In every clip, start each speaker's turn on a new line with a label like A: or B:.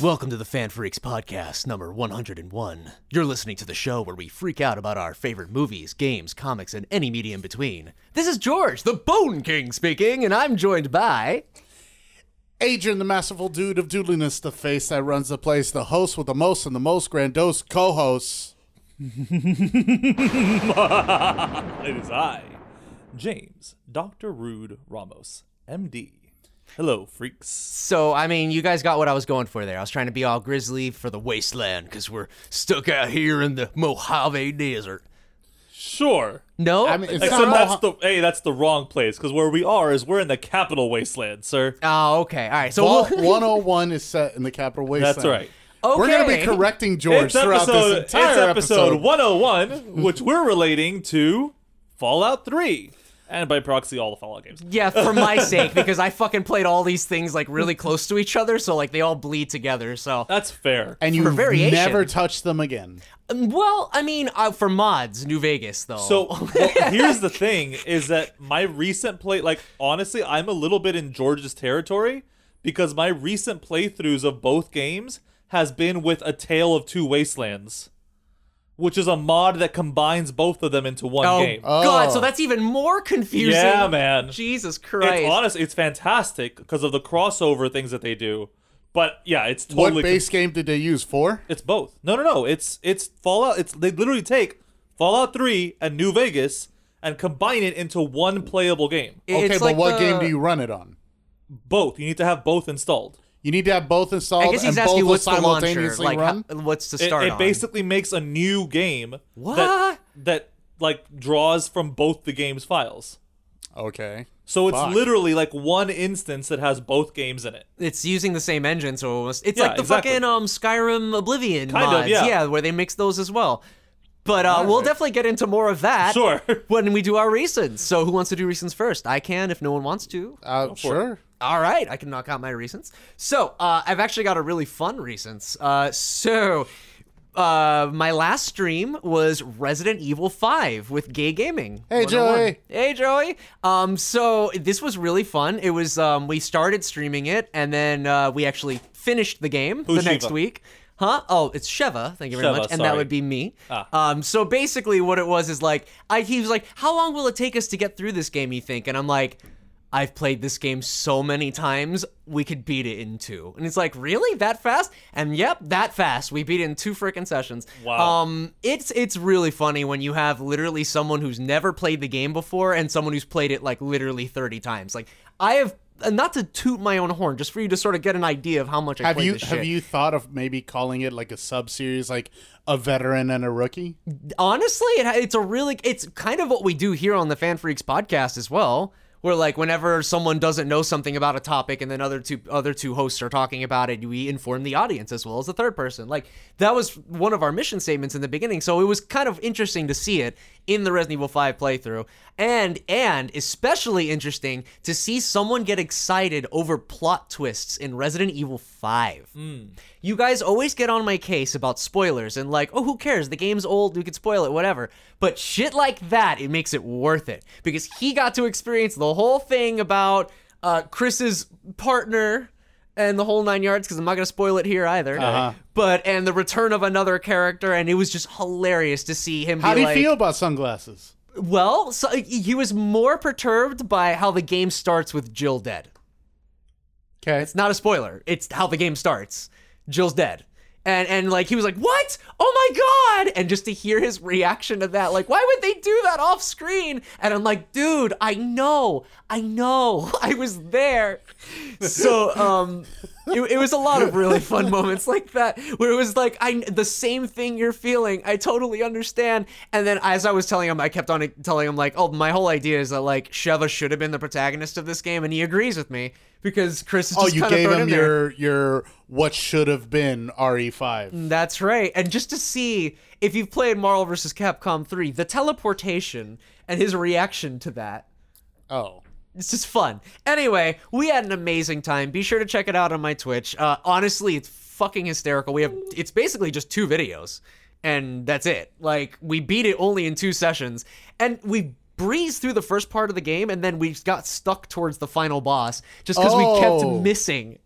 A: Welcome to the Fan Freaks Podcast, number 101. You're listening to the show where we freak out about our favorite movies, games, comics, and any medium between. This is George, the Bone King, speaking, and I'm joined by.
B: Adrian, the masterful dude of doodliness, the face that runs the place, the host with the most and the most grandiose co hosts.
C: It is I, James, Dr. Rude Ramos, MD. Hello, freaks.
A: So, I mean, you guys got what I was going for there. I was trying to be all grizzly for the wasteland because we're stuck out here in the Mojave Desert.
C: Sure.
A: No?
B: I mean, it's
C: Except
B: not
C: that's
B: Moha-
C: the hey, that's the wrong place because where we are is we're in the capital wasteland, sir.
A: oh, okay. All right. So,
B: Vault
A: we'll-
B: 101 is set in the Capital Wasteland.
C: That's right.
A: okay.
B: We're going to be correcting George
C: It's
B: throughout
C: episode,
B: this entire
C: it's episode
B: episode.
C: 101, which we're relating to Fallout 3, and by proxy all the Fallout games.
A: Yeah, for my sake, because I fucking played all these things like really close to each other, so like they all bleed together. So,
C: That's fair.
B: And you
A: For variation.
B: never touch them again.
A: Um, well, I mean, uh, for mods, New Vegas though.
C: So well, here's the thing: is that my recent play, like honestly, I'm a little bit in George's territory because my recent playthroughs of both games has been with A Tale of Two Wastelands, which is a mod that combines both of them into one
A: oh
C: game.
A: god, so that's even more confusing.
C: Yeah, man.
A: Jesus Christ.
C: it's honest, it's fantastic because of the crossover things that they do. But yeah, it's totally
B: what base game did they use? Four?
C: It's both. No, no, no. It's it's Fallout. It's they literally take Fallout Three and New Vegas and combine it into one playable game.
A: It-
B: Okay,
A: it's
B: but
A: like the-
B: what game do you run it on?
C: Both. You need to have both installed.
B: You need to have both installed
A: I guess he's
B: and both
A: asking
B: will
A: what's the launcher,
B: simultaneously
A: like
B: run.
A: how- what's to
C: It,
A: start
C: it basically makes a new game
A: What?
C: that that like draws from both the game's files.
B: okay.
C: So it's
B: Fuck.
C: literally like one instance that has both games in it.
A: on. It's using the same engine, so it was, it's
C: Yeah,
A: like the
C: exactly.
A: fucking um Skyrim Oblivion
C: Kind of,
A: mods,
C: yeah.
A: where they mix those as well. But uh, we'll definitely get into more of that
C: Sure.
A: when we do our reasons. So who wants to do reasons first? I can if no one wants to.
B: Uh, sure.
A: All right, I can knock out my reasons. So uh, I've actually got a really fun reasons. Uh, so uh, my last stream was Resident Evil 5 with Gay Gaming.
B: Hey,
A: 101.
B: Joey.
A: Hey Joey. Um, so this was really fun. It was um, we started streaming it and then uh, we actually finished the game the
C: Who's
A: next
C: Shiva?
A: week. Huh? Oh, it's Sheva. Thank you very
C: Sheva,
A: much. And that
C: sorry.
A: would be me. Um, so basically, what it was is like, I, he was like, "How long will it take us to get through this game?" You think? And I'm like, "I've played this game so many times, we could beat it in two. And it's like, "Really? That fast?" And yep, that fast. We beat it in two freaking sessions.
C: Wow.
A: Um, it's it's really funny when you have literally someone who's never played the game before and someone who's played it like literally 30 times. Like I have. and Not to toot my own horn, just for you to sort of get an idea of how much I
B: Have
A: played
B: you
A: this shit.
B: have you thought of maybe calling it like a sub series, like a veteran and a rookie?
A: honestly, it, it's a really it's kind of what we do here on the Fan Freaks podcast as well. Where like whenever someone doesn't know something about a topic, and then other two other two hosts are talking about it, we inform the audience as well as the third person. Like that was one of our mission statements in the beginning, so it was kind of interesting to see it in the Resident Evil Five playthrough, and and especially interesting to see someone get excited over plot twists in Resident Evil Five. You guys always get on my case about spoilers and like, oh, who cares? The game's old, we could spoil it, whatever. But shit like that, it makes it worth it because he got to experience the whole thing about uh, Chris's partner and the whole nine yards. Because I'm not gonna spoil it here either. But and the return of another character, and it was just hilarious to see him.
B: How
A: be
B: do you
A: like,
B: feel about sunglasses?
A: Well, so he was more perturbed by how the game starts with Jill dead.
B: Okay.
A: It's not a spoiler. It's how the game starts. Jill's dead. And and like he was like, "What? Oh my god!" And just to hear his reaction to that, like, "Why would they do that off screen?" And I'm like, "Dude, I know. I know. I was there." So, um it, it was a lot of really fun moments like that where it was like I the same thing you're feeling. I totally understand. And then as I was telling him, I kept on telling him like, "Oh, my whole idea is that like Sheva should have been the protagonist of this game," and he agrees with me because Chris is
B: Oh,
A: just
B: you
A: kind
B: gave
A: of thrown
B: him
A: in there. Mm.
B: your your what should have been E RE5.
A: That's right. And just to see if you've played Marvel vs. Capcom 3, the teleportation and his reaction to that.
B: Oh,
A: It's just fun. Anyway, we had an amazing time. Be sure to check it out on my Twitch. Uh, honestly, it's fucking hysterical. We have it's basically just two videos, and that's it. Like we beat it only in two sessions, and we breezed through the first part of the game, and then we got stuck towards the final boss just because we
B: Oh.
A: kept missing.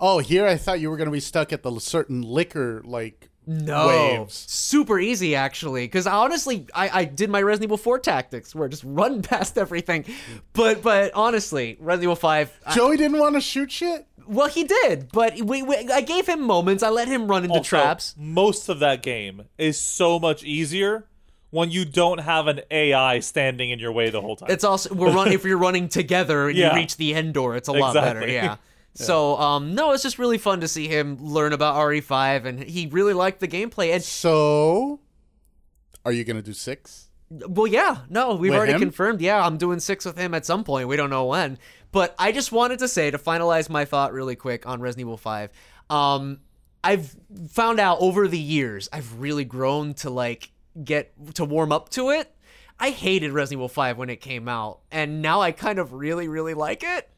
B: Oh, here I thought you were going to be stuck at the certain liquor like
A: No,
B: waves.
A: super easy actually. Because honestly, I, I did my Resident Evil Four tactics where I just run past everything. But but honestly, Resident Evil Five. I-
B: Joey didn't want to shoot shit.
A: well, he did, but we, we I gave him moments. I let him run into
C: Also,
A: traps.
C: Most of that game is so much easier when you don't have an AI standing in your way the whole time.
A: It's also we're run if you're running together and
C: Yeah.
A: you reach the end door, it's a lot
C: Exactly.
A: better. Yeah. So um no, it's just really fun to see him learn about RE5 and he really liked the gameplay and
B: So, are you going to do six?
A: well yeah, no, we've
B: With
A: already
B: him?
A: confirmed. Yeah, I'm doing 6 with him at some point. We don't know when. But I just wanted to say to finalize my thought really quick on Resident Evil 5. Um I've found out over the years I've really grown to like get to warm up to it. I hated Resident Evil 5 when it came out and now I kind of really really like it.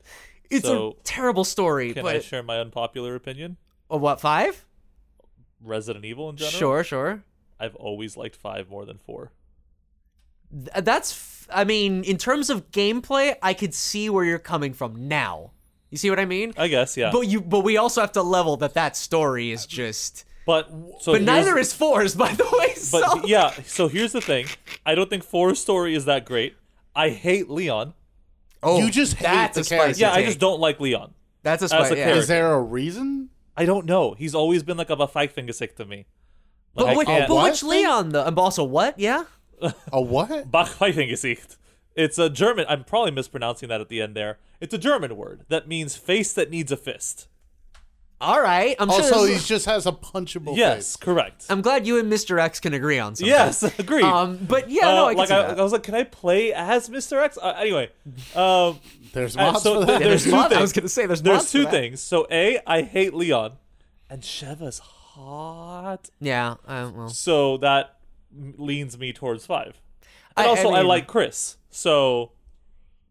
A: It's
C: So,
A: a terrible story,
C: Can
A: but
C: I share my unpopular opinion?
A: Oh, what 5?
C: Resident Evil in general.
A: Sure, sure.
C: I've always liked five more than four.
A: Th- that's f- I mean, in terms of gameplay, I could see where you're coming from now. You see what I mean?
C: I guess, yeah.
A: But you but we also have to level that that story is just
C: But so
A: But
C: here's-
A: neither is 4's by the way.
C: But
A: so
C: yeah, so here's the thing. I don't think Four's story is that great. I hate Leon.
A: oh,
B: You just hate
A: that's
B: the
A: a spicy
B: character.
C: Yeah, I
A: take.
C: just don't like Leon.
A: That's a
C: that's
A: spicy.
C: a
A: yeah.
C: character.
B: Is there a reason?
C: I don't know. He's always been like a five finger sick to me. Like,
A: But,
C: I
A: which,
C: can't-
A: but
B: What?
A: which Leon though? And also what? Yeah.
B: A what?
C: Bachweifengesicht. It's a German. I'm probably mispronouncing that at the end there. It's a German word that means face that needs a fist.
A: All right. I'm sure.
B: Also, he
A: this-
B: just has a punchable
C: yes,
B: Oh, face.
C: correct.
A: I'm glad you and Mr. X can agree on something.
C: yes, agreed.
A: Um. But yeah. no.
C: Uh,
A: I can
C: like
A: see
C: I,
A: that.
C: I was like, can I play as Mr. X? Uh, anyway, um,
B: There's
C: and
B: mods for
C: so
B: that.
C: th-
A: There's
C: there's two
A: mod- I
C: things.
A: was gonna say, there's mods
C: there's
A: for
C: two
A: that.
C: things. So a, I hate Leon, and Sheva's hot.
A: Yeah. I, well.
C: So that m- leans me towards five.
A: I-
C: And
A: I
C: also, I,
A: mean-
C: like Chris. So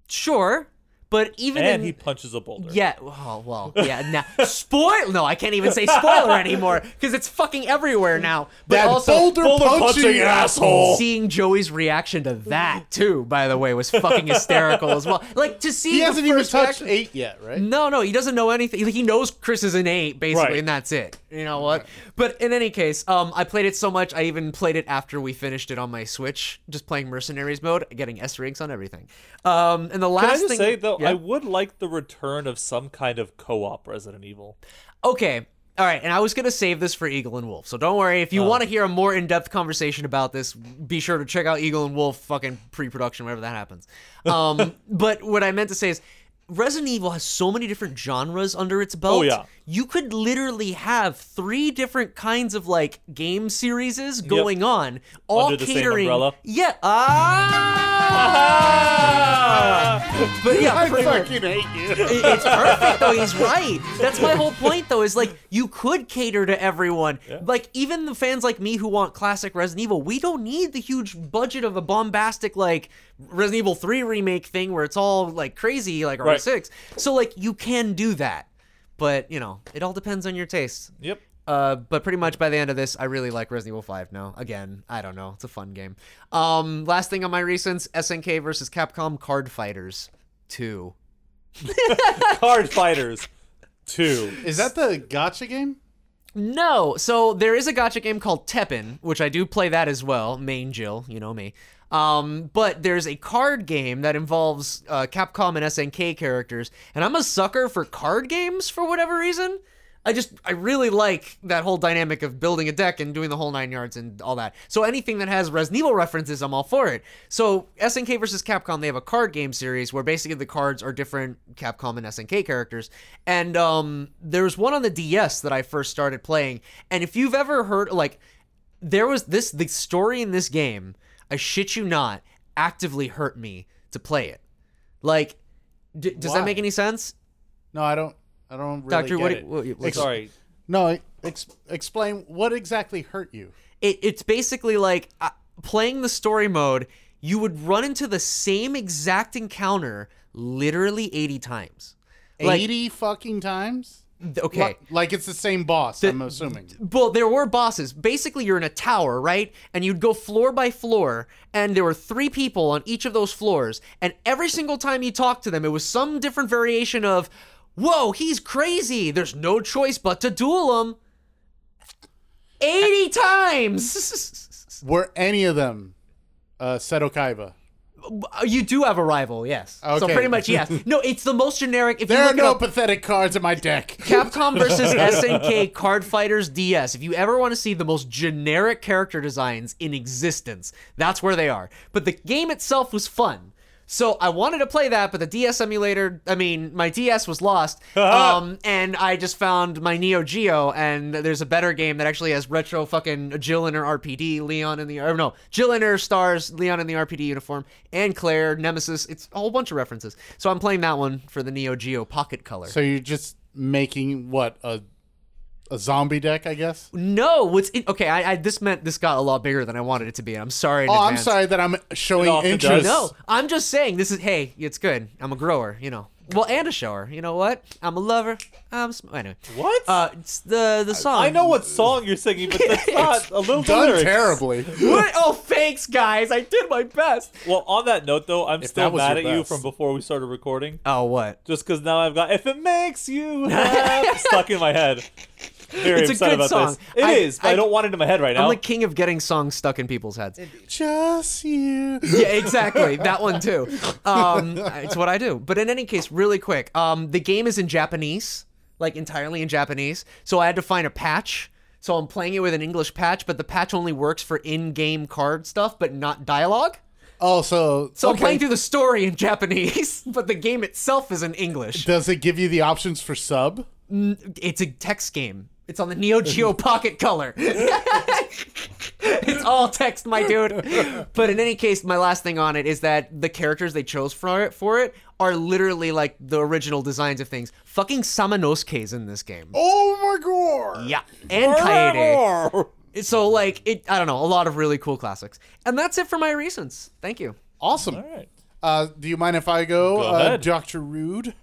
A: Sure. But even
C: and
A: in,
C: he punches a boulder.
A: Yeah. Oh well. Yeah. Now, spoil. No, I can't even say spoiler anymore because it's fucking everywhere now. But
B: That
A: also,
B: boulder,
C: boulder
B: punching,
C: punching
B: asshole.
A: seeing Joey's reaction to that too, by the way, was fucking hysterical as well. Like to see
B: He
A: the
B: hasn't even
A: first
B: touched
A: reaction-
B: eight yet, right?
A: No, no, he doesn't know anything. He knows Chris is an eight, basically,
C: Right.
A: and that's it. You know what? But in any case, um, I played it so much, I even played it after we finished it on my Switch, just playing Mercenaries mode, getting S ranks on everything. Um, and the last
C: Can I just
A: thing,
C: say though,
A: Yeah?
C: I would like the return of some kind of co-op Resident Evil.
A: Okay. All right, and I was gonna save this for Eagle and Wolf, so don't worry.
C: Oh.
A: If you want to hear a more in-depth conversation about this, be sure to check out Eagle and Wolf fucking pre-production, whenever that happens. Um, but what I meant to say is, Resident Evil has so many different genres under its belt.
C: Oh, yeah.
A: you could literally have three different kinds of like game series going on, all
C: Under the same
A: catering.
C: umbrella?
A: Yeah. Ah! but yeah,
B: I
A: pretty much
B: fucking hate you.
A: it- it's perfect though. He's right. That's my whole point though. Is like you could cater to everyone. Like even the fans like me who want classic Resident Evil, we don't need the huge budget of a bombastic like Resident Evil Three remake thing where it's all like crazy like R six. So like you can do that, but you know it all depends on your taste.
C: Yep.
A: Uh, but pretty much by the end of this, I really like Resident Evil 5 now. Again, I don't know. It's a fun game. Um, last thing on my recents SNK versus Capcom Card Fighters 2.
C: Card Fighters Two.
B: Is that the gotcha game?
A: No. So there is a gotcha game called Teppin, which I do play that as well. Main Jill, you know me. Um, but there's a card game that involves uh, Capcom and SNK characters, and I'm a sucker for card games for whatever reason. I just I really like that whole dynamic of building a deck and doing the whole nine yards and all that. So anything that has Resident Evil references, I'm all for it. So SNK versus Capcom, they have a card game series where basically the cards are different Capcom and SNK characters. And um, there's one on the DS that I first started playing. And if you've ever heard like there was this the story in this game i shit you not actively hurt me to play it like d- does that
B: Why?
A: make any sense
B: No, I don't. I don't really
A: Doctor,
B: get
A: what do-
B: it.
A: what- what's
B: Ex-
A: up?
C: Sorry.
B: No, ex- explain what exactly hurt you.
A: it, it's basically like uh, playing the story mode you would run into the same exact encounter literally 80 times Like-
B: Eighty fucking times.
A: Th- okay
B: Li- like it's the same boss. I'm assuming.
A: well, there were bosses. Basically, you're in a tower, right? And you'd go floor by floor, and there were three people on each of those floors. And every single time you talked to them, it was some different variation of, whoa, he's crazy. There's no choice but to duel him 80 times.
B: Were any of them uh, Seto Kaiba?
A: you do have a rival, yes. So
B: Okay.
A: pretty much, yes. No, it's the most generic. If
B: There
A: you
B: are
A: look it
B: no
A: up,
B: pathetic cards in my deck.
A: Capcom versus SNK Card Fighters DS. If you ever want to see the most generic character designs in existence, that's where they are. But the game itself was fun. So I wanted to play that, but the DS emulator, I mean, my DS was lost. um, and I just found my Neo Geo, and there's a better game that actually has retro fucking Jill in her RPD, Leon in the, or no, Jill in her stars, Leon in the RPD uniform, and Claire, Nemesis. It's a whole bunch of references. So I'm playing that one for the Neo Geo Pocket Color.
B: So you're just making what a a zombie deck, I guess.
A: No, what's in, okay? I, I this meant this got a lot bigger than I wanted it to be. and I'm sorry. in
B: Oh, I'm
A: advance.
B: sorry that I'm showing
C: It often
B: interest.
C: does.
A: No, I'm just saying this is. Hey, it's good. I'm a grower, you know. Well, and a shower. You know what? I'm a lover. I'm sm- anyway.
C: What?
A: Uh, it's the the song.
C: I know what song you're singing, but that's not a little
B: Done
C: lyrics.
B: terribly.
A: What? Oh, thanks, guys. I did my best.
C: Well, on that note, though, I'm still
B: that was
C: mad at
B: your
C: you
B: best.
C: from before we started recording.
A: Oh, what?
C: Just because now I've got "If It Makes You Happy" stuck in my head. Very
A: It's a
C: upset
A: good
C: about
A: song.
C: this. It is,
A: I-
C: but I,
A: I-
C: don't want it in my head right now.
A: I'm the king of getting songs stuck in people's heads.
B: Just you.
A: yeah, exactly. That one too. Um, it's what I do. But in any case, really quick, um, the game is in Japanese, like entirely in Japanese. So I had to find a patch. So I'm playing it with an English patch, but the patch only works for in-game card stuff, but not dialogue.
B: Oh, so
A: So I'm
B: okay.
A: playing through the story in Japanese, but the game itself is in English.
B: Does it give you the options for sub?
A: It's a text game. It's on the Neo Geo Pocket Color. it's all text, my dude. But in any case, my last thing on it is that the characters they chose for it, for it are literally like the original designs of things. Fucking Samanosuke's in this game.
B: Oh my god.
A: Yeah, and Kaede. So like it, I don't know, a lot of really cool classics. And that's it for my reasons. Thank you.
B: Awesome.
C: All right.
B: Uh, do you mind if I go, uh,
C: ahead.
B: Doctor Rude?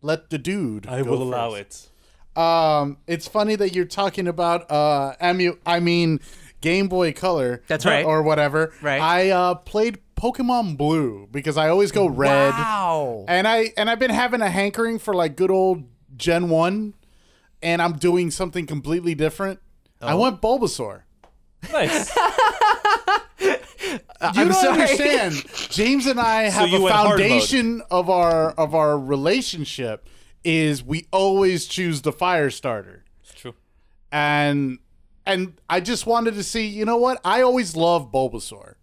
B: Let the dude.
C: I will allow it.
B: it. Um, it's funny that you're talking about uh, emu- I mean, Game Boy Color.
A: That's right.
B: Or whatever.
A: Right.
B: I uh, played Pokemon Blue because I always go red.
A: Wow.
B: And I and I've been having a hankering for like good old Gen One, and I'm doing something completely different.
A: Oh.
B: I want Bulbasaur.
C: Nice.
B: You
A: I'm
B: don't
A: sorry.
B: understand. James and I have
C: you
B: a
C: went hard mode.
B: foundation of our of our relationship is we always choose the fire starter.
C: it's true.
B: And and I just wanted to see, you know what? I always love Bulbasaur.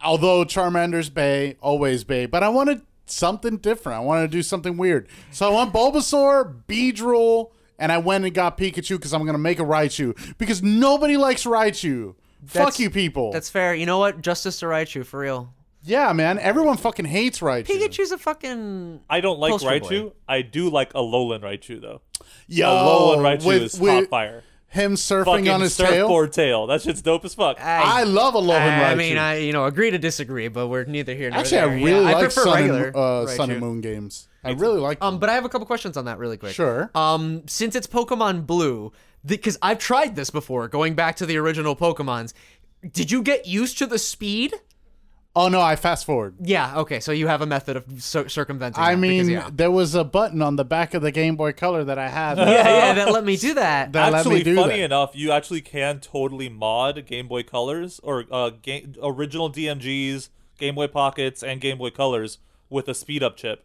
B: Although Charmander's Bay, always Bay, but I wanted something different. I wanted to do something weird. So I want Bulbasaur, Beedrill, and I went and got Pikachu because I'm gonna make a Raichu. Because nobody likes Raichu. Fuck
A: That's-
B: you people.
A: That's fair. You know what? Justice to Raichu, for real.
B: Yeah, man. Everyone fucking hates Raichu.
A: Pikachu's a fucking.
C: I don't like
A: Poster boy.
C: Raichu. I do like Alolan Raichu though.
B: Yo,
C: Alolan Raichu
B: Oh, with-
C: is
B: with
C: hot fire.
B: Him surfing
C: Fucking
B: on his tail.
C: surfboard tail. That shit's dope as fuck.
B: I love Alolan Raichu.
A: I mean, I you know agree to disagree, but we're neither here nor
B: Actually, I
A: there. Yeah,
B: really like
A: prefer
B: Sun
A: regular
B: and, uh,
A: Raichu.
B: Sun and Moon games. I really like
A: Um, but I have a couple questions on that really quick.
B: Sure.
A: Um, since it's Pokemon Blue, because I've tried this before, going back to the original Pokemon's. Did you get used to the speed?
B: Oh, no, I fast forward.
A: Yeah. Okay. So you have a method of cir- circumventing.
B: I
A: that, because,
B: mean,
A: yeah.
B: there was a button on the back of the Game Boy Color that I had.
A: yeah, yeah, that let me do that.
B: That let
C: actually,
B: me do
C: funny
B: that.
C: enough, you actually can totally mod Game Boy Colors or uh, game, original DMGs, Game Boy Pockets, and Game Boy Colors with a speed up chip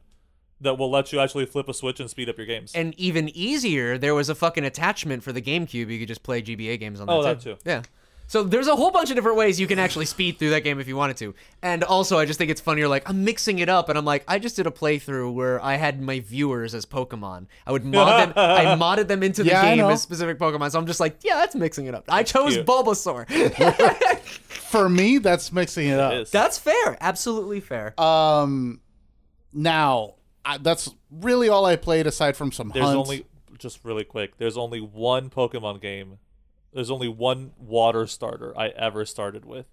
C: that will let you actually flip a switch and speed up your games.
A: and even easier, there was a fucking attachment for the GameCube. You could just play GBA games on that.
C: Oh, that too.
A: Yeah. So there's a whole bunch of different ways you can actually speed through that game if you wanted to. And also, I just think it's funny. You're like, I'm mixing it up, and I'm like, I just did a playthrough where I had my viewers as Pokemon. I would mod them. I modded them into the
B: Yeah, I
A: game
B: know.
A: as specific Pokemon. So I'm just like, yeah, that's mixing it up. I chose
C: cute.
A: Bulbasaur.
B: For me, that's mixing it up.
C: It is.
A: that's fair. Absolutely fair.
B: Um, now, I, that's really all I played aside from some
C: there's
B: hunts.
C: only just really quick. There's only one Pokemon game. There's only one water starter I ever started with,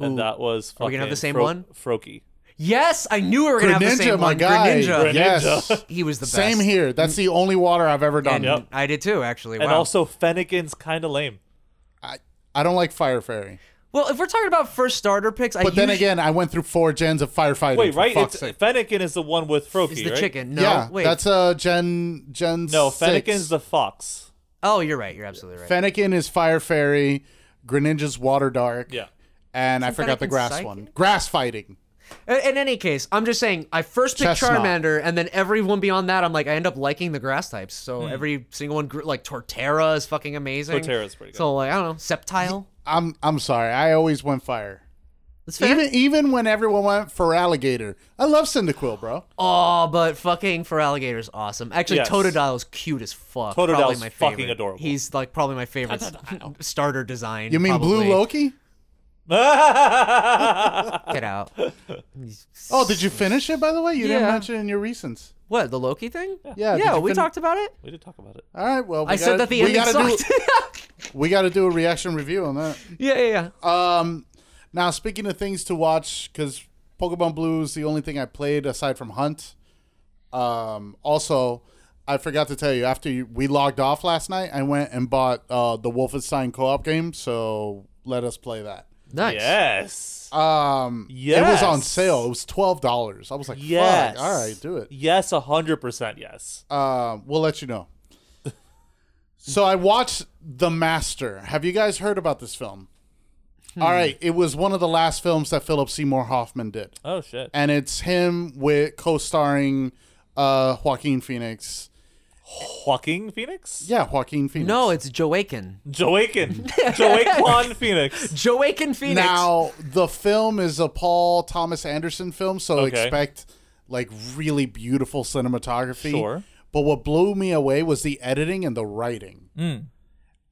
C: and that was
A: Are
C: fucking
A: we gonna have the same
C: Fro-
A: one?
C: Froakie.
A: yes, I knew we were gonna have the
B: Greninja,
A: same
B: my
A: one.
B: guy.
A: Greninja.
B: Yes.
A: He was the best.
B: Same here. That's the only water I've ever done.
A: And
C: Yep.
A: I did too, actually.
C: And
A: wow.
C: also, Fennekin's kind of lame.
B: I, I don't like Fire Fairy.
A: Well, if we're talking about first starter picks, I
B: But then
A: usu-
B: again, I went through four gens of firefighting.
C: Wait,
B: for
C: right?
B: fuck's
C: It's,
B: sake.
C: Fennekin is the one with Froki,
A: is the
C: right?
A: chicken. No,
B: yeah,
A: wait.
B: that's uh, Gen Gen.
C: No,
B: six.
C: Fennekin's the fox.
A: oh, you're right. You're absolutely right.
B: Fennekin is Fire Fairy, Greninja's Water Dark,
C: Yeah.
B: and I
A: Isn't
B: forgot the
A: Fennekin
B: grass
A: psychic?
B: one. Grass fighting.
A: In in any case, I'm just saying I first picked
B: Chestnut.
A: Charmander, and then everyone beyond that, I'm like I end up liking the grass types. So
C: Hmm.
A: every single one, grew, like Torterra is fucking amazing.
C: Torterra's pretty good.
A: So like I don't know, Sceptile.
B: I'm I'm sorry. I always went fire.
A: That's fair.
B: Even even when everyone went for alligator, I love Cyndaquil, bro.
A: oh, but fucking for alligators, awesome. Actually,
C: Yes.
A: Totodile is cute as fuck.
C: Totodile's
A: Probably my
C: fucking
A: favorite.
C: adorable.
A: He's like probably my favorite starter design.
B: You mean
A: probably.
B: Blue Loki?
A: Get out.
B: Oh, did you finish it by the way? You didn't
A: Yeah.
B: mention it in your recents.
A: What the Loki thing?
B: Yeah, did
A: yeah.
B: you
A: We
B: fin-
A: talked about it.
C: we did talk about it.
B: All right, well, we
A: I said
B: gotta-
A: that the
B: we
A: ending
B: gotta
A: sucked.
B: do we got to do a reaction review on that.
A: yeah, yeah, yeah.
B: Um, now speaking of things to watch, because Pokemon Blue is the only thing I played aside from Hunt. Um, also, I forgot to tell you after you, we logged off last night, I went and bought uh, the Wolfenstein co-op game. So let us play that.
A: nice.
C: Yes.
B: Um, it was
C: Yes.
B: on sale. It was twelve dollars. I was like,
C: yes.
B: fuck, all right, do it.
C: Yes, hundred percent. Yes.
B: Uh, we'll let you know. so I watched The Master. Have you guys heard about this film?
C: Hmm.
B: All right, it was one of the last films that Philip Seymour Hoffman did
C: Oh shit.
B: and it's him with co-starring uh Joaquin Phoenix.
C: Joaquin Phoenix.
B: Yeah, Joaquin Phoenix.
A: No, it's Joaquin.
C: Joaquin. Joaquin Phoenix.
A: Joaquin Phoenix.
B: now the film is a Paul Thomas Anderson film, so
C: Okay.
B: expect like really beautiful cinematography.
C: Sure.
B: But what blew me away was the editing and the writing.
C: Mm.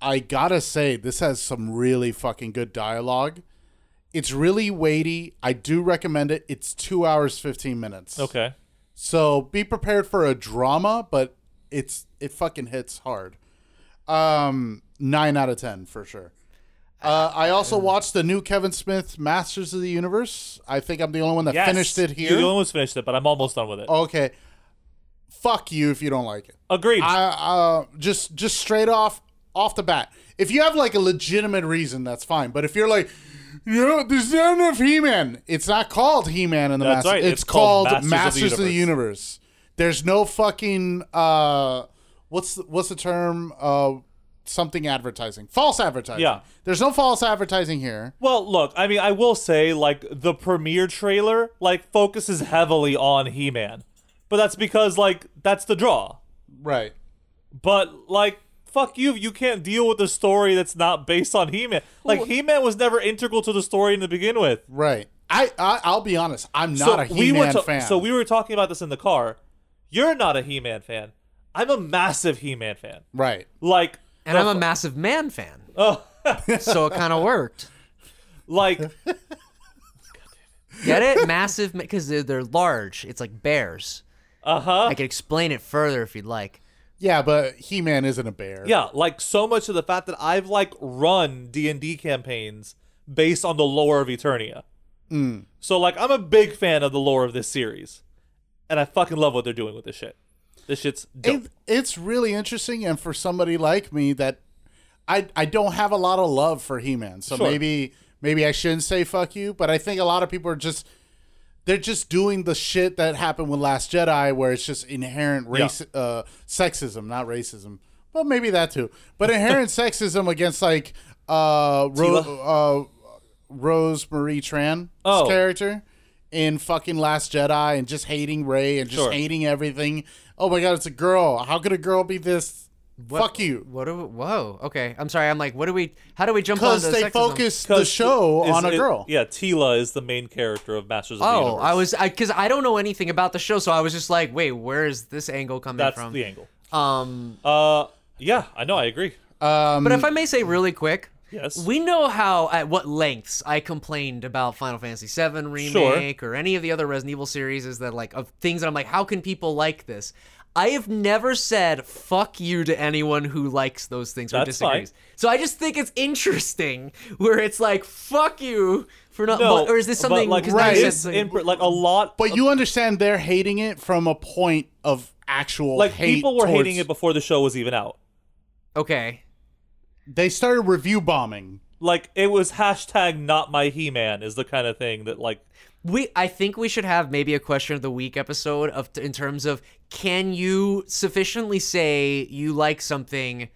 B: I gotta say, this has some really fucking good dialogue. It's really weighty. I do recommend it. It's two hours fifteen minutes.
C: Okay.
B: So be prepared for a drama, but it's it fucking hits hard. Um, nine out of ten for sure. Uh, I also watched the new Kevin Smith Masters of the Universe. I think I'm the only one that
C: Yes.
B: finished it here. Oh,
C: You almost finished it, but I'm almost done with it.
B: okay, fuck you if you don't like it.
C: Agreed.
B: I uh, just just straight off off the bat. If you have like a legitimate reason, that's fine. But if you're like, you know, there's not enough He-Man. It's not called He-Man in the
C: That's
B: Masters.
C: right.
B: It's, called, Masters, of, the
C: Universe.
B: Universe. There's no fucking uh, what's the, what's the term uh, something advertising? False advertising.
C: Yeah.
B: There's no false advertising here.
C: Well, look, I mean, I will say, like, the premiere trailer, like, focuses heavily on He Man. But that's because, like, that's the draw.
B: Right.
C: But, like, fuck you, you can't deal with a story that's not based on He Man. Like, He Man was never integral to the story to begin with.
B: Right. I, I I'll be honest. I'm not a
C: we
B: He-Man
C: were ta-
B: fan.
C: So we were talking about this in the car. You're not a He Man fan. I'm a massive He Man fan.
B: right.
C: Like,
A: and
B: uh,
A: I'm a massive man fan.
C: Oh.
A: so it kind of worked.
C: like,
A: Get it? Massive because they're, they're large. It's like bears.
C: uh
B: Uh-huh.
C: huh.
A: I could explain it further if you'd like.
B: Yeah, but He-Man isn't a bear.
C: Yeah, like so much of the fact that I've like run D and D campaigns based on the lore of Eternia.
B: Mm.
C: So like I'm a big fan of the lore of this series, and I fucking love what they're doing with this shit. This shit's dope.
B: it, it's really interesting and for somebody like me that I I don't have a lot of love for He-Man. So
C: Sure.
B: maybe maybe I shouldn't say fuck you, but I think a lot of people are just they're just doing the shit that happened with Last Jedi where it's just inherent race uh sexism, not racism. Well, maybe that too. But inherent sexism against like uh, Ro- uh Rose Marie Tran's
C: Oh.
B: character in fucking Last Jedi and just hating Ray and just
C: Sure.
B: hating everything. Oh my god, it's a girl. How could a girl be this? Fuck you.
A: What do we, whoa. Okay. I'm sorry. I'm like, what do we, how do we jump on
B: Because
A: to
B: they
A: sexism?
B: focused the
C: 'Cause
B: show
C: is
B: on a
C: it-
B: girl.
C: yeah, Tila is the main character of Masters of the
A: Oh,
C: Universe.
A: I was, I because I, don't know anything about the show. So I was just like, wait, where is this angle coming
C: That's
A: from?
C: the angle.
A: Um,
C: Uh, yeah, I know. I agree.
B: Um,
A: But if I may say really quick,
C: Mm. Yes.
A: we know how at what lengths I complained about Final Fantasy VII remake or any of the other Resident Evil series is that like of things that I'm like, how can people like this? I have never said fuck you to anyone who likes those things or
C: That's
A: disagrees.
C: fine.
A: So I just think it's interesting where it's like fuck you for not.
C: No,
A: but- or is this
C: but,
A: something
C: like
A: 'cause now
B: right,
A: you said
B: it's
C: this
A: something-
C: imp- like a lot?
B: but you understand they're hating it from a point of actual
C: like
B: hate
C: people were
B: towards-
C: hating it before the show was even out.
A: okay.
B: They started review bombing.
C: like it was hashtag not my He-Man is the kind of thing that like
A: We I think we should have maybe a question of the week episode of in terms of can you sufficiently say you like something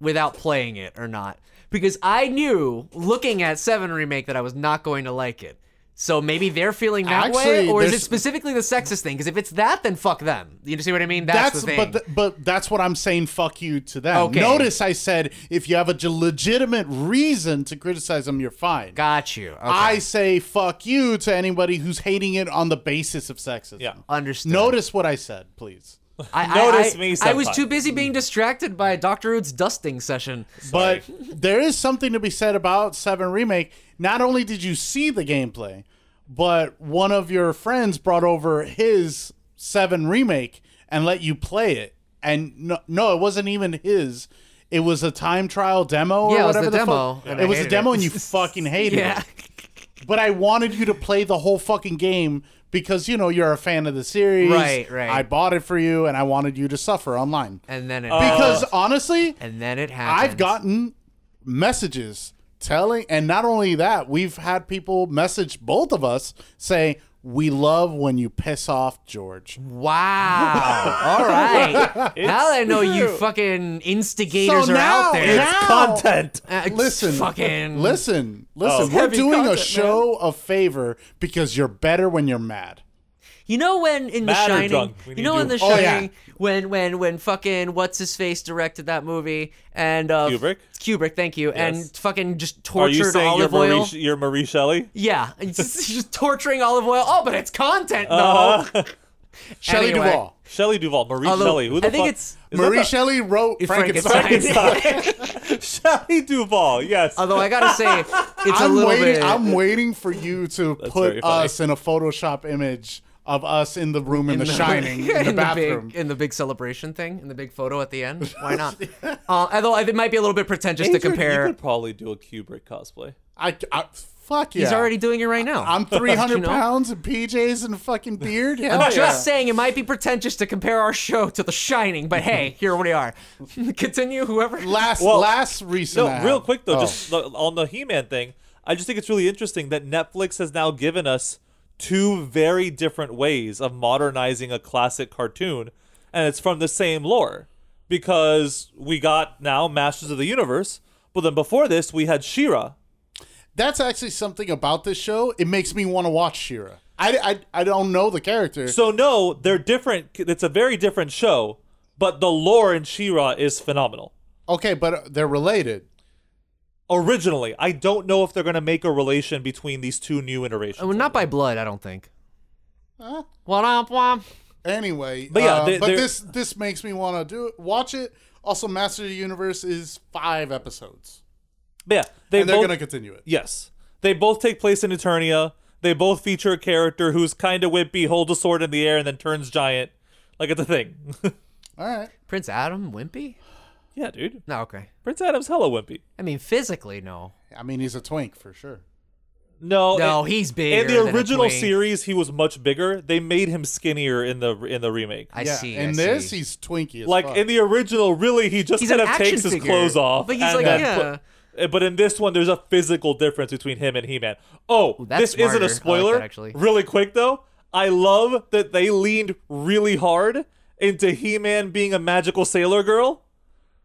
A: without playing it or not? Because I knew looking at 7 remake that I was not going to like it. So maybe they're feeling that way
B: Actually,
A: or is it
B: there's-
A: specifically the sexist thing? Because if it's that then fuck them. You see what I mean? That's,
B: That's
A: the thing.
B: but th- but that's what I'm saying. Fuck you to them.
A: Okay.
B: Notice I said if you have a j- legitimate reason to criticize them, you're fine.
A: Got you. Okay.
B: I say fuck you to anybody who's hating it on the basis of sexism. Uh,
C: Yeah.
A: understood.
B: Notice what I said, please.
A: I, I-
C: Notice
A: I-
C: me
A: I was
C: senpai.
A: too busy being distracted by Dr. Ood's dusting session.
B: But there is something to be said about Seven Remake. Not only did you see the gameplay, but one of your friends brought over his Seven Remake and let you play it. And no, no it wasn't even his. It was a time trial demo or
A: Yeah, it was
B: whatever
A: the
B: the
A: demo,
B: fuck-
A: and I
B: It was a
A: hated
B: demo
A: it.
B: and you fucking hated
A: Yeah.
B: it. But I wanted you to play the whole fucking game because you know you're a fan of the series.
A: Right, right.
B: I bought it for you and I wanted you to suffer online.
A: And then it
B: Because honestly,
A: and then it happened.
B: I've gotten messages telling, and not only that, we've had people message both of us say, "We love when you piss off George."
A: Wow. All right. now that I know you
C: true.
A: fucking instigators
B: So
A: are out
B: now-
A: there.
B: now- Ow!
C: content.
A: Uh,
B: Listen,
A: Fucking.
B: listen, listen.
A: Oh.
B: We're
A: Heavy
B: doing
A: content, man.
B: a show a favor because you're better when you're mad.
A: You know when in The
C: Mad or
A: Shining,
C: drunk? We
A: you
C: need
A: know in
C: you.
A: The
B: Oh, yeah.
A: Shining, when when when fucking what's his face directed that movie and uh,
C: Kubrick?
A: Kubrick, thank you,
C: Yes.
A: and fucking just
C: Are you
A: tortured
C: saying you're
A: olive oil.
C: Marie, you're Marie Shelley?
A: Yeah, it's just, just torturing olive oil. Oh, but it's content though.
B: Shelley
A: Anyway.
B: Duvall,
C: Shelley Duvall, Marie
A: Although,
C: Shelley. Uh-huh. Who the
A: I think
C: fuck?
A: it's-
C: is that
B: Marie
C: the-
B: Shelley wrote Frankenstein.
C: Shelley Duvall. Yes.
A: Although I gotta say, it's a
B: I'm
A: little
B: waiting.
A: bit.
B: I'm waiting for you to
C: very
B: put
C: funny.
B: us in a Photoshop image of us in the room in, the, Shining in the bathroom.
A: big, in the big celebration thing, in the big photo at the end. Why not? uh, although it might be a little bit pretentious to
C: Adrian,
A: compare.
C: You could probably do a Kubrick cosplay.
B: I, I fuck yeah.
A: He's already doing it right now.
B: I'm 300
A: You know?
B: pounds and PJs and a fucking beard. Yeah,
A: I'm just saying it might be pretentious to compare our show to The Shining, but hey, here we are. Continue, whoever.
B: last
C: Well,
B: last recent.
C: No,
B: ad.
C: real quick though,
B: Oh.
C: just the, on the He-Man thing, I just think it's really interesting that Netflix has now given us two very different ways of modernizing a classic cartoon, and it's from the same lore. Because we got now Masters of the Universe, but then before this we had She-Ra.
B: that's actually something about this show. It makes me want to watch Shira. I, I, I don't know the character.
C: So no, they're different. It's a very different show, but the lore in She-Ra is phenomenal.
B: okay, but they're related.
C: Originally, I don't know if they're going to make a relation between these two new iterations.
A: Well, not by blood, I don't think.
B: Huh?
A: Womp womp.
B: Anyway,
C: But yeah,
B: uh,
C: they-
B: but
C: they're-
B: this this makes me want to do it. Watch it. Also, Master of the Universe is five episodes,
C: But yeah, they
B: and they're
C: both,
B: gonna continue it.
C: Yes. They both take place in Eternia. They both feature a character who's kind of wimpy, holds a sword in the air, and then turns giant. Like, it's a thing.
B: All right.
A: Prince Adam, wimpy?
C: yeah, dude.
A: No, okay.
C: Prince Adam's hella wimpy.
A: I mean, physically, no.
B: I mean, he's a twink for sure.
C: No,
A: No,
C: in-
A: he's bigger
C: In the
A: than a
C: original
A: twink.
C: series, he was much bigger. They made him skinnier in the in the remake.
A: I
B: yeah.
A: see.
B: In
A: I
B: this,
A: see.
B: he's twinky. As
C: like
B: fuck.
C: in the original, really, he just
A: He's
C: kind
A: an
C: of
A: action
C: takes his
A: figure,
C: clothes off.
A: but he's
C: and
A: like,
C: then
A: yeah.
C: put- but in this one, there's a physical difference between him and He-Man. Oh,
A: that's
C: this
A: smarter. I
C: isn't a
A: like
C: spoiler.
A: that, actually.
C: Really quick though, I love that they leaned really hard into He-Man being a magical sailor girl.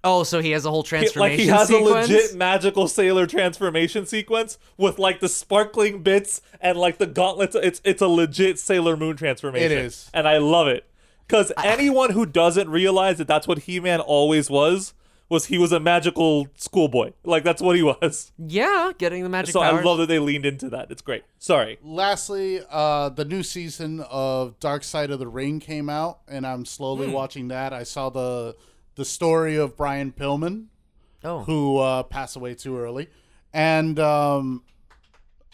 A: Oh, so he has a whole
C: It-
A: transformation
C: like he has
A: sequence?
C: a legit magical sailor transformation sequence with like the sparkling bits and like the gauntlets. It's it's a legit Sailor Moon transformation.
B: It is.
C: and I love it because anyone who doesn't realize that that's what He Man always was was he was a magical schoolboy. Like that's what he was.
A: Yeah, getting the magic
C: so
A: powers.
C: I love that they leaned into that. It's great. Sorry.
B: lastly, uh, the new season of Dark Side of the Ring came out, and I'm
C: Hmm.
B: slowly watching that. I saw the the story of Brian Pillman,
A: Oh.
B: who uh, passed away too early, and um,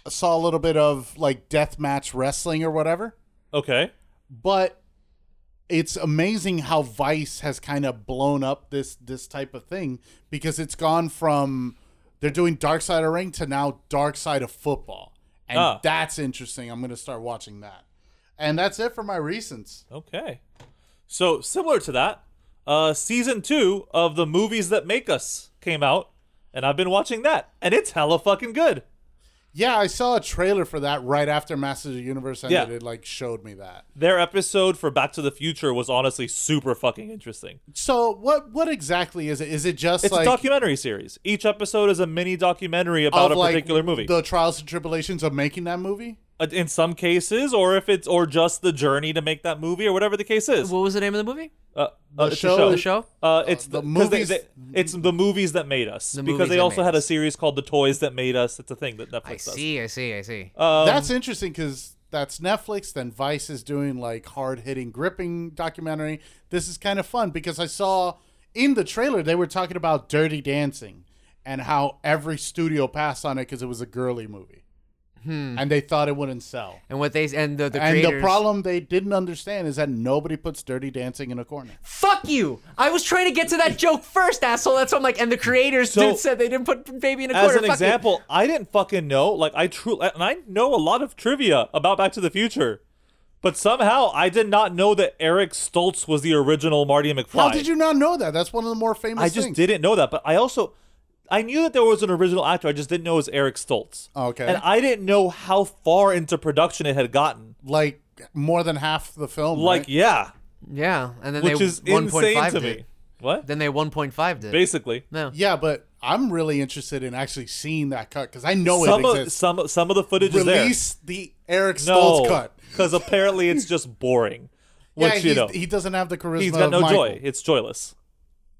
B: I saw a little bit of like deathmatch wrestling or whatever.
C: Okay.
B: But it's amazing how Vice has kind of blown up this this type of thing because it's gone from they're doing Dark Side of the Ring to now Dark Side of Football, and
C: Ah.
B: that's interesting. I'm gonna start watching that, and that's it for my recents.
C: Okay. So similar to that, uh, season two of the movies that make us came out, and I've been watching that, and it's hella fucking good.
B: Yeah, I saw a trailer for that right after Masters of the Universe ended.
C: Yeah.
B: It like showed me that.
C: Their episode for Back to the Future was honestly super fucking interesting.
B: So what what exactly is it? Is it just
C: It's
B: like
C: a documentary series. Each episode is a mini documentary about
B: of,
C: a
B: like,
C: particular movie.
B: The trials and tribulations of making that movie?
C: Uh, in some cases, or if it's or just the journey to make that movie, or whatever the case is.
A: What was the name of the movie?
C: Uh, uh, it's a
B: show-
A: The show?
C: Uh, it's
B: the
C: the, movies.
B: movies-
C: it's the movies that made us
A: The
C: because
A: movies
C: they
A: that
C: also
A: made
C: had a
A: us.
C: series called The Toys That Made Us. It's a thing that Netflix
A: I
C: does.
A: see, I see, I see.
C: Um,
B: that's interesting because that's Netflix. Then Vice is doing like hard hitting, gripping documentary. This is kind of fun because I saw in the trailer they were talking about Dirty Dancing and how every studio passed on it because it was a girly movie,
C: Hmm.
B: and they thought it wouldn't sell.
A: and what they and the, the
B: and
A: creators.
B: the problem they didn't understand is that nobody puts Dirty Dancing in a corner.
A: Fuck you! I was trying to get to that joke first, asshole. That's what I'm like. And the creators
C: So-
A: dude said they didn't put baby in a
C: as
A: corner.
C: an
A: Fuck you.
C: example, I didn't fucking know. Like I truly, and I know a lot of trivia about Back to the Future, but somehow I did not know that Eric Stoltz was the original Marty McFly.
B: How did you not know that? That's one of the more famous.
C: I just
B: things.
C: didn't know that. But I also, I knew that there was an original actor. I just didn't know it was Eric Stoltz.
B: Oh, Okay.
C: And I didn't know how far into production it had gotten.
B: like more than half the film.
C: Like,
B: right?
C: yeah,
A: yeah, and then
C: which
A: they
C: is
A: 1.5
C: insane to
A: did.
C: me. What?
A: Then they 1.5 did.
C: Basically.
A: no,
B: yeah, but I'm really interested in actually seeing that cut because I know
C: Some
B: it
C: of,
B: exists.
C: some, some of the footage is
B: release the Eric
C: there.
B: Stoltz cut.
C: because apparently it's just boring.
B: Yeah,
C: Which,
B: he's-
C: you know,
B: he doesn't have the charisma.
C: he's got
B: of
C: no
B: Michael.
C: joy. It's joyless.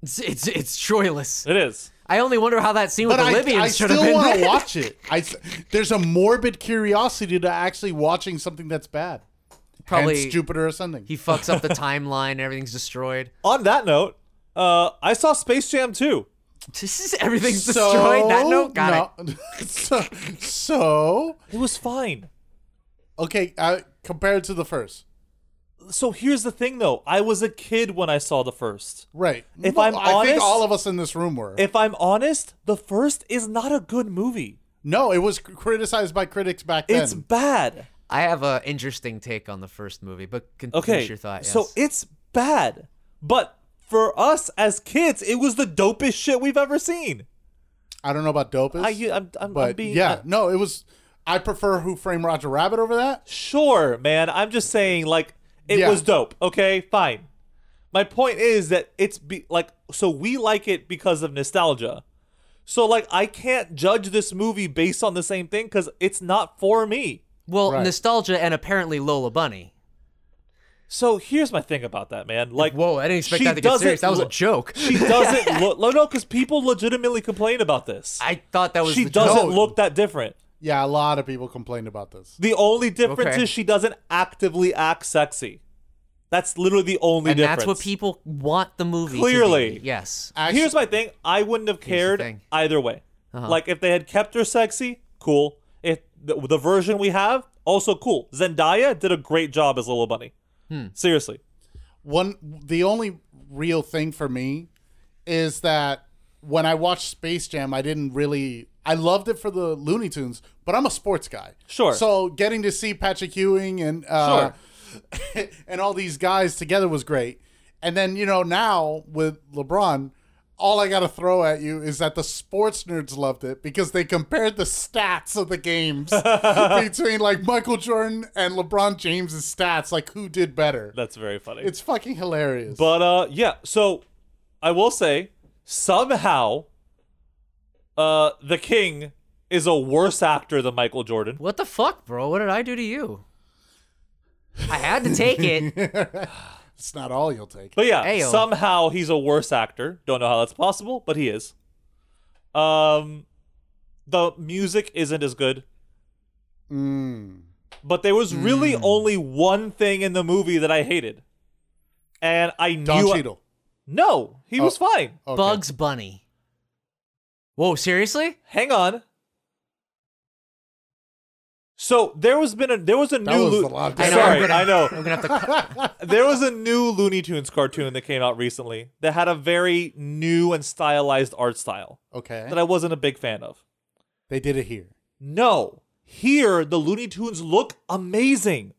A: it's it's, it's joyless.
C: It is.
A: I only wonder how that scene with
B: But I,
A: Olivia
B: I
A: should have
B: still
A: been.
B: want to watch it. I s there's a morbid curiosity to actually watching something that's bad.
A: Probably
B: Hence Jupiter Ascending.
A: he fucks up the timeline. Everything's destroyed.
C: On that note, uh, I saw Space Jam 2.
A: This is everything's
B: so,
A: destroyed. That note, got it.
B: no. so, so,
C: It was fine.
B: okay, uh, compared to the first,
C: So here's the thing, though. I was a kid when I saw the first.
B: right?
C: If
B: Well,
C: I'm
B: I think
C: honest-
B: all of us in this room were.
C: If I'm honest, the first is not a good movie.
B: no, it was cr- criticized by critics back then.
C: It's bad.
A: I have an interesting take on the first movie, but con-
C: Okay.
A: finish your thought. Yes.
C: So it's bad. But for us as kids, it was the dopest shit we've ever seen.
B: I don't know about dopest,
C: I, I'm, I'm,
B: but
C: I'm being.
B: yeah,
C: uh,
B: no, it was. I prefer Who Framed Roger Rabbit over that.
C: sure, man. I'm just saying, like, it
B: Yeah.
C: was dope. Okay, fine. My point is that it's be, like, so we like it because of nostalgia. So, like, I can't judge this movie based on the same thing because it's not for me.
A: well,
B: Right.
A: nostalgia and apparently Lola Bunny.
C: So here's my thing about that, man. Like,
A: Whoa, I didn't expect
C: she
A: that to get
C: doesn't
A: serious. That was a
C: look-
A: joke.
C: She doesn't look. No, no, because people legitimately complain about this.
A: I thought that was
C: she
A: the
C: doesn't
A: joke.
C: look that different.
B: Yeah, a lot of people complained about this.
C: The only difference
A: Okay.
C: is she doesn't actively act sexy. That's literally the only
A: and
C: difference.
A: that's what people want the movie. to
C: Clearly.
A: be. yes.
B: Actually,
C: Here's my thing. I wouldn't have
A: the
C: cared
A: thing. Uh-huh.
C: either way. Like if they had kept her sexy, cool. If the, the version we have, also cool. Zendaya did a great job as Little Bunny.
A: Hmm.
C: Seriously,
B: one. The only real thing for me is that when I watched Space Jam, I didn't really. I loved it for the Looney Tunes, but I'm a sports guy.
C: Sure.
B: So getting to see Patrick Ewing and uh, and all these guys together was great. And then you know now with LeBron, all I gotta throw at you is that the sports nerds loved it because they compared the stats of the games between like Michael Jordan and LeBron James's stats, like who did better.
C: that's very funny.
B: It's fucking hilarious.
C: But uh yeah, so I will say somehow uh the king is a worse actor than Michael Jordan.
A: What the fuck, bro? What did I do to you? I had to take it.
B: it's not all you'll take.
C: But yeah,
A: Ayo.
C: somehow he's a worse actor. Don't know how that's possible, but he is. Um the music isn't as good.
B: Mm.
C: But there was really
B: Hmm.
C: only one thing in the movie that I hated. And I
B: Don
C: knew
B: Cheadle. Oh.
C: No, he was fine.
B: Okay.
A: Bugs Bunny. Whoa, seriously?
C: Hang on. So there was been a there was a new
B: was
C: Loo-
B: a lot of
A: I know,
C: sorry
A: I'm gonna-
C: I know
A: I'm gonna have to. cut-
C: there was a new Looney Tunes cartoon that came out recently that had a very new and stylized art style
B: Okay.
C: that I wasn't a big fan of.
B: They did it here.
C: No, here the Looney Tunes look amazing.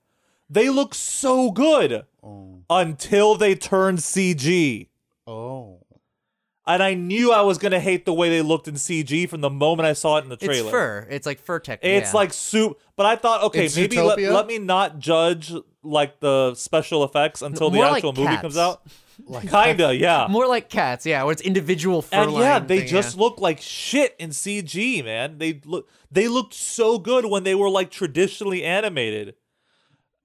C: They look so good
B: Oh.
C: until they turn CG.
B: Oh.
C: and I knew I was gonna hate the way they looked in CG from the moment I saw it in the trailer.
A: It's fur. It's like fur tech.
C: It's
A: yeah.
C: like soup, but I thought, okay,
B: It's
C: maybe let,
B: Zootopia?
C: let me not judge like the special effects until
A: More
C: the
A: like
C: actual movie
A: cats.
C: comes out. Kinda, yeah.
A: more like cats. Yeah, where it's individual fur.
C: And yeah,
A: line
C: they
A: thing,
C: just
A: yeah.
C: look like shit in CG, man. They look they looked so good when they were like traditionally animated.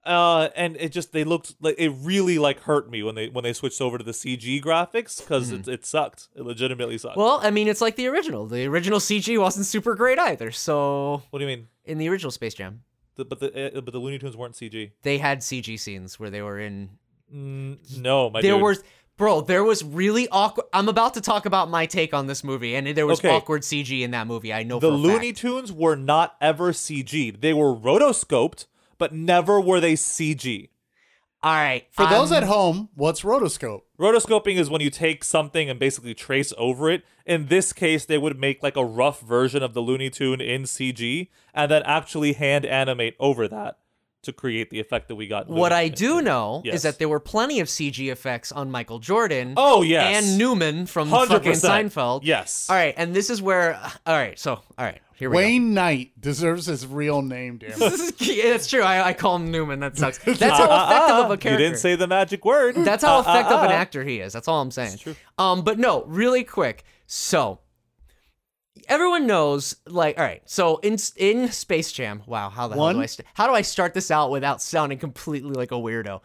C: Uh, and it just they looked like it really like hurt me when they when they switched over to the CG graphics because it, it sucked. It legitimately sucked.
A: Mm-hmm. Well, I mean, it's like the original. The original CG wasn't super great either. So
C: what do you mean?
A: in the original Space Jam,
C: The, but the uh, but the Looney Tunes weren't CG.
A: they had CG scenes where they were in
C: Mm, no, my
A: there
C: dude.
A: was bro there was really awkward i'm about to talk about my take on this movie and there was
C: Okay.
A: awkward cg in that movie i know
C: the
A: for a
C: Looney
A: fact.
C: Tunes were not ever CG. They were rotoscoped, but never were they CG.
A: all right
B: For those
A: I'm-
B: at home, what's rotoscope?
C: Rotoscoping is when you take something and basically trace over it. In this case, they would make like a rough version of the Looney Tune in CG and then actually hand animate over that to create the effect that we got. in
A: what
C: Looney
A: i
C: Tunes.
A: do know
C: Yes.
A: is that there were plenty of cg effects on michael jordan
C: Oh, yes.
A: and newman from
C: 100%.
A: fucking seinfeld
C: Yes.
A: all right and this is where all right so all right here we go
B: Wayne Knight deserves his real name, damn it.
A: this is key. It's true. I, I call him Newman. That sucks. That's how effective of a character.
C: Uh-uh. Ah, You didn't say the magic word.
A: That's how
C: Ah, ah,
A: effective an
C: ah.
A: actor he is. That's all I'm saying. Um, but no, really quick. So everyone knows, like, all right. So in in Space Jam, wow, how the hell
B: One?
A: do I st- how do I start this out without sounding completely like a weirdo?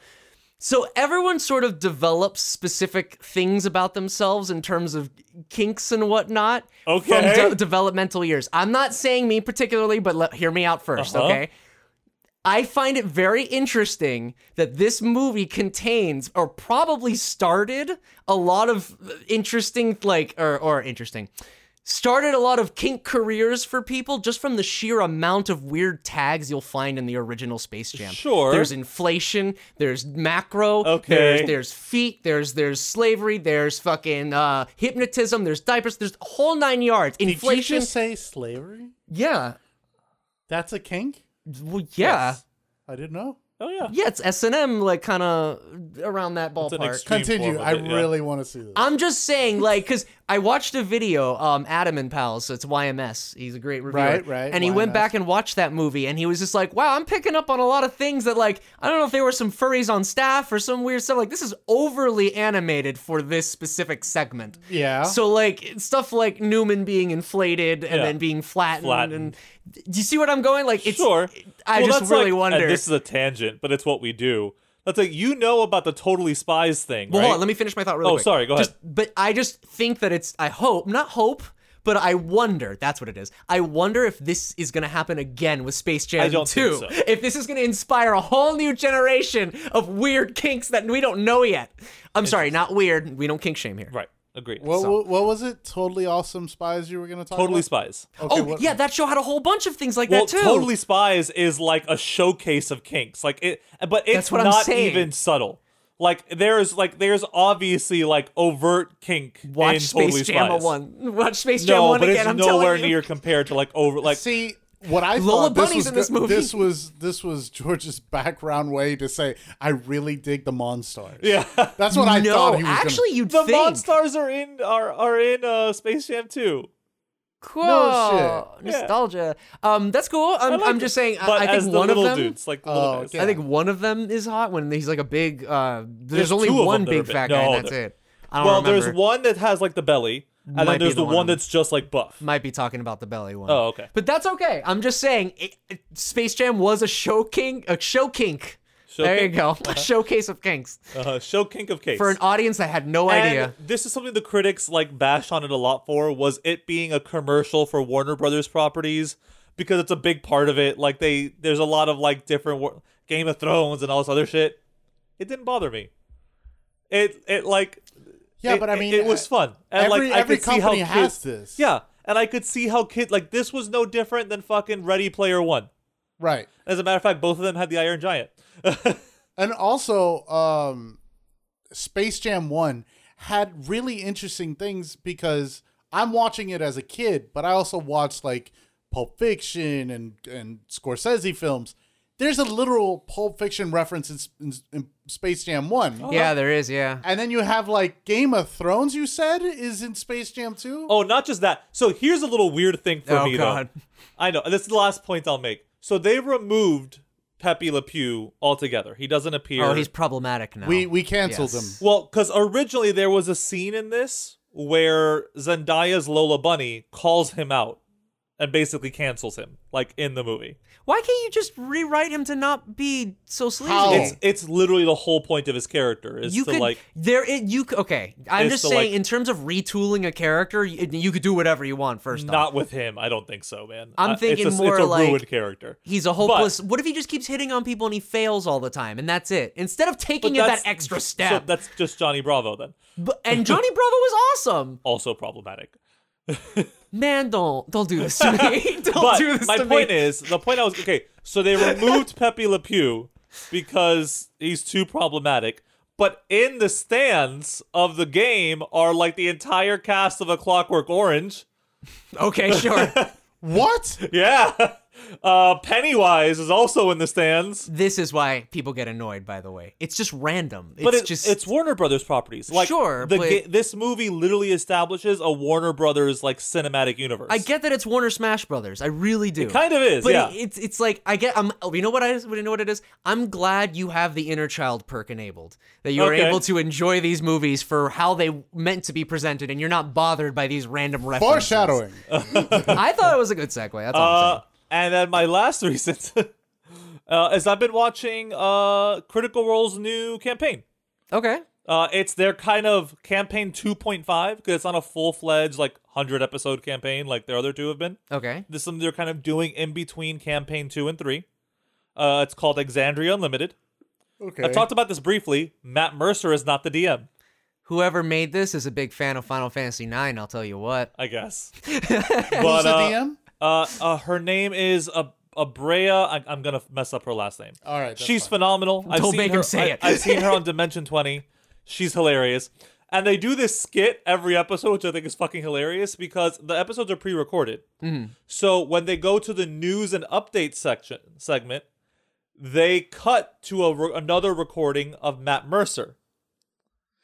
A: So everyone sort of develops specific things about themselves in terms of kinks and whatnot
C: Okay.
A: from de- developmental years. I'm not saying me particularly, but let, hear me out 1st
C: Uh-huh.
A: okay? I find it very interesting that this movie contains or probably started a lot of uh, interesting like or or interesting started a lot of kink careers for people just from the sheer amount of weird tags you'll find in the original Space Jam.
C: Sure.
A: There's inflation, there's macro,
C: Okay.
A: there's there's feet, there's there's slavery, there's fucking uh hypnotism, there's diapers, there's a whole 9 yards.
B: Did you
A: Inflation.
B: just say slavery?
A: yeah.
B: That's a kink?
A: Well, yeah.
B: I didn't know.
C: Oh yeah.
A: Yeah, it's S and M, like kind of around that
C: an
A: ballpark.
C: extreme-
B: Continue.
C: form of
B: I
C: it, yeah.
B: really want to see this.
A: I'm just saying, like, because I watched a video, um, Adam and Pals, so it's YMS. He's a great reviewer,
B: Right, right,
A: And he went
B: YMS.
A: back and watched that movie, and he was just like, "Wow, I'm picking up on a lot of things that, like, I don't know if there were some furries on staff or some weird stuff. Like, this is overly animated for this specific segment.
B: Yeah.
A: So, like, stuff like Newman being inflated and
C: Yeah.
A: then being flattened,
C: Flattened.
A: and do you see what I'm going? Like, it's
C: sure.
A: I
C: Well,
A: just
C: that's
A: really
C: like-
A: wonder.
C: And this is a tangent, but it's what we do. That's like you know about the totally spies thing,
A: Well,
C: right?
A: hold on. Let me finish my thought really
C: Oh,
A: quick.
C: sorry, go ahead.
A: Just- But I just think that it's, I hope, not hope, but I wonder, that's what it is. I wonder if this is going to happen again with Space Jam
C: I don't
A: 2.
C: think so.
A: If this is going to inspire a whole new generation of weird kinks that we don't know yet. I'm sorry, not weird. We don't kink shame here.
C: right. Agreed.
B: what, what, what was it? Totally awesome spies you were going to talk
C: totally
B: about?
C: spies.
B: Okay,
A: oh,
B: what-
A: yeah, that show had a whole bunch of things like
C: Well,
A: that too.
C: Totally Spies is like a showcase of kinks. Like it, but it's
A: That's what I'm
C: not
A: saying.
C: even subtle. Like there's like there's obviously like overt kink
A: Watch
C: in
A: Space
C: Totally
A: Jam
C: Spies.
A: 1. Watch Space Jam
C: No,
A: 1
C: but
A: again.
C: it's
A: I'm telling
C: nowhere
A: you.
C: near compared to like over like
B: See, what I
A: Lola
B: thought this
A: Bunny's
B: was
A: in this
B: go-
A: movie.
B: This was this was George's background way to say I really dig the Monstars.
C: yeah.
B: that's what I thought
A: no,
B: he was
A: actually, you'd
C: the
A: think.
C: Monstars are in are are in uh, Space Jam 2.
A: Cool.
B: shit.
C: Yeah.
A: Nostalgia. Um, that's cool. I'm,
C: I like
A: I'm
C: it.
A: just saying. I,
C: but
A: I
C: as
A: think
C: the
A: one of
C: little
A: them.
C: dudes, like the little
B: Oh,
C: guys.
B: okay.
A: I think one of them is hot when he's like a big. Uh, there's,
C: There's
A: only
C: two of them
A: one
C: that are
A: big
C: big.
A: fat
C: No,
A: guy. and That's
C: there-
A: it. I don't
C: well,
A: remember.
C: there's one that has like the belly, and
A: Might
C: then
A: be
C: there's
A: the
C: the,
A: one
C: one,
A: I'm-
C: that's just like buff.
A: Might be talking about the belly one.
C: Oh, okay.
A: But that's okay. I'm just saying, it, it- Space Jam was a show kink. A show kink.
C: Show
A: there
C: kink.
A: you go. A showcase of kinks
C: Uh, show kink of case
A: for an audience that had no
C: And
A: idea.
C: This is something the critics like bash on it a lot for was it being a commercial for Warner Brothers properties because it's a big part of it. Like they there's a lot of like different war- Game of Thrones and all this other shit. It didn't bother me. It it like
B: Yeah,
C: it-
B: but I
C: it-
B: mean, uh,
C: it, was fun. And
B: every-
C: like I
B: every
C: could see how
B: company has
C: kids-
B: this.
C: Yeah, and I could see how kid like this was no different than fucking Ready Player One.
B: right.
C: As a matter of fact, both of them had the Iron Giant.
B: And also, um, Space Jam 1 had really interesting things because I'm watching it as a kid, but I also watched like Pulp Fiction and, and Scorsese films. There's a literal Pulp Fiction reference in, S- in, S- in Space Jam One,
C: Oh,
A: Yeah, there is. Yeah.
B: and then you have like Game of Thrones. You said is in Space Jam Two.
C: Oh, not just that. So here's a little weird thing for
A: Oh,
C: me,
A: God.
C: though. I know. This is the last point I'll make. So they removed Pepe Le Pew altogether. He doesn't appear.
A: Oh, he's problematic now.
B: we we canceled
A: Yes.
B: him.
C: well, because originally there was a scene in this where Zendaya's Lola Bunny calls him out and basically cancels him, like in the movie.
A: Why can't you just rewrite him to not be so sleazy?
B: How?
A: It's-
C: It's literally the whole point of his character is
A: Oh. you
C: to
A: could
C: like.
A: there it you c- okay. I'm
C: It's
A: just
C: to,
A: saying
C: like-
A: in terms of retooling a character, you, you could do whatever you want. First off,
C: Not with him. I don't think so, man.
A: I'm
C: Uh, it's
A: thinking
C: a- it's a,
A: more like-
C: ruined character.
A: he's a hopeless. what if he just keeps hitting on people and he fails all the time, and that's it? Instead of taking it that
C: that's-
A: extra
C: So
A: step,
C: that's just Johnny Bravo then.
A: But- and Johnny Bravo was awesome.
C: Also problematic.
A: Man, don't don't do this to me. don't
C: but
A: do this
C: my
A: to
C: point
A: me.
C: is the point I was okay. So they removed Pepe Le Pew because he's too problematic. But in the stands of the game are like the entire cast of A Clockwork Orange.
A: okay, sure.
B: What?
C: Yeah, uh, Pennywise is also in the stands.
A: this is why people get annoyed. By the way, it's just random. It's
C: But it's
A: just
C: it's Warner Brothers properties. Like
A: Sure,
C: the
A: but-
C: ga- this movie literally establishes a Warner Brothers like cinematic universe.
A: I get that it's Warner Smash Brothers. I really do.
C: kind of is.
A: But
C: yeah,
A: it- it's it's like I get. I'm. oh, You know what I you know what it is. I'm glad you have the inner child perk enabled. That you are
C: Okay.
A: able to enjoy these movies for how they meant to be presented, and you're not bothered by these random references.
B: Foreshadowing.
A: I thought it was a good segue. That's all. I'm
C: Uh,
A: saying.
C: and then my last recent uh, is I've been watching uh, Critical Role's new campaign.
A: Okay.
C: Uh, it's their kind of campaign 2.5 because it's not a full fledged like 100 episode campaign like their other two have been.
A: Okay.
C: This is something they're kind of doing in between campaign two and three. Uh, it's called Exandria Unlimited.
B: Okay.
C: I've talked about this briefly. Matt Mercer is not the DM,
A: Whoever made this is a big fan of Final Fantasy IX. I'll tell you what.
C: I guess.
B: Who's
C: but
B: the
C: uh,
B: DM?
C: Uh, uh, her name is Ab- Abrea. I- I'm gonna mess up her last name.
B: All right, that's
C: she's
B: fine.
C: phenomenal. I've
A: Don't
C: seen
A: make
C: her,
A: him say
C: I-
A: it.
C: I've seen her on Dimension 20. She's hilarious. And they do this skit every episode, which I think is fucking hilarious because the episodes are pre-recorded.
A: Mm-hmm.
C: So when they go to the news and update section segment, they cut to a re- another recording of Matt Mercer.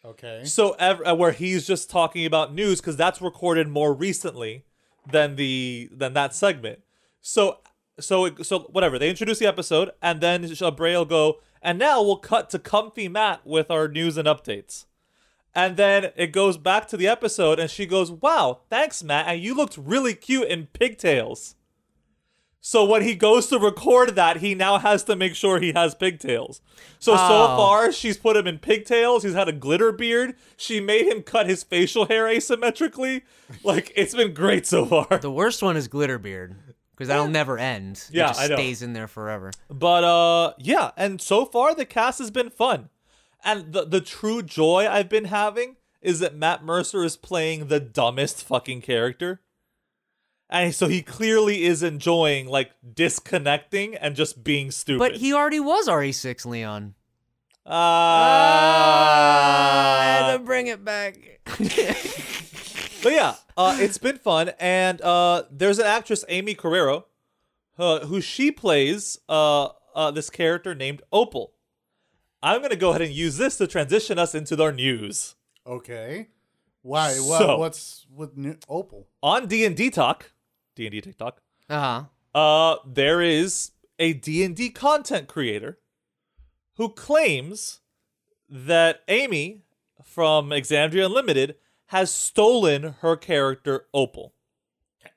B: Okay.
C: So ev- uh, where he's just talking about news because that's recorded more recently than the than that segment. So so it, so whatever they introduce the episode and then Abrea will go and now we'll cut to comfy Matt with our news and updates. And then it goes back to the episode and she goes, "Wow, thanks Matt, and you looked really cute in pigtails." So when he goes to record that, he now has to make sure he has pigtails. So so
A: Oh.
C: far, she's put him in pigtails. He's had a glitter beard. She made him cut his facial hair asymmetrically. Like it's been great so far.
A: The worst one is Glitterbeard because that'll never end.
C: Yeah,
A: it just
C: I know.
A: stays in there forever.
C: But uh, yeah, and so far the cast has been fun, and the the true joy I've been having is that Matt Mercer is playing the dumbest fucking character, and so he clearly is enjoying like disconnecting and just being stupid.
A: But he already was RE6 Leon.
C: Ah.
A: bring it back.
C: but yeah, uh, it's been fun. And uh, there's an actress, Amy Carrero, uh, who she plays uh, uh, this character named Opal. I'm going to go ahead and use this to transition us into our news.
B: Okay. Why? What,
C: So-
B: what's with new Opal?
C: On D&D Talk, D&D TikTok,
A: uh huh.
C: uh, there is a D&D content creator who claims that Amy from Exandria Unlimited has stolen her character Opal.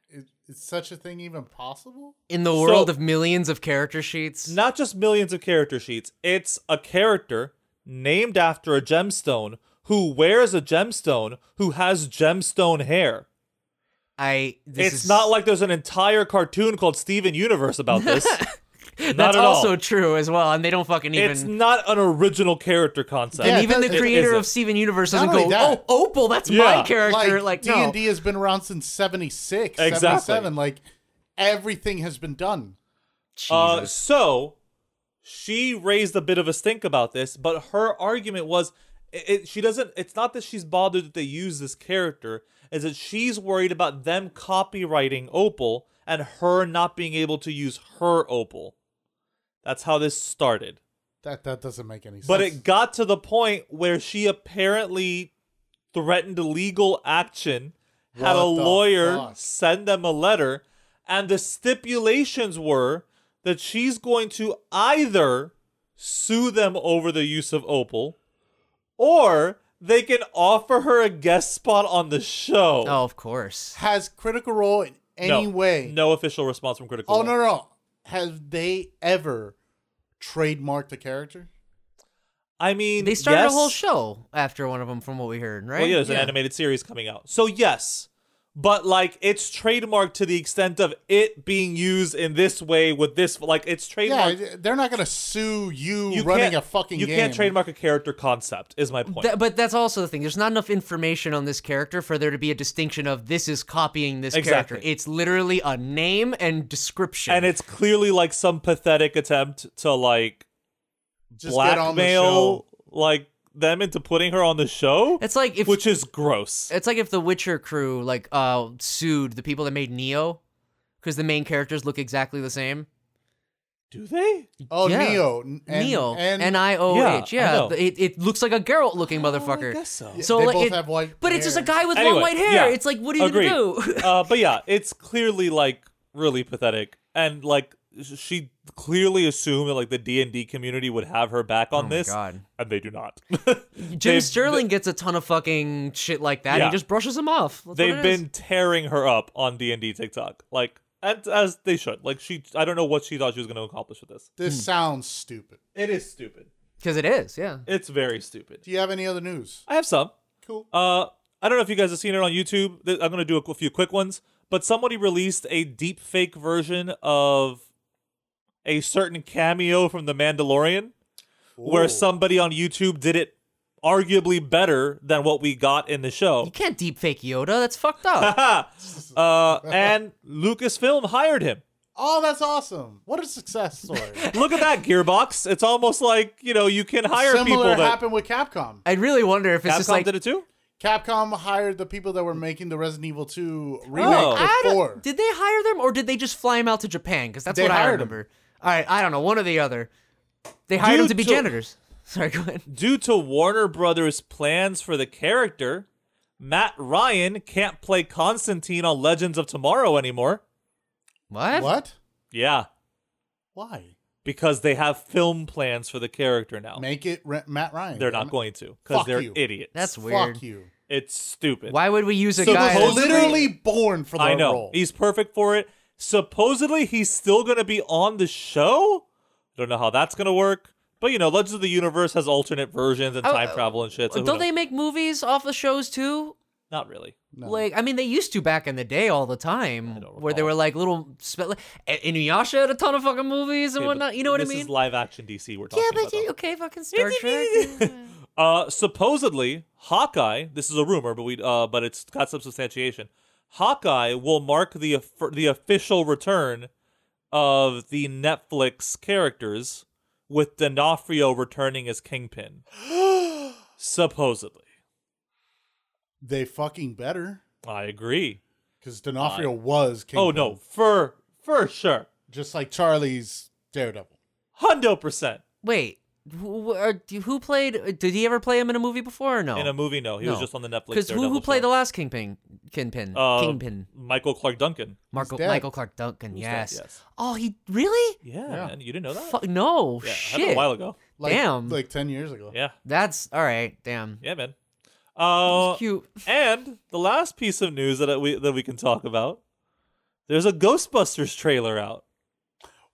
B: Is, is such a thing even possible?
A: in the
C: So-
A: world of millions of character sheets.
C: not just millions of character sheets. It's a character named after a gemstone who wears a gemstone who has gemstone hair.
A: I this
C: it's
A: is,
C: not like there's an entire cartoon called Steven Universe about this.
A: that's
C: not at
A: also
C: all.
A: true as well, and they don't fucking even.
C: It's not an original character concept.
B: Yeah,
A: and even the
B: it does- it
A: creator of
C: isn't.
A: Steven Universe doesn't
B: Not only
A: go,
B: that-
A: "Oh, Opal, that's
C: Yeah,
A: my character." Like,
B: D and D has been around since 76,
C: Exactly.
B: 77. Like everything has been done.
A: no,
C: Uh, so she raised a bit of a stink about this, but her argument was it, it- she doesn't. It's not that she's bothered that they use this character, is that she's worried about them copywriting Opal and her not being able to use her Opal. That's how this started.
B: That that doesn't make any sense.
C: But it got to the point where she apparently threatened legal action, had
B: What
C: a
B: the
C: lawyer
B: fuck?
C: send them a letter, and the stipulations were that she's going to either sue them over the use of Opal or they can offer her a guest spot on the show.
A: Oh, of course.
B: has Critical Role in any
C: No.
B: way.
C: No official response from Critical
B: Oh
C: Role.
B: no no. Have they ever trademarked the character?
C: I mean,
A: They started
C: yes.
A: a whole show after one of them, from what we heard, right?
C: Well, yeah, there's an
B: Yeah.
C: animated series coming out. So yes, but like it's trademarked to the extent of it being used in this way with this, like it's
B: Yeah,
C: trademarked.
B: they're not gonna sue you,
C: you
B: running
C: can't-
B: a fucking
C: You
B: game.
C: can't trademark a character concept. Is my point.
A: That- but that's also the thing. There's not enough information on this character for there to be a distinction of this is copying this
C: Exactly.
A: character. It's literally a name and description.
C: and it's clearly like some pathetic attempt to like
B: Just get on the
C: blackmail
B: show.
C: like them into putting her on the show,
A: it's like if
C: which is gross.
A: it's like if the Witcher crew like uh sued the people that made Neo because the main characters look exactly the same.
C: Do they?
B: Oh,
A: Yeah.
B: Neo, N- and,
A: Neo
B: and,
A: N I O H.
C: Yeah, I
A: Yeah,
C: know. Oh,
A: the- it, it looks like a Geralt looking motherfucker.
C: I guess so.
A: So
B: They
A: like
B: both
A: it-
B: have white
A: but it's just a
B: hair.
A: guy with
C: Anyway,
A: long white hair.
C: yeah.
A: It's like what are you gonna
C: Agreed.
A: do?
C: uh, but yeah, it's clearly like really pathetic, and like sh- she clearly assumed that like the D and D community would have her back on
A: my
C: this,
A: God.
C: and they do not.
A: Jim
C: They've-
A: Sterling gets a ton of fucking shit like that.
C: Yeah.
A: He just brushes him off. That's what
C: They've
A: it is.
C: been tearing her up on D and D TikTok, like and as they should. Like she, I don't know what she thought she was going to accomplish with this.
A: Hmm.
B: This sounds stupid.
C: It is stupid.
A: because it is. Yeah.
C: It's very stupid.
B: Do you have any other news?
C: I have some.
B: Cool.
C: Uh, I don't know if you guys have seen it on YouTube. Th- I'm gonna do a qu- few quick ones, but somebody released a deep fake version of a certain cameo from The Mandalorian, where
B: Ooh.
C: somebody on YouTube did it arguably better than what we got in the show.
A: You can't deep fake Yoda. That's fucked up.
C: uh, and Lucasfilm hired him.
B: Oh, that's awesome! What a success story.
C: Look at that Gearbox. It's almost like you know you can hire people
B: Similar
C: that
B: happened with Capcom.
A: I really wonder if it's
C: Capcom
A: just like
C: did it too.
B: Capcom hired the people that were making the Resident Evil 2 remake
C: Oh.
A: I don't-
B: before.
A: Did they hire them or did they just fly him out to Japan? Because that's
B: They
A: what I
B: hired 'em.
A: remember. All right, I don't know. One or the other. They hired him
C: Dude,
A: to be
C: so-
A: janitors. Sorry, go ahead.
C: Due to Warner Brothers' plans for the character, Matt Ryan can't play Constantine on Legends of Tomorrow anymore.
A: What?
B: What?
C: Yeah,
B: Why?
C: because they have film plans for the character now.
B: Make it Re- Matt Ryan.
C: They're not
B: Damn it.
C: going to because
B: Fuck
C: they're
B: you.
C: idiots.
A: That's weird.
B: Fuck you.
C: it's stupid.
A: Why would we use a
C: So
A: guy?
C: the
B: He was
A: that's-
C: whole-
B: literally born for the
C: I know
B: role.
C: he's perfect for it. Supposedly he's still going to be on the show. I don't know how that's going to work, but you know, Legends of the Universe has alternate versions and
A: Oh,
C: time
A: uh,
C: travel and shit. So who
A: Don't they
C: knows?
A: make movies off of shows too?
C: Not really.
A: Like, I mean, they used to back in the day all the time, where they were like little. Spe- like, Inuyasha had a ton of fucking movies and
C: Okay, but
A: whatnot. You know what I
C: This is
A: mean?
C: live action DC. We're talking
A: yeah,
C: about.
A: but you,
C: though.
A: okay, fucking Star Trek.
C: Uh, supposedly, Hawkeye. This is a rumor, but we uh, but it's got some substantiation. Hawkeye will mark the of- the official return of the Netflix characters, with D'Onofrio returning as Kingpin. supposedly,
B: They fucking better.
C: I agree.
B: Because D'Onofrio was King
C: oh no, for for sure,
B: Just like Charlie's Daredevil.
C: hundo percent
A: Wait, who, are, who played? Did he ever play him in a movie before or no?
C: in a movie. No, he was
A: No.
C: just on the Netflix.
A: Because who,
C: Daredevil
A: who played
C: show.
A: the last Kingpin? Kingpin.
C: Uh,
A: Kingpin.
C: Michael Clark Duncan?
A: Marco,
B: dead.
A: Michael Clark Duncan.
C: dead,
A: Yes.
C: yes.
A: Oh, he really?
C: Yeah,
B: Yeah.
C: man, you didn't know that.
A: Fuck no
C: yeah, happened
A: shit.
C: a while ago.
B: Like,
A: Damn.
B: Like 10 years ago.
C: Yeah,
A: That's all right. Damn.
C: yeah, man. Uh,
A: Cute.
C: And the last piece of news that we that we can talk about, there's a Ghostbusters trailer out.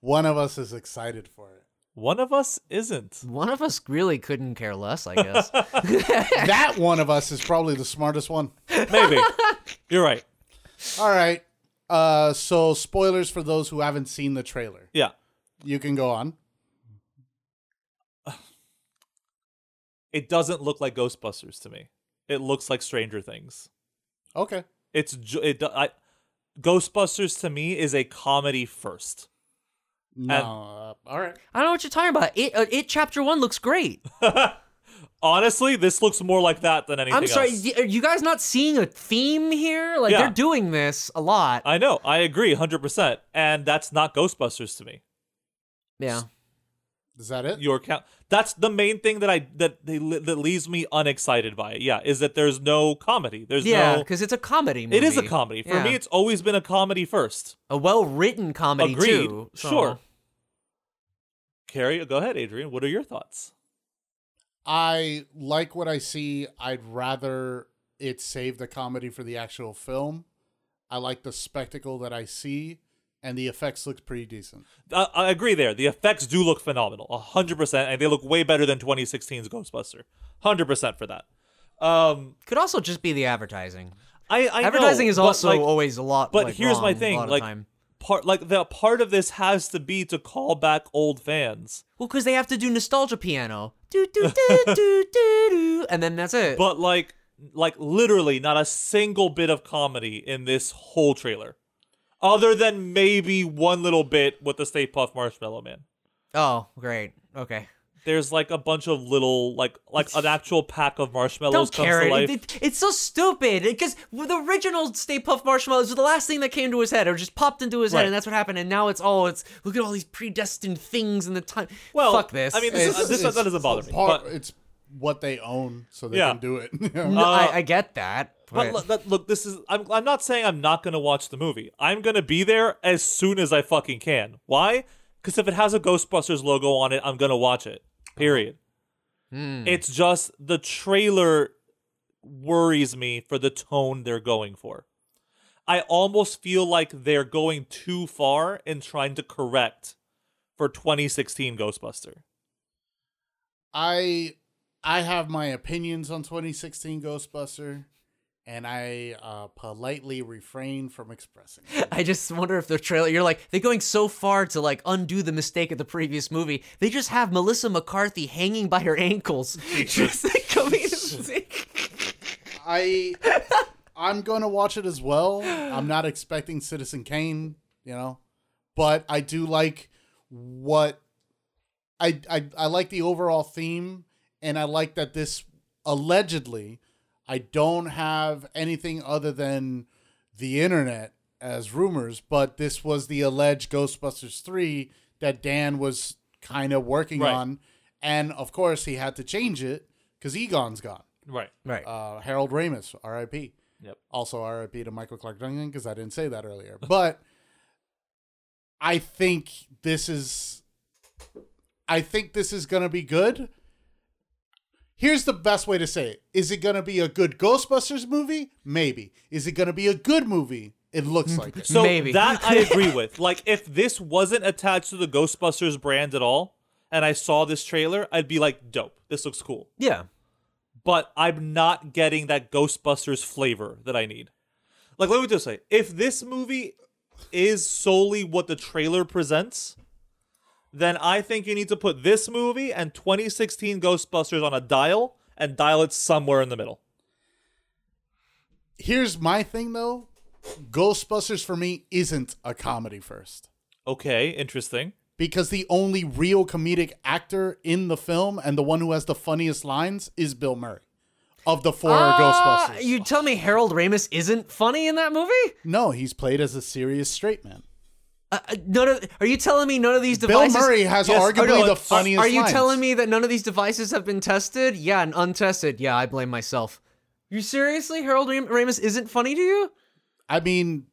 B: One of us is excited for it.
C: One of us isn't.
A: One of us really couldn't care less, I guess.
B: that one of us is probably the smartest one.
C: Maybe. You're right.
B: All right. Uh, so, spoilers for those who haven't seen the trailer.
C: Yeah.
B: You can go on.
C: It doesn't look like Ghostbusters to me. It looks like Stranger Things.
B: Okay.
C: It's ju- it do- I, Ghostbusters to me is a comedy first.
B: No. uh, all right.
A: I don't know what you're talking about. It, uh, it chapter one looks great.
C: Honestly, this looks more like that than anything
A: I'm sorry.
C: else.
A: y- Are you guys not seeing a theme here? Like
C: Yeah. Uh,
A: they're doing this a lot.
C: I know. I agree 100%. And that's not Ghostbusters to me.
A: yeah.
B: Is that it?
C: your count. That's the main thing that I that they li- that leaves me unexcited by it. Yeah, is that there's no comedy. There's
A: Yeah,
C: no.
A: because it's a comedy movie.
C: It is a comedy. For
A: Yeah.
C: me, it's always been a comedy first.
A: a well-written comedy
C: Agreed.
A: too. so-
C: Sure. Carrie, go ahead, Adrian. What are your thoughts?
B: I like what I see. I'd rather it save the comedy for the actual film. I like the spectacle that I see, and the effects look pretty decent.
C: I, Uh, I agree there. The effects do look phenomenal, 100%, and they look way better than 2016's Ghostbuster. 100% for that. Um,
A: Could also just be the advertising.
C: I, I know,
A: advertising is
C: but,
A: also
C: like,
A: always a lot.
C: But
A: like,
C: here's
A: wrong
C: my
A: a lot
C: thing,
A: of
C: like
A: time.
C: part, like the part of this has to be to call back old fans.
A: well, because they have to do nostalgia piano, do do do do do do, and then that's it.
C: But like, like literally, not a single bit of comedy in this whole trailer, other than maybe one little bit with the Stay Puff Marshmallow Man.
A: oh, great. Okay.
C: There's like a bunch of little, like, like an actual pack of marshmallows
A: Don't
C: comes
A: care.
C: to life.
A: It, it- it's so stupid because the original Stay Puft marshmallows was the last thing that came to his head, or just popped into his
C: Right.
A: head, and that's what happened. And now it's all it's look at all these predestined things in the time.
C: Well,
A: fuck this.
C: I mean, this,
B: It's-
C: is, this
B: it's
C: that doesn't bother me.
B: Part-
C: but
B: it's what they own, so they
C: Yeah.
B: can do it.
A: No, I, I get that.
C: uh, but
A: but-
C: look, that- look, this is I'm I'm not saying I'm not gonna watch the movie. I'm gonna be there as soon as I fucking can. Why? Because if it has a Ghostbusters logo on it, I'm gonna watch it. Period.
A: hmm.
C: It's just the trailer worries me for the tone they're going for. I almost feel like they're going too far in trying to correct for 2016 Ghostbuster.
B: I I have my opinions on 2016 Ghostbuster, and I uh, politely refrain from expressing. them.
A: I just wonder if their trailer. You're like they're going so far to like undo the mistake of the previous movie. They just have Melissa McCarthy hanging by her ankles, just like coming.
B: I I'm going to watch it as well. I'm not expecting Citizen Kane, you know, but I do like what I I I like the overall theme and I like that this allegedly I don't have anything other than the internet as rumors, but this was the alleged Ghostbusters 3 that Dan was kind of working
C: Right.
B: on and of course he had to change it cuz Egon's gone
C: Right.
A: right.
B: uh, Harold Ramis, R.I.P.
C: Yep.
B: Also R.I.P. to Michael Clark Duncan because I didn't say that earlier. But I think this is, I think this is gonna be good. Here's the best way to say it: Is it gonna be a good Ghostbusters movie? Maybe. Is it gonna be a good movie? It looks like it.
C: So
A: Maybe.
C: that I agree with. Like if this wasn't attached to the Ghostbusters brand at all, and I saw this trailer, I'd be like, dope. This looks cool.
A: yeah.
C: But I'm not getting that Ghostbusters flavor that I need. Like let me just say, if this movie is solely what the trailer presents, then I think you need to put this movie and 2016 Ghostbusters on a dial and dial it somewhere in the middle.
B: Here's my thing though: Ghostbusters for me isn't a comedy first.
C: Okay, interesting.
B: because the only real comedic actor in the film and the one who has the funniest lines is Bill Murray of the four
A: Ah,
B: Ghostbusters.
A: You tell me Harold Ramis isn't funny in that movie?
B: no, he's played as a serious straight man.
A: Uh, uh, none of, are you telling me none of these
B: Bill
A: devices? Oh,
B: Murray has
C: Yes, I
B: arguably
C: know,
B: the
C: are-
B: funniest.
A: Are you
B: lines.
A: telling me that none of these devices have been tested? Yeah, and untested. Yeah, I blame myself. You seriously, Harold Ram- Ramis isn't funny to you?
B: I mean,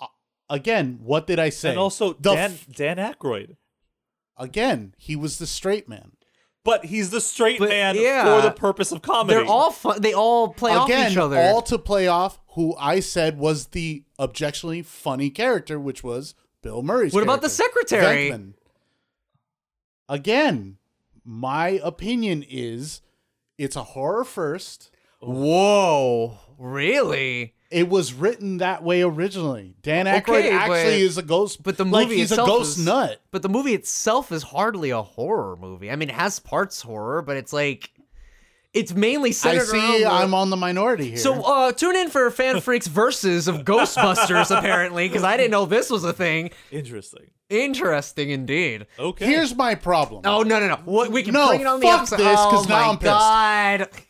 B: uh, again, what did I say?
C: And also
B: the
C: Dan
B: f-
C: Dan Aykroyd.
B: again, he was the straight man.
C: but he's the straight
A: But,
C: man
A: yeah.
C: for the purpose of comedy.
A: They're all fun. They all play
B: again,
A: off each other.
B: all to play off who I said was the objectionably funny character, which was Bill Murray's.
A: What about
B: character,
A: the secretary?
B: Venkman. Again, my opinion is it's a horror first.
A: Whoa, really?
B: It was written that way originally. Dan Aykroyd
A: Okay,
B: actually
A: but-
B: is a ghost,
A: But the
B: like
A: movie
B: he's a
A: itself
B: ghost
A: is-
B: nut.
A: But the movie itself is hardly a horror movie. I mean, it has parts horror, but it's like it's mainly
B: I
A: centered around.
B: see.
A: the-
B: I'm on the minority here.
A: so uh, tune in for Fan Freaks versus of Ghostbusters apparently because I didn't know this was a thing.
C: interesting.
A: Interesting indeed.
C: Okay.
B: here's my problem.
A: Oh no no no! What we can
B: No,
A: bring it on the
B: fuck
A: episode.
B: this, 'cause
A: oh
B: now
A: my
B: I'm pissed.
A: god!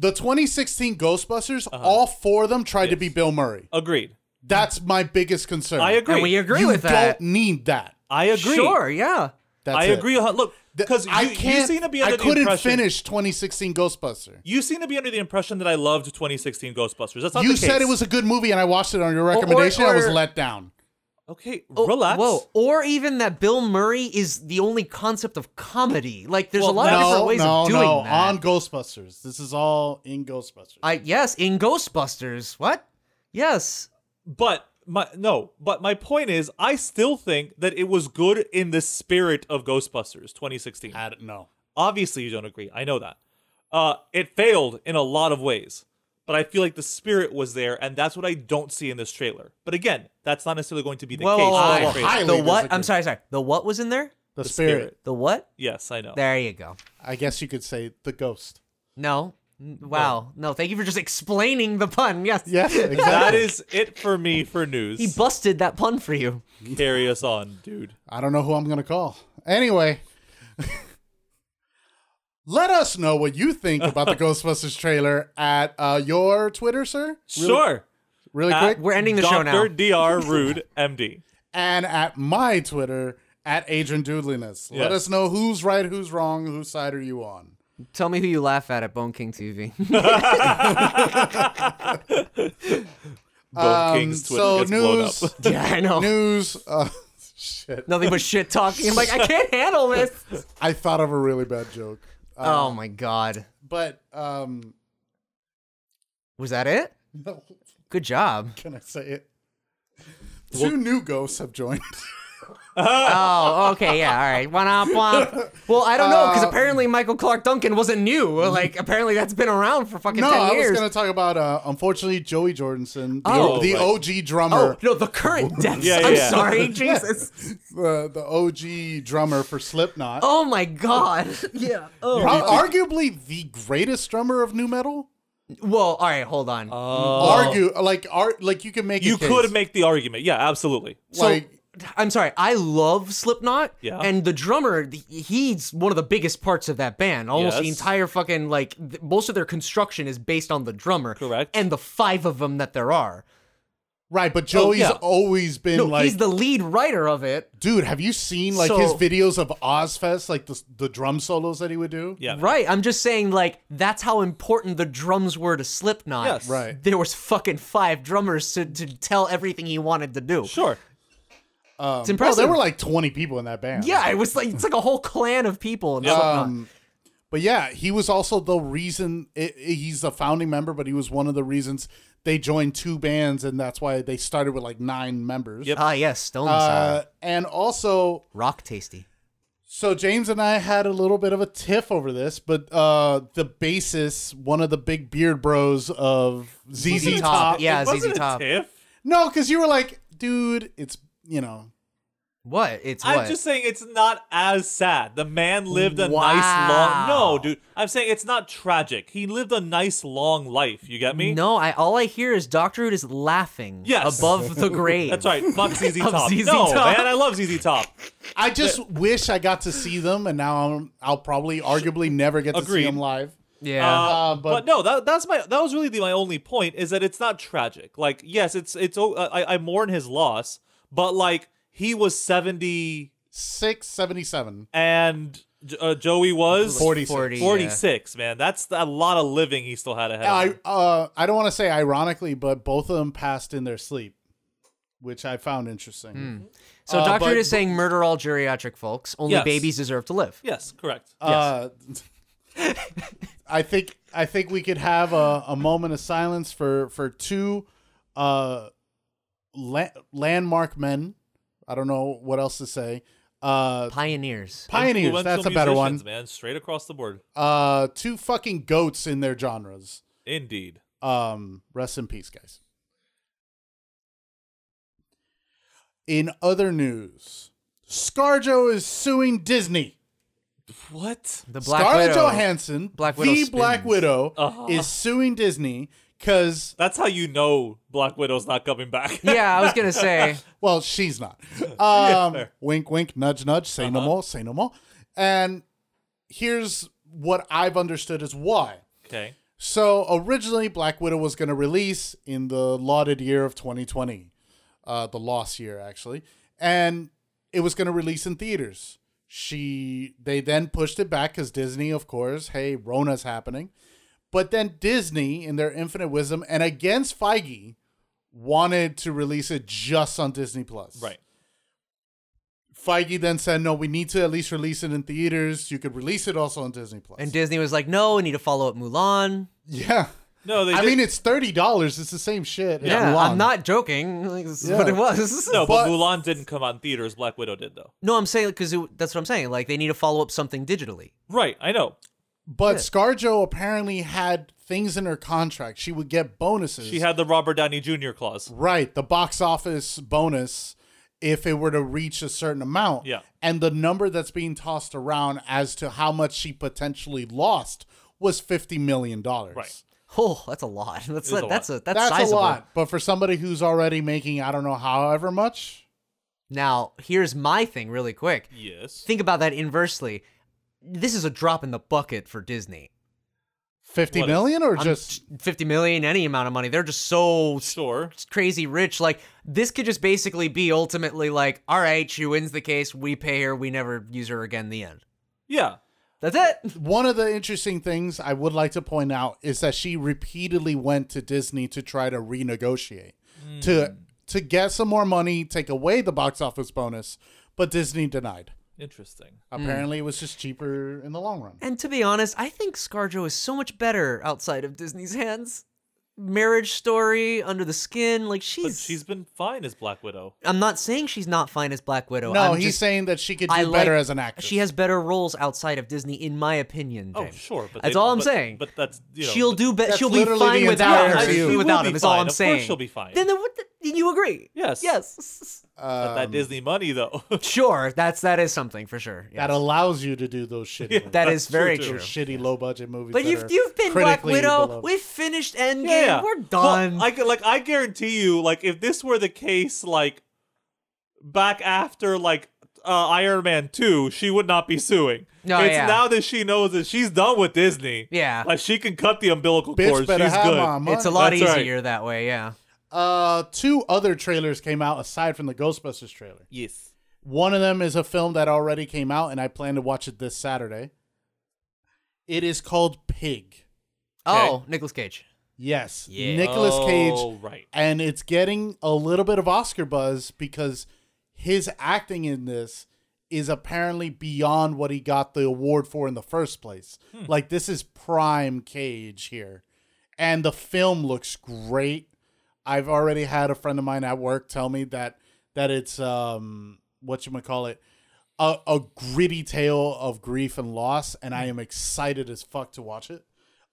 B: The 2016 Ghostbusters, all four of them tried to be Bill Murray.
C: Agreed.
B: That's my biggest concern.
C: I agree.
A: And we agree
B: you
A: with that.
B: don't need that.
C: I agree.
A: Sure, yeah.
B: That's
C: I
B: it.
C: agree. Look, because
B: I
C: you,
B: can't.
C: you seem to be
B: I
C: under the
B: couldn't
C: impression
B: finish 2016 Ghostbuster.
C: you seem to be under the impression that I loved 2016 Ghostbusters. That's not
B: You
C: the
B: said
C: case.
B: it was a good movie, and I watched it on your recommendation. I was
A: or-
B: let down.
C: okay.
A: Oh,
C: relax.
A: Whoa. Or even that Bill Murray is the only concept of comedy. Like there's
C: Well,
A: a lot of
C: no,
A: different ways
B: no,
A: of doing
B: no.
A: that.
B: On Ghostbusters, this is all in Ghostbusters.
A: I yes, in Ghostbusters. What? Yes.
C: But my no, but my point is, I still think that it was good in the spirit of Ghostbusters 2016.
B: I don't know.
C: Obviously, you don't agree. I know that. Uh, it failed in a lot of ways, but I feel like the spirit was there, and that's what I don't see in this trailer. But again, that's not necessarily going to be the
A: Whoa,
C: case.
A: whoa,
C: for
A: whoa,
C: the
A: whoa.
C: trailer.
B: Highly
A: The what?
B: disagree.
A: I'm sorry, sorry. The what was in there?
B: The,
C: The
B: spirit.
C: spirit.
A: The what?
C: Yes, I know.
A: There you go.
B: I guess you could say the ghost.
A: No. N- Wow. No, thank you for just explaining the pun. Yes.
B: Yes, exactly.
C: That is it for me for news.
A: He busted that pun for you.
C: Carry us on, dude.
B: I don't know who I'm going to call. Anyway, let us know what you think about the Ghostbusters trailer at uh, your Twitter, sir.
C: Sure.
B: Really
C: At-
B: quick.
A: We're ending the show now.
C: Dr. Dr. Rude, MD.
B: and at my Twitter, at Adrian Doodliness. Let
C: Yes.
B: us know who's right, who's wrong, whose side are you on.
A: Tell me who you laugh at at Bone King TV.
C: Bone
A: Um,
C: King's Twitter
B: Um, so
C: gets blown
B: news-
C: up.
A: yeah, I know.
B: News. Uh, shit.
A: Nothing but shit talking. I'm like, I can't handle this.
B: I thought of a really bad joke. Uh,
A: oh my god.
B: But um,
A: Was that it?
B: no,
A: Good job.
B: can I say it? Two new ghosts have joined.
A: Oh, okay, yeah, all right. Womp womp. Well, I don't know because
C: Uh,
A: apparently Michael Clark Duncan wasn't new.
C: Mm-hmm.
A: Like, apparently that's been around for fucking
B: no,
A: ten
B: I
A: years.
B: was going to talk about, uh, unfortunately, Joey Jordanson, the,
A: Oh.
B: the
C: Right.
B: OG drummer,
A: Oh no, the current deaths.
C: Yeah,
A: I'm
C: yeah.
A: sorry, Jesus.
B: uh, the OG drummer for Slipknot.
A: Oh my God. Yeah. Oh.
B: Pro- arguably the greatest drummer of new metal.
A: Well, all right, hold on.
C: Uh. Oh.
B: Argue like art, like you can make.
C: You
B: a case.
C: could make the argument. Yeah, absolutely.
A: so,
B: like-
A: I'm sorry. I love Slipknot.
C: Yeah.
A: And the drummer, th- he's one of the biggest parts of that band. Almost the
C: Yes.
A: entire fucking like th- most of their construction is based on the drummer.
C: Correct.
A: And the five of them that there are.
B: right, but Joey's
C: yeah.
B: always been
A: No,
B: like,
A: he's the lead writer of it.
B: dude. Have you seen like
A: So-
B: his videos of Ozfest, like the the drum solos that he would do?
C: Yeah.
A: Right. I'm just saying, like, that's how important the drums were to Slipknot.
C: Yes.
B: Right.
A: There was fucking five drummers to, to tell everything he wanted to do.
C: Sure.
A: It's
B: Bro,
A: impressive.
B: there were like twenty people in that band.
A: yeah, it was like it's like a whole clan of people. And Slipknot.
B: Um, but yeah, he was also the reason i i- he's a founding member, but he was one of the reasons they joined two bands, and that's why they started with like nine members.
C: Yep.
A: ah, yes, Stone
B: Uh, and also,
A: Rock Tasty.
B: So James and I had a little bit of a tiff over this, but uh the basis, one of the big beard bros of
A: ZZ Top.
B: ZZ Top.
A: Yeah,
C: it wasn't
A: ZZ
C: a
A: Top.
C: tiff.
B: No, because you were like, dude, it's you know,
A: What? It's what?
C: I'm just saying it's not as sad. The man lived a nice
A: Wow.
C: long. No, dude. I'm saying it's not tragic. He lived a nice long life. You get me?
A: no, I all I hear is Doctor Who is laughing
C: Yes.
A: above the grave.
C: That's right. Fuck ZZ
A: Of
C: Top.
A: ZZ
C: no,
A: Top.
C: man, I love ZZ Top.
B: I just wish I got to see them, and now I'm, I'll probably, arguably, never get to see
C: Agreed.
B: them live.
A: Yeah.
B: Uh,
C: but,
B: but-
C: no, that, that's my that was really the, my only point is that it's not tragic. Like yes, it's it's oh, I, I mourn his loss, but like he was seventy
B: Six seventy seven.
C: and J- uh, Joey was
B: Forty.
A: 40,
C: forty six. Man, that's a lot of living he still had ahead. of
B: I
C: him.
B: uh I don't want to say ironically, but both of them passed in their sleep, which I found interesting.
A: yeah. So
B: uh,
A: Doctor Who
B: but-
A: is saying murder all geriatric folks. Only
C: Yes.
A: babies deserve to live.
C: Yes, correct.
B: Uh, I think I think we could have a, a moment of silence for for two uh, la- landmark men. I don't know what else to say. Uh,
A: Pioneers.
B: pioneers. That's
C: Influential
B: a better
C: musicians,
B: one.
C: man. Straight across the board.
B: Uh, two fucking goats in their genres.
C: Indeed.
B: Um, rest in peace, guys. In other news, ScarJo is suing Disney.
C: What?
A: The Black
B: Scarlett
A: Widow.
B: Johansson,
A: Black
B: the
A: Widow spins.
B: Black Widow,
C: Uh-huh.
B: is suing Disney because,
C: That's how you know Black Widow's not coming back.
A: Yeah, I was gonna say.
B: well, she's not. Um,
C: fair.
B: wink, wink, nudge, nudge. Say no
A: Uh-huh.
B: more. Say no more. And here's what I've understood is why.
C: okay.
B: So originally, Black Widow was going to release in the lauded year of 2020, uh, the lost year actually, and it was going to release in theaters. she they then pushed it back because Disney, of course, hey, Rona's happening. But then Disney, in their infinite wisdom and against Feige, wanted to release it just on Disney Plus.
C: Right.
B: Feige then said, "No, we need to at least release it in theaters. You could release it also on Disney Plus."
A: And Disney was like, no, we need to follow up Mulan.
B: yeah,
C: No, they
B: I
C: did-
B: mean it's thirty dollars. It's the same shit. as
A: Yeah,
B: Mulan.
A: I'm not joking. Like, this is
B: Yeah.
A: what it was.
C: no, but,
B: but-
C: Mulan didn't come out in theaters. Black Widow did though.
A: No, I'm saying because that's what I'm saying. Like they need to follow up something digitally.
C: Right, I know.
B: But ScarJo apparently had things in her contract. She would get bonuses.
C: She had the Robert Downey Jr. clause.
B: Right, the box office bonus if it were to reach a certain amount.
C: Yeah.
B: And the number that's being tossed around as to how much she potentially lost was fifty million dollars.
C: Right.
A: Oh, that's a lot. That's
C: It is
A: a,
C: a
A: that's a
C: lot.
A: that's,
B: That's
A: sizable.
B: a lot. But for somebody who's already making I don't know however much.
A: Now, here's my thing, really quick.
C: Yes.
A: Think about that inversely. This is a drop in the bucket for Disney.
B: fifty
C: What is-
B: million or
A: I'm
B: just
A: t- 50 million, any amount of money. They're just so s-
C: Sure.
A: crazy rich. Like this could just basically be ultimately like, all right, she wins the case. We pay her. We never use her again. The end.
C: Yeah.
A: That's it.
B: one of the interesting things I would like to point out is that she repeatedly went to Disney to try to renegotiate to
A: Hmm.
B: to get some more money, take away the box office bonus, but Disney denied.
C: Interesting.
A: Hmm.
B: Apparently, it was just cheaper in the long run.
A: And to be honest, I think ScarJo is so much better outside of Disney's hands. Marriage Story, Under the Skin, like she's.
C: But she's been fine as Black Widow.
A: I'm not saying she's not fine as Black Widow.
B: No,
A: I'm
B: he's
A: just-
B: saying that she could do
A: I like-
B: better as an actress.
A: She has better roles outside of Disney, in my opinion.
C: Oh,
A: James.
C: sure. But
A: that's
C: they-
A: all I'm
C: but-
A: saying.
C: But that's you know.
A: she'll
C: but-
A: do better.
B: That's
A: She'll be
B: literally
A: fine
B: the
A: without
B: entire
A: him.
B: interview.
A: She'll be
B: She
C: will
A: without
C: be
A: him. Is all
C: fine.
A: I'm
C: Of course
A: saying.
C: she'll be fine.
A: Then, then what the, you agree?
C: Yes.
A: Yes.
C: but that Disney money though.
A: Sure. That's that is something for sure. Yes.
B: that allows you to do those shitty,
C: Yeah.
B: movies,
A: That
C: That's
A: is very true.
C: true, too.
B: those shitty low budget movies.
A: But
B: that
A: you've
B: are
A: you've been Black
B: critically
A: Widow.
B: beloved.
A: We've finished Endgame.
C: yeah.
A: We're
C: Well,
A: done.
C: I could- like I guarantee you, like if this were the case, like back after like uh, Iron Man two, she would not be suing.
A: No,
C: it's
A: Oh, yeah.
C: now that she knows that she's done with Disney.
A: Yeah.
C: Like she can cut the umbilical
B: Bitch
C: cord.
B: better
C: She's
B: have
C: good.
B: my money.
A: it's a lot
C: That's right.
A: easier that way. Yeah.
B: Uh, two other trailers came out aside from the Ghostbusters trailer.
C: Yes.
B: One of them is a film that already came out, and I plan to watch it this Saturday. It is called Pig.
A: Oh, Nicolas Cage.
B: Yes,
A: Yeah.
B: Nicholas
C: Oh,
B: Cage,
C: right.
B: and it's getting a little bit of Oscar buzz because his acting in this is apparently beyond what he got the award for in the first place. Like this is prime Cage here, and the film looks great. I've already had a friend of mine at work tell me that that it's um what you call it a, a gritty tale of grief and loss, and
C: Hmm.
B: I am excited as fuck to watch it.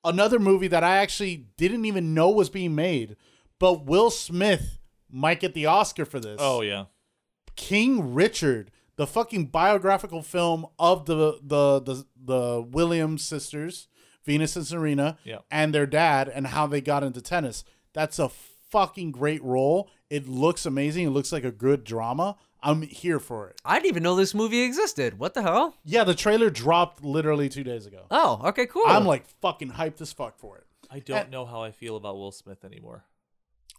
B: Another movie that I actually didn't even know was being made, but Will Smith might get the Oscar for this.
C: Oh yeah.
B: King Richard, the fucking biographical film of the the the, the Williams sisters, Venus and Serena,
C: Yeah.
B: and their dad, and how they got into tennis. That's a fucking great role. It looks amazing. It looks like a good drama. I'm here for it.
A: I didn't even know this movie existed. What the hell?
B: Yeah, the trailer dropped literally two days ago.
A: Oh, okay, cool.
B: I'm like fucking hyped as fuck for it.
C: I don't know how I feel about Will Smith anymore.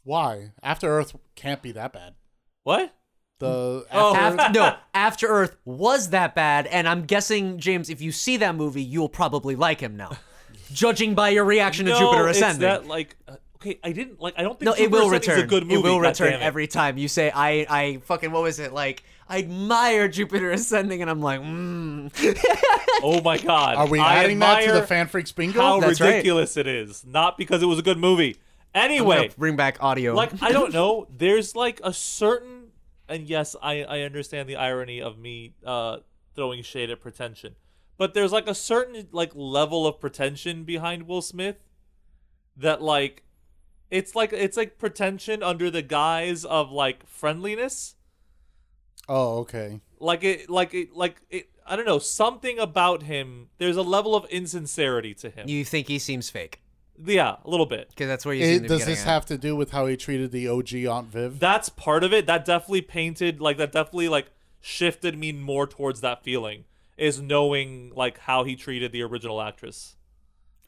B: Why? After Earth can't be that bad.
C: What?
B: The
C: Oh.
A: After, no, After Earth was that bad, and I'm guessing, James, if you see that movie, you'll probably like him now. Judging by your reaction to
C: no,
A: Jupiter
C: it's
A: Ascending.
C: that like uh, okay, I didn't like I don't think
A: no, it
C: Jupiter
A: will
C: Ascending's
A: return.
C: a good movie.
A: it will
C: God
A: return
C: damn it.
A: every time you say I I fucking what was it like I admire Jupiter Ascending and I'm like mm.
C: Oh my god.
B: are we
C: I
B: adding that to the
C: admire
B: fan freaks bingo?
C: How
A: That's right.
C: ridiculous it is. Not because it was a good movie.
A: I'm gonna
C: Anyway,
A: bring back audio
C: like I don't know. There's like a certain and yes, I I understand the irony of me uh throwing shade at pretension. But there's like a certain like level of pretension behind Will Smith that like it's like it's like pretension under the guise of like friendliness.
B: oh, okay.
C: Like it like it like it I don't know, something about him there's a level of insincerity to him.
A: you think he seems fake
C: yeah, a little bit.
A: because that's where you
B: It-
A: seem to be
B: does
A: getting
B: this
A: at.
B: have to do with how he treated the OG Aunt Viv?
C: that's part of it. That definitely painted like that definitely like shifted me more towards that feeling is knowing like how he treated the original actress.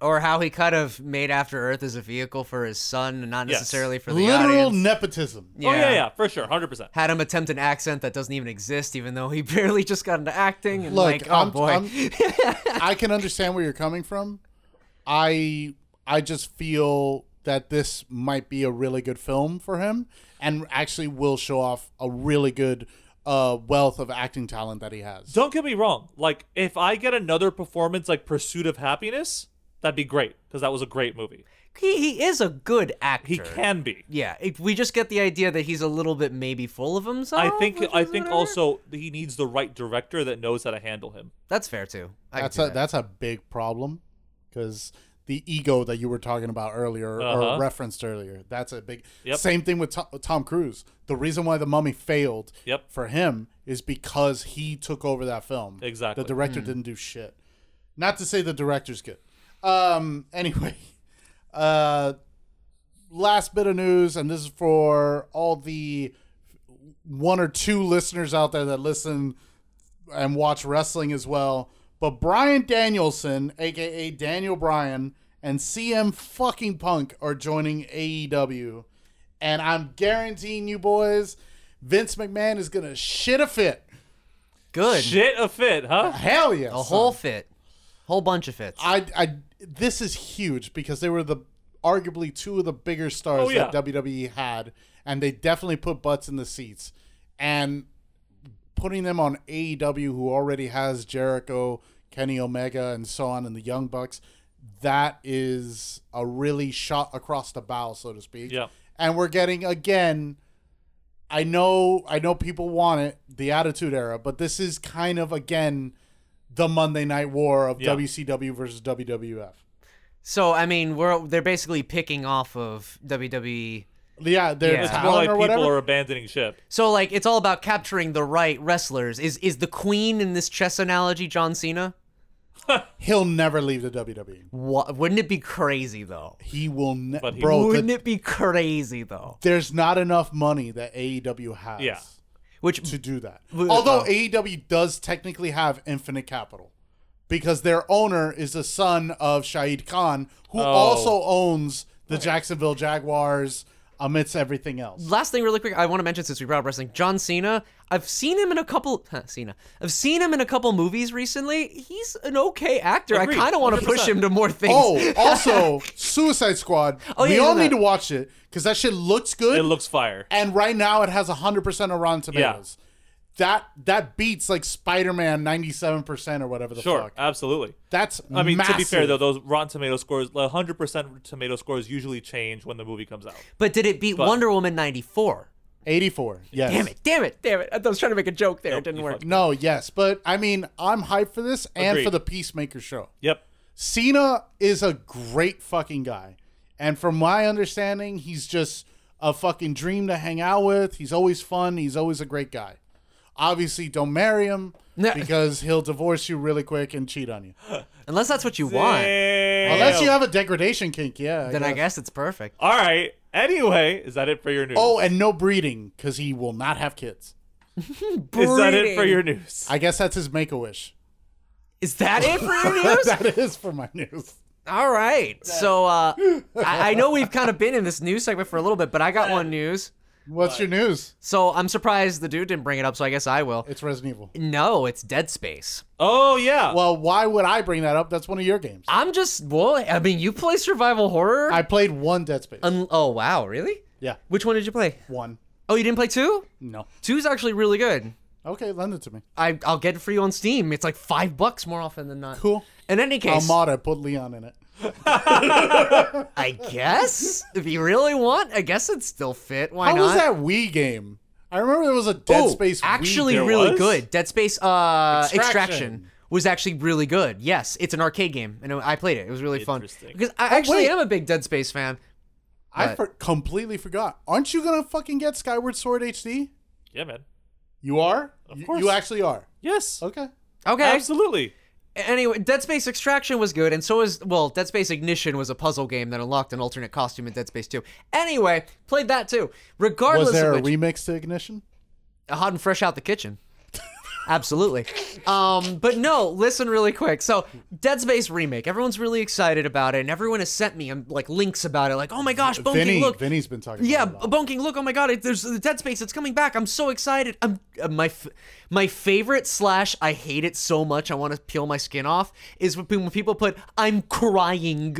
A: or how he kind of made After Earth as a vehicle for his son and not
C: Yes.
A: necessarily for the
B: Literal
A: audience.
B: nepotism.
C: Oh yeah, yeah, for sure, hundred percent.
A: Had him attempt an accent that doesn't even exist, even though he barely just got into acting. And
B: Look,
A: like, oh
B: I'm-
A: boy,
B: I'm- I can understand where you're coming from. I I just feel that this might be a really good film for him and actually will show off a really good uh, wealth of acting talent that he has.
C: Don't get me wrong. Like, if I get another performance like Pursuit of Happiness, that'd be great because that was a great movie.
A: he, he is a good actor.
C: He can be.
A: Yeah, it, we just get the idea that he's a little bit maybe full of himself.
C: I think.
A: which
C: I
A: is
C: think
A: rare.
C: also he needs the right director that knows how to handle him.
A: that's fair too. I
B: that's
A: can
B: a
A: do that.
B: that's a big problem because the ego that you were talking about earlier
C: Uh-huh.
B: or referenced earlier. That's a big
C: Yep.
B: same thing with Tom, Tom Cruise. The reason why the Mummy failed
C: Yep.
B: for him is because he took over that film.
C: Exactly.
B: The director didn't do shit. Not to say the director's good. Um. Anyway, uh, last bit of news, and this is for all the one or two listeners out there that listen and watch wrestling as well. But Brian Danielson, aka Daniel Bryan, and CM fucking Punk are joining E AEW. And I'm guaranteeing you boys, Vince McMahon is gonna shit a fit.
A: good.
C: Shit a fit, huh?
B: Hell yeah.
A: A whole fit, whole bunch of fits.
B: I I this is huge because they were the arguably two of the bigger stars
C: Oh, yeah.
B: that WWE had, and they definitely put butts in the seats. And putting them on AEW, who already has Jericho, Kenny Omega, and so on, and the Young Bucks, that is a really shot across the bow, so to speak.
C: Yeah.
B: And we're getting again. I know, I know people want it, the Attitude Era, but this is kind of again the Monday Night War of
C: Yeah.
B: WCW versus WWF.
A: So I mean, we're they're basically picking off of E WWE.
B: Yeah, they're
A: Yeah.
C: It's
B: talent
C: more like
B: or
C: people
B: whatever.
C: are abandoning ship.
A: So like, it's all about capturing the right wrestlers. Is is the queen in this chess analogy John Cena?
B: He'll never leave the WWE.
A: Wha Wouldn't it be crazy though?
B: He will never.
C: But he
B: Bro,
A: Wouldn't
B: the-
A: it be crazy though?
B: there's not enough money that AEW has
C: Yeah.
A: Which
B: to do that.
A: Well,
B: Although
A: uh,
B: AEW does technically have infinite capital because their owner is the son of Shahid Khan,
C: Oh.
B: who also owns the Jacksonville Jaguars amidst everything else.
A: last thing really quick i want to mention since we brought up wrestling john cena i've seen him in a couple huh, cena i've seen him in a couple movies recently he's an okay actor
C: Agreed,
A: i kind of want to push
C: 100%.
A: him to more things
B: Oh, also Suicide Squad.
C: Oh,
A: yeah,
B: we
A: you
B: all
A: know
B: need
A: that.
B: to watch it because that shit looks
C: It
B: good.
C: looks fire.
B: and right now it has 100% on Rotten Tomatoes. That that beats like Spider-Man 97% or whatever the
C: Sure,
B: fuck.
C: absolutely.
B: That's
C: I mean, to be fair
B: massive.
C: though, those Rotten Tomato scores, the 100% tomato scores usually change when the movie comes out.
A: but did it beat wonder woman 94
B: 84. Yes.
A: damn it damn it damn it i was trying to make a joke there it didn't
C: you
A: work
C: fucked
B: No, yes, but I mean, I'm hyped for this and
C: Agreed.
B: for the Peacemaker show.
C: Yep.
B: Cena is a great fucking guy. And from my understanding, he's just a fucking dream to hang out with. He's always fun. He's always a great guy. Obviously, don't marry him
A: No.
B: because he'll divorce you really quick and cheat on you.
A: unless that's what you want
B: Unless you have a degradation kink, yeah.
A: then i guess it's perfect
C: All right. Anyway, is that it for your news?
B: Oh, and no breeding because he will not have kids.
C: is that it for
A: Breeding.
C: your news?
B: I guess that's his make a wish.
A: is that it for your news
B: that is for my news.
A: all right so uh I, I know we've kind of been in this news segment for a little bit but i got one news
B: What's your news?
A: so i'm surprised the dude didn't bring it up so i guess i will
B: It's Resident Evil.
A: no it's dead space
C: oh yeah.
B: Well, why would I bring that up? That's one of your games.
A: I'm just well. I mean, you play survival horror.
B: I played one Dead Space.
A: Un- oh wow, really?
B: yeah,
A: Which one did you play?
B: one.
A: Oh, you didn't play two?
B: No.
A: Two's actually really good.
B: Okay, lend it to me.
A: I I'll get it for you on Steam. It's like five bucks more often than not.
B: Cool.
A: In any
B: I'll
A: case,
B: mod it. Put Leon in it.
A: I guess if you really want, I guess it still fit. Why
B: How
A: not?
B: was that Wii game? I remember there was a Dead
A: Oh,
B: Space. Wii
A: actually
B: game.
A: really
C: was?
A: good. Dead Space uh
B: Extraction.
A: Extraction. was actually really good. Yes, it's an arcade game and I played it. It was really fun.
C: Interesting.
A: Because I actually
B: Oh, wait.
A: am a big Dead Space fan.
B: I for- completely forgot. Aren't you gonna fucking get Skyward Sword HD?
C: yeah, man.
B: You are. Of
C: course.
B: You actually are.
C: Yes.
B: Okay.
A: Okay.
C: Absolutely.
A: Anyway, Dead Space Extraction was good, and so was well, Dead Space Ignition was a puzzle game that unlocked an alternate costume in Dead Space 2. Anyway, played that too. Regardless
B: Was there
A: of
B: a
A: which,
B: remix to Ignition?
A: hot and fresh out the kitchen. Absolutely. Um, but no, listen really quick. So, Dead Space remake. Everyone's really excited about it, and everyone has sent me um, like links about it. Like, oh my gosh, Bone
B: Vinny,
A: King, look,
B: Vinny's been talking.
A: yeah,
B: about it a lot.
A: Bone King, look, oh my god, it, there's the Dead Space. It's coming back. I'm so excited. I'm uh, my f- my favorite slash. I hate it so much. I want to peel my skin off. Is when pe- when people put I'm crying.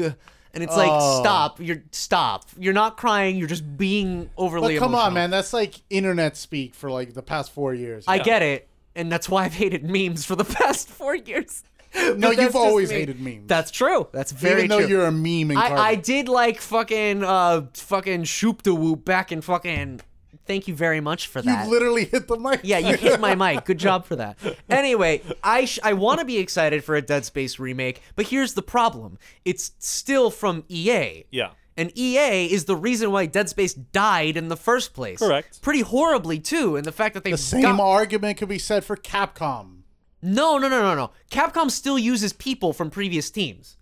A: And it's like,
B: Oh.
A: stop! You're stop! You're not crying. You're just being overly.
B: but come
A: emotional.
B: on, man, that's like internet speak for like the past four years.
A: I get it, and that's why I've hated memes for the past four years.
B: no,
A: But that's
B: you've
A: just
B: always
A: me.
B: hated memes.
A: That's true. That's very
B: even though
A: true.
B: you're a meme. And
A: I, I did like fucking uh fucking shoop the whoop back and fucking. Thank you very much for
B: you
A: that.
B: literally hit the mic.
A: yeah, you hit my mic. Good job for that. Anyway, I sh- I want to be excited for a Dead Space remake, but here's the problem: it's still from EA.
C: Yeah.
A: And EA is the reason why Dead Space died in the first place.
C: Correct.
A: Pretty horribly too, and the fact that they
B: the same argument could be said for Capcom.
A: No, no, no, no, no. Capcom still uses people from previous teams.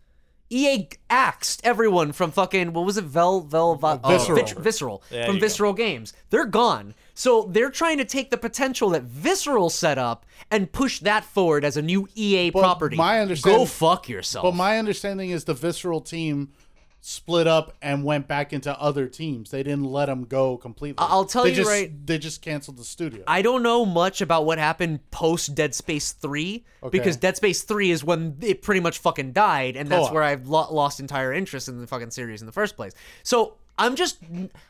A: EA axed everyone from fucking what was it, Vel Vel Va- uh,
B: Visceral.
A: Vit- Visceral
C: you
A: from
C: go.
A: Visceral Games. They're gone. So they're trying to take the potential that Visceral set up and push that forward as a new EA property.
B: my understand-
A: Go fuck yourself.
B: But my understanding is the visceral team split up and went back into other teams. They didn't let them go completely.
A: I'll tell
B: They
A: you
B: just-
A: right-
B: They just canceled the studio.
A: I don't know much about what happened post Dead Space 3 because Dead Space 3 is when it pretty much fucking died and that's
B: Co-op.
A: where I've lo- lost entire interest in the fucking series in the first place. So, I'm just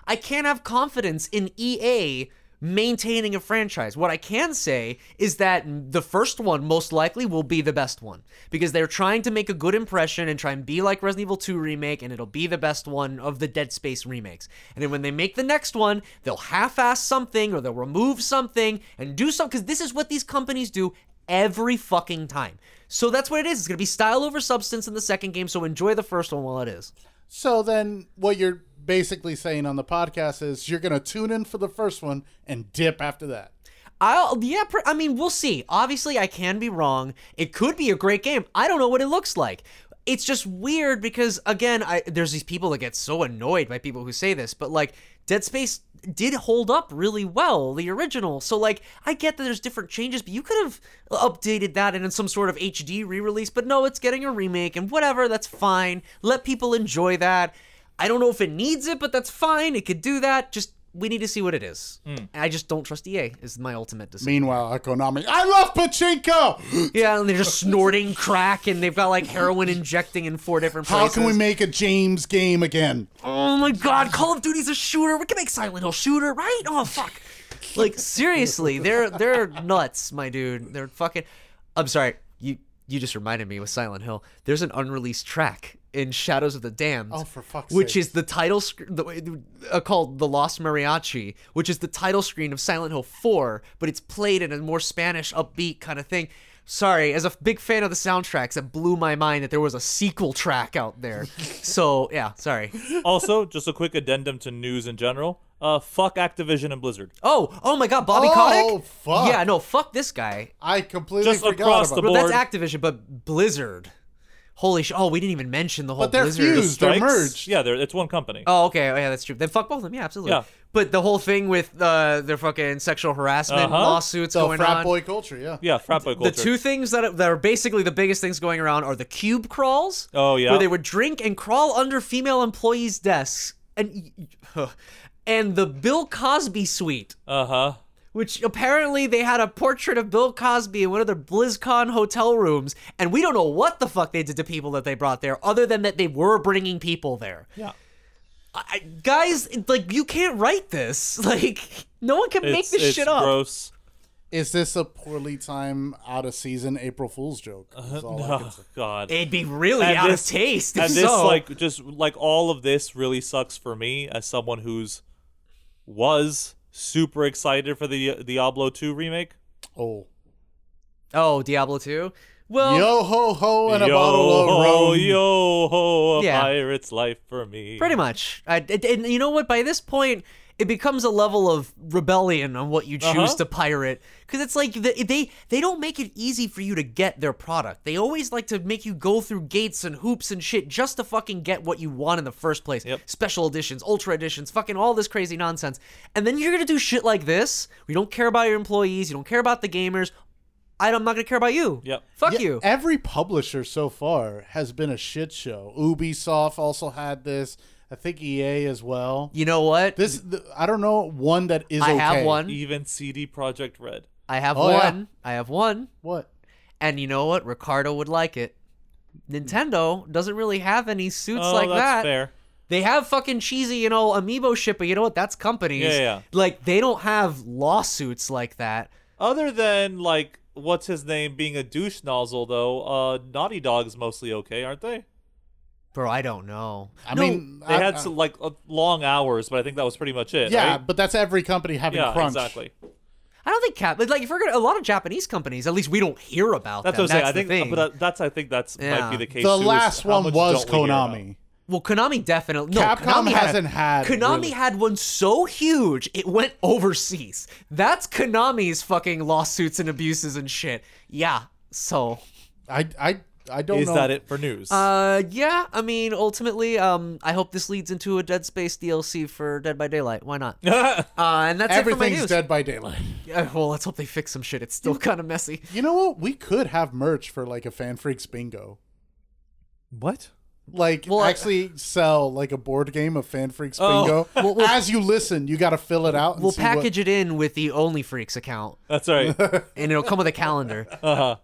A: I can't have confidence in EA maintaining a franchise. What I can say is that the first one most likely will be the best one because they're trying to make a good impression and try and be like Resident Evil 2 remake and it'll be the best one of the Dead Space remakes. And then when they make the next one, they'll half-ass something or they'll remove something and do something cuz this is what these companies do every fucking time. So that's what it is. It's going to be style over substance in the second game, so enjoy the first one while it is.
B: so then, what you're basically saying on the podcast is you're going to tune in for the first one and dip after that.
A: I'll yeah. Pr- I mean, we'll see. Obviously, I can be wrong. It could be a great game. I don't know what it looks like. It's just weird because again, I there's these people that get so annoyed by people who say this, but like Dead Space did hold up really well, the original. So like, I get that there's different changes, but you could have updated that in some sort of HD re-release. But no, it's getting a remake and whatever. That's fine. Let people enjoy that. I don't know if it needs it, but that's fine. It could do that. Just we need to see what it is. I just don't trust EA is my ultimate decision.
B: Meanwhile, Konami, I love pachinko.
A: Yeah, and they're just snorting crack, and they've got like heroin injecting in four different
B: How
A: places.
B: can we make a James game again?
A: Oh my God, Call of Duty's a shooter. We can make Silent Hill shooter, right? Oh fuck. Like seriously, they're they're nuts, my dude. They're fucking. I'm sorry. You you just reminded me with Silent Hill. There's an unreleased track in Shadows of the Damned.
B: Oh, for fuck's
A: Which
B: sake.
A: is the title sc- the, uh, called The Lost Mariachi, which is the title screen of Silent Hill 4, but it's played in a more Spanish upbeat kind of thing. Sorry, as a f- big fan of the soundtracks, it blew my mind that there was a sequel track out there. so yeah, sorry.
C: also, just a quick addendum to news in general. Uh, fuck Activision and Blizzard.
A: Oh, oh my God, Bobby
B: Oh,
A: Kotick.
B: fuck.
A: Yeah, no, fuck this guy.
B: I completely
C: Just
B: forgot
C: across
B: about
C: the
B: it.
A: Bro, that's
C: board.
A: Activision, but Blizzard. Holy sh! Oh, we didn't even mention the whole
B: But they're
A: Blizzard.
B: fused. They're
C: Strikes?
B: merged.
C: Yeah, they're, it's one company.
A: Oh, okay. Oh, yeah, that's true. Then fuck both of them. Yeah, absolutely.
C: Yeah.
A: But the whole thing with uh, their fucking sexual harassment
C: Uh-huh.
A: lawsuits
B: So
A: going
B: frat
A: on.
B: boy culture, yeah.
C: yeah, frat boy culture.
A: The two things that are, that are basically the biggest things going around are the cube crawls.
C: Oh, yeah.
A: Where they would drink and crawl under female employees' desks, and and the Bill Cosby suite,
C: uh huh.
A: which apparently they had a portrait of Bill Cosby in one of their BlizzCon hotel rooms, and we don't know what the fuck they did to people that they brought there, other than that they were bringing people there.
C: Yeah.
A: I, guys, like you can't write this. Like no one can make
C: It's-
A: this
C: it's
A: shit up.
C: Gross.
B: Is this a poorly timed, out of season April Fool's joke? Is all I can
C: Oh
B: say.
C: God.
A: It'd be really
C: And
A: out
C: this-
A: of taste. if
C: and this
A: so.
C: like just like all of this really sucks for me as someone who's was super excited for the Diablo 2 remake.
B: Oh.
A: Oh, Diablo 2? Well,
B: Yo ho ho and a bottle
C: ho,
B: of rum.
C: yo ho, a
A: Yeah.
C: pirate's life for me.
A: pretty much. I, and- and you know what? By this point, it becomes a level of rebellion on what you choose
C: Uh-huh.
A: to pirate because it's like the, they they don't make it easy for you to get their product. They always like to make you go through gates and hoops and shit just to fucking get what you want in the first place.
C: Yep.
A: Special editions, ultra editions, fucking all this crazy nonsense. And then you're gonna do shit like this. We don't care about your employees. You don't care about the gamers. I don't- I'm not gonna care about you.
C: Yep.
A: Fuck
B: Yeah,
A: you.
B: Every publisher so far has been a shit show. Ubisoft also had this. I think EA as well.
A: You know what?
B: This th- I don't know one that is.
A: I
B: okay.
A: have one.
C: Even CD Project Red.
A: I have
B: Oh,
A: one.
B: yeah.
A: I have one.
B: What?
A: And you know what? Ricardo would like it. Nintendo doesn't really have any suits
C: oh,
A: like
C: that's
A: that.
C: fair.
A: They have fucking cheesy, you know, amiibo shit, but you know what? That's companies.
C: Yeah, yeah.
A: Like they don't have lawsuits like that.
C: Other than like what's his name being a douche nozzle though, uh Naughty Dog's mostly okay, aren't they?
A: Bro, I don't know.
B: I
A: No,
B: mean,
C: They
B: I-
C: had
B: I-
C: some like uh, long hours, but I think that was pretty much it.
B: yeah,
C: right?
B: but that's every company having
C: yeah,
B: crunch.
C: exactly.
A: I don't think Cap. Like, if we're gonna, a lot of Japanese companies, at least we don't hear about
C: That's
A: them.
C: what I'm saying. I
A: the
C: think, uh,
A: thing.
C: but that- that's I think that's might
A: Yeah.
C: be the case.
B: The
C: too, is
B: last
C: how
B: one
C: much
B: was
C: don't we hear about.
B: Konami.
A: Well, Konami definitely. No,
B: Capcom
A: Konami had a-
B: hasn't had,
A: Konami
B: really.
A: had one so huge it went overseas. That's Konami's fucking lawsuits and abuses and shit. Yeah. So.
B: I I I don't
C: Is
B: know.
C: that it for news?
A: Uh, yeah. I mean, ultimately, um, I hope this leads into a Dead Space DLC for Dead by Daylight. Why not? uh, and that's
B: Everything's
A: it for my news.
B: Dead by Daylight.
A: Yeah, well, let's hope they fix some shit. It's still kind of messy.
B: You know what? We could have merch for like a fan freaks bingo.
C: what?
B: Like
A: Well, I-
B: actually sell like a board game of fan freaks
C: Oh.
B: bingo. As you listen, you got to fill it out. and
A: We'll
B: see what-
A: package it in with the Only Freaks account,
C: That's right.
A: and it'll come with a calendar.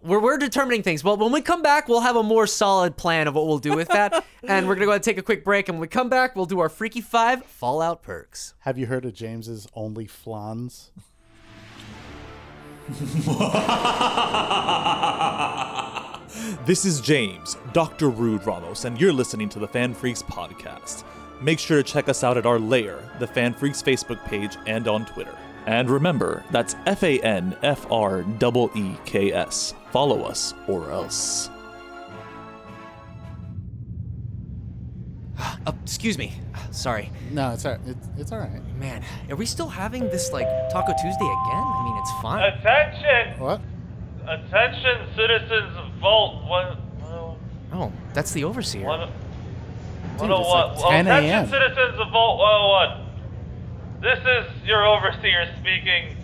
A: We're we're determining things. Well, when we come back, we'll have a more solid plan of what we'll do with that, and we're gonna go ahead and take a quick break. And when we come back, we'll do our Freaky Five Fallout perks.
B: Have you heard of James's only flans?
C: This is James, Dr. Rude Ramos, and you're listening to the Fan Freaks podcast. Make sure to check us out at our layer, the Fan Freaks Facebook page, and on Twitter. And remember, that's F A N F R E E K S. Follow us or else.
A: Uh, excuse me. Sorry,
B: No, it's all right. It's, it's all right.
A: man. Are we still having this like Taco Tuesday again? I mean, it's fine.
D: Uh, Attention!
B: What?
D: Attention, citizens of Vault one-
A: Oh, that's the overseer.
D: one-
B: Dude,
D: 101.
B: it's like 10 a.m.
D: Attention, citizens of Vault 101. This is your overseer speaking.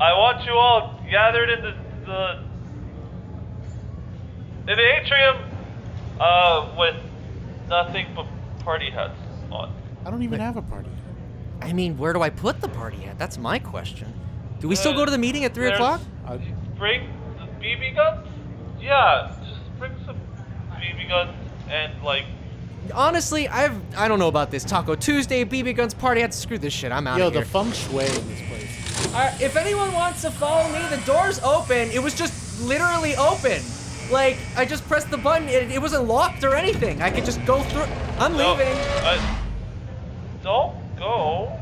D: I want you all gathered in the, the in the atrium uh, with nothing but party hats on.
B: I don't even have a party.
A: I mean, where do I put the party at? That's my question. Do we still
D: Uh,
A: go to the meeting at three
D: There's-
A: o'clock?
B: I-
D: Bring the BB guns? Yeah, just bring some BB guns and like.
A: Honestly, I've I don't know about this Taco Tuesday, BB guns, party hats. Screw this shit. I'm out
B: Yo,
A: of here.
B: the feng shui in this place.
A: Uh, if anyone wants to follow me, the door's open. It was just literally open. Like, I just pressed the button. It, it wasn't locked or anything. I could just go through. I'm
D: No,
A: leaving.
D: uh, don't go.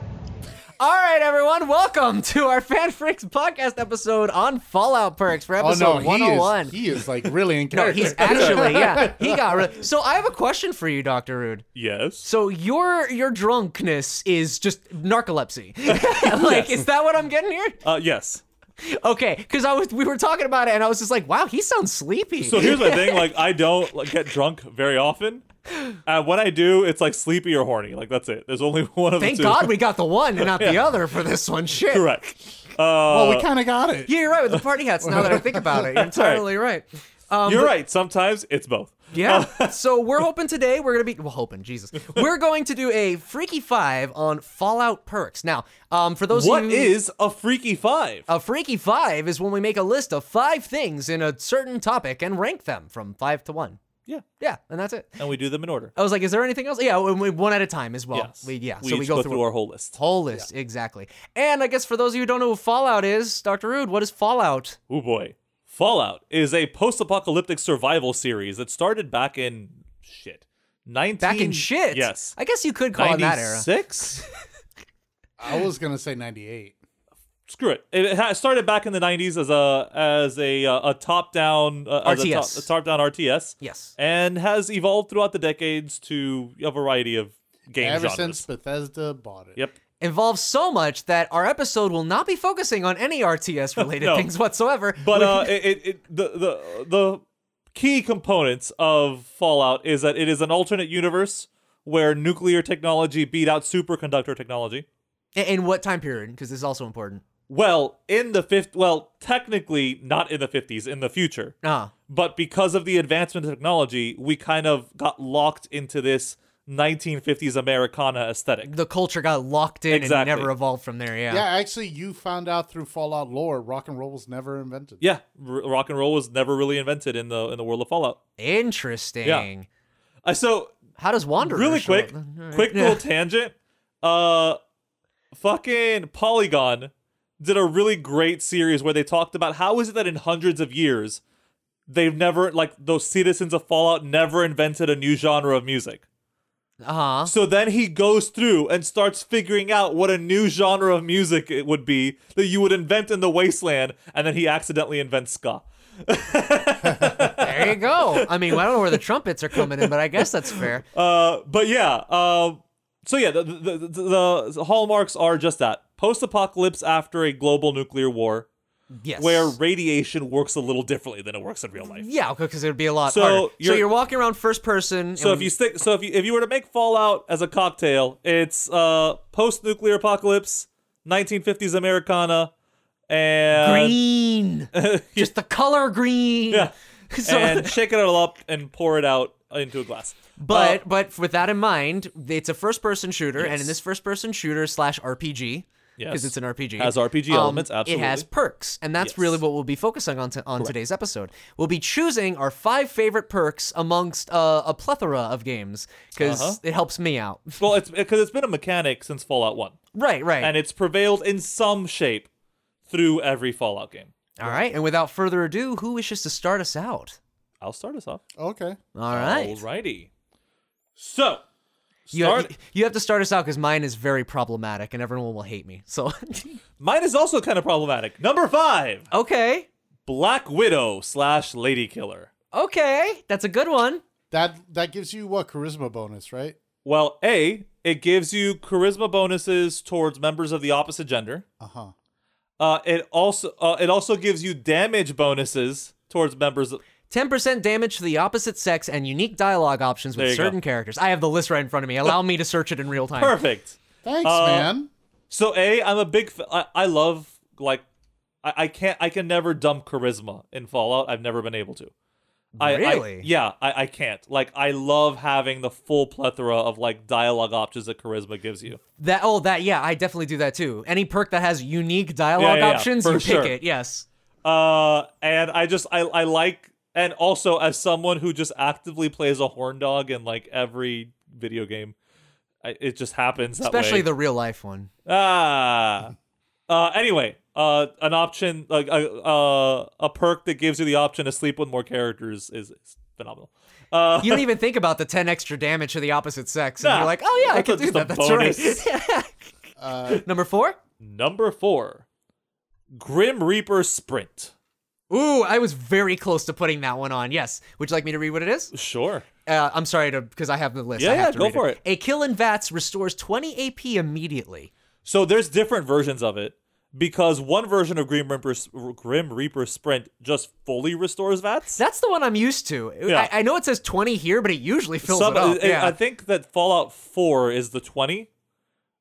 A: All right, everyone. Welcome to our Fan Freaks podcast episode on Fallout Perks for
B: Oh
A: episode
B: no, he
A: 101.
B: is, he is like really in
A: no,
B: character.
A: he's actually, yeah. He got re- So I have a question for you, Dr. Rude.
C: Yes.
A: So your your drunkenness is just narcolepsy. like, is that what I'm getting here?
C: Uh, yes.
A: Okay, because I was we were talking about it, and I was just like, wow, he sounds sleepy.
C: So here's the thing: like, I don't like, get drunk very often. Uh, when I do, it's like sleepy or horny. Like that's it. There's only one of
A: Thank
C: the two.
A: God we got the one and not the other for this one. Shit.
C: Correct. Uh,
B: Well, we kind of got it.
A: Yeah, you're right with the party hats. Now that I think about it, you're totally right. Um,
C: you're Oh.
A: but-
C: right. Sometimes it's both.
A: Yeah. so we're hoping today we're gonna be well hoping Jesus. We're going to do a freaky five on Fallout perks. Now, um, for those
C: What
A: of
C: is
A: you, Oh.
C: a freaky five?
A: A freaky five is when we make a list of five things in a certain topic and rank them from five to one.
C: yeah,
A: Yeah, and that's it.
C: and we do them in order.
A: I was like, is there anything else? Yeah, and we- one at a time as Oh, well.
C: yes,
A: We, yeah,
C: We
A: so we
C: each
A: go,
C: through our whole list.
A: whole list exactly. And I guess for those of you who don't know who Fallout is, Dr. Rude, what is Fallout?
C: Oh boy, Fallout is a post-apocalyptic survival series that started back in shit. Nineteen.
A: Back in shit.
C: Yes.
A: I guess you could call it that era.
C: Ninety-six.
B: I was gonna say ninety-eight.
C: Screw it. It it ha- started back in the '90s as a as a uh, a top-down uh, as a top
A: RTS.
C: down RTS.
A: Yes.
C: And has evolved throughout the decades to a variety of game
B: Ever
C: genres.
B: since Bethesda bought it.
C: Yep.
A: Involves so much that our episode will not be focusing on any RTS related
C: No.
A: things whatsoever.
C: But
A: We-
C: uh, it, it, it the the the key components of Fallout is that it is an alternate universe where nuclear technology beat out superconductor technology.
A: in in what time period? Because this is also important.
C: Well, in the fifth, well, technically not in the fifties, in the future.
A: Ah,
C: But because of the advancement of technology, we kind of got locked into this 1950s Americana aesthetic.
A: the culture got locked in and
C: Exactly.
A: never evolved from there. Yeah.
B: Yeah, actually, you found out through Fallout lore, rock and roll was never invented.
C: Yeah, r- rock and roll was never really invented in the in the world of Fallout.
A: Interesting.
C: Uh, so
A: How does Wanderer
C: really
A: show up?
C: quick, quick little tangent. Uh, fucking Polygon did a really great series where they talked about how is it that in hundreds of years they've never like those citizens of Fallout never invented a new genre of music.
A: Uh huh.
C: So then he goes through and starts figuring out what a new genre of music it would be that you would invent in the wasteland, and then he accidentally invents ska.
A: There you go. I mean, I don't know where the trumpets are coming in, but I guess that's fair.
C: Uh, but yeah, um, so yeah, the, the, the, the hallmarks are just that post-apocalypse after a global nuclear war,
A: Yes.
C: where radiation works a little differently than it works in real life.
A: Yeah, because it would be a lot
C: So
A: harder. so
C: you're-
A: you're walking around first person.
C: So
A: and-
C: if you stick, so if you if you were to make Fallout as a cocktail, it's uh, post-nuclear apocalypse, 1950s Americana, and
A: green, just the color green.
C: Yeah.
A: So-
C: and shake it all up and pour it out into a glass.
A: But
C: Uh,
A: but with that in mind, it's a first person shooter, and in
C: Yes.
A: this first person shooter slash RPG, because
C: Yes.
A: it's an RPG,
C: Has RPG elements,
A: um, It has
C: absolutely.
A: perks, and that's
C: Yes.
A: really what we'll be focusing on to, on today's episode. We'll be choosing our five favorite perks amongst uh, a plethora of games because
C: Uh-huh.
A: it helps me out.
C: well, it's because it's been a mechanic since Fallout One,
A: right, right.
C: and it's prevailed in some shape through every Fallout game.
A: All right, and without further ado, who wishes to start us out?
C: I'll start us off.
B: Okay.
A: All right,
C: Alrighty. So,
A: You,
C: start.
A: you, you have to start us out because mine is very problematic, and everyone will hate me. So
C: mine is also kind of problematic. Number five,
A: okay,
C: Black Widow slash Lady Killer.
A: okay, that's a good one.
B: That that gives you what charisma bonus, right?
C: Well, a it gives you charisma bonuses towards members of the opposite gender.
B: Uh huh.
C: Uh, it also uh, it also gives you damage bonuses towards members. Of,
A: 10% damage to the opposite sex and unique dialogue options
C: There
A: with
C: you go.
A: certain characters. I have the list right in front of me. Allow me to search it in real time.
C: Perfect.
B: Thanks,
C: Uh,
B: man.
C: So a I'm a big fa- I, I love like I, I can't I can never dump charisma in Fallout. I've never been able to. I, I-
A: Really?
C: yeah, I, I can't. Like I love having the full plethora of like dialogue options that charisma gives you.
A: That oh that yeah, I definitely do that too. Any perk that has unique dialogue
C: yeah, yeah,
A: options,
C: for
A: you pick
C: sure.
A: it. Yes.
C: Uh and I just I I like and also as someone who just actively plays a horn dog in like every video game, I, it just happens that
A: Especially
C: way.
A: the real life one.
C: Ah. Uh, anyway, uh, an option, like a uh, a perk that gives you the option to sleep with more characters is, is phenomenal. Uh,
A: You don't even think about the 10 extra damage to the opposite sex and
C: Nah.
A: you're like, "Oh yeah, I
C: That's
A: can
C: a-
A: do
C: just a
A: that." That's
C: bonus.
A: right.
B: Uh,
A: Number 4?
C: number four, Grim Reaper Sprint.
A: Ooh, I was very close to putting that one on. Yes. Would you like me to read what it is?
C: Sure.
A: Uh, I'm sorry to because I have the list.
C: Yeah,
A: I have
C: yeah,
A: to
C: go
A: read
C: for
A: it.
C: it.
A: A kill in vats restores 20 AP immediately.
C: So there's different versions of it because one version of Grim Reaper Grim Reaper Sprint just fully restores vats.
A: That's the one I'm used to.
C: Yeah.
A: I, I know it says 20 here, but it usually fills
C: Some-
A: it up.
C: I-
A: yeah.
C: I think that Fallout Four is the twenty.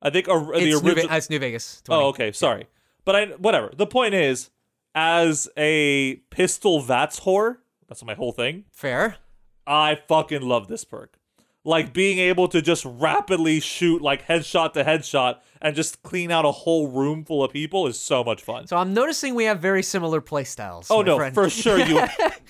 C: I think or, the
A: it's, New Ve-
C: original.
A: uh, it's New Vegas. 20.
C: Oh, okay. Sorry. But I whatever. The point is, as a pistol vats whore, that's my whole thing.
A: Fair.
C: I fucking love this perk. Like being able to just rapidly shoot like headshot to headshot and just clean out a whole room full of people is so much fun.
A: So I'm noticing we have very similar play styles.
C: oh
A: my
C: no,
A: friend.
C: for sure you.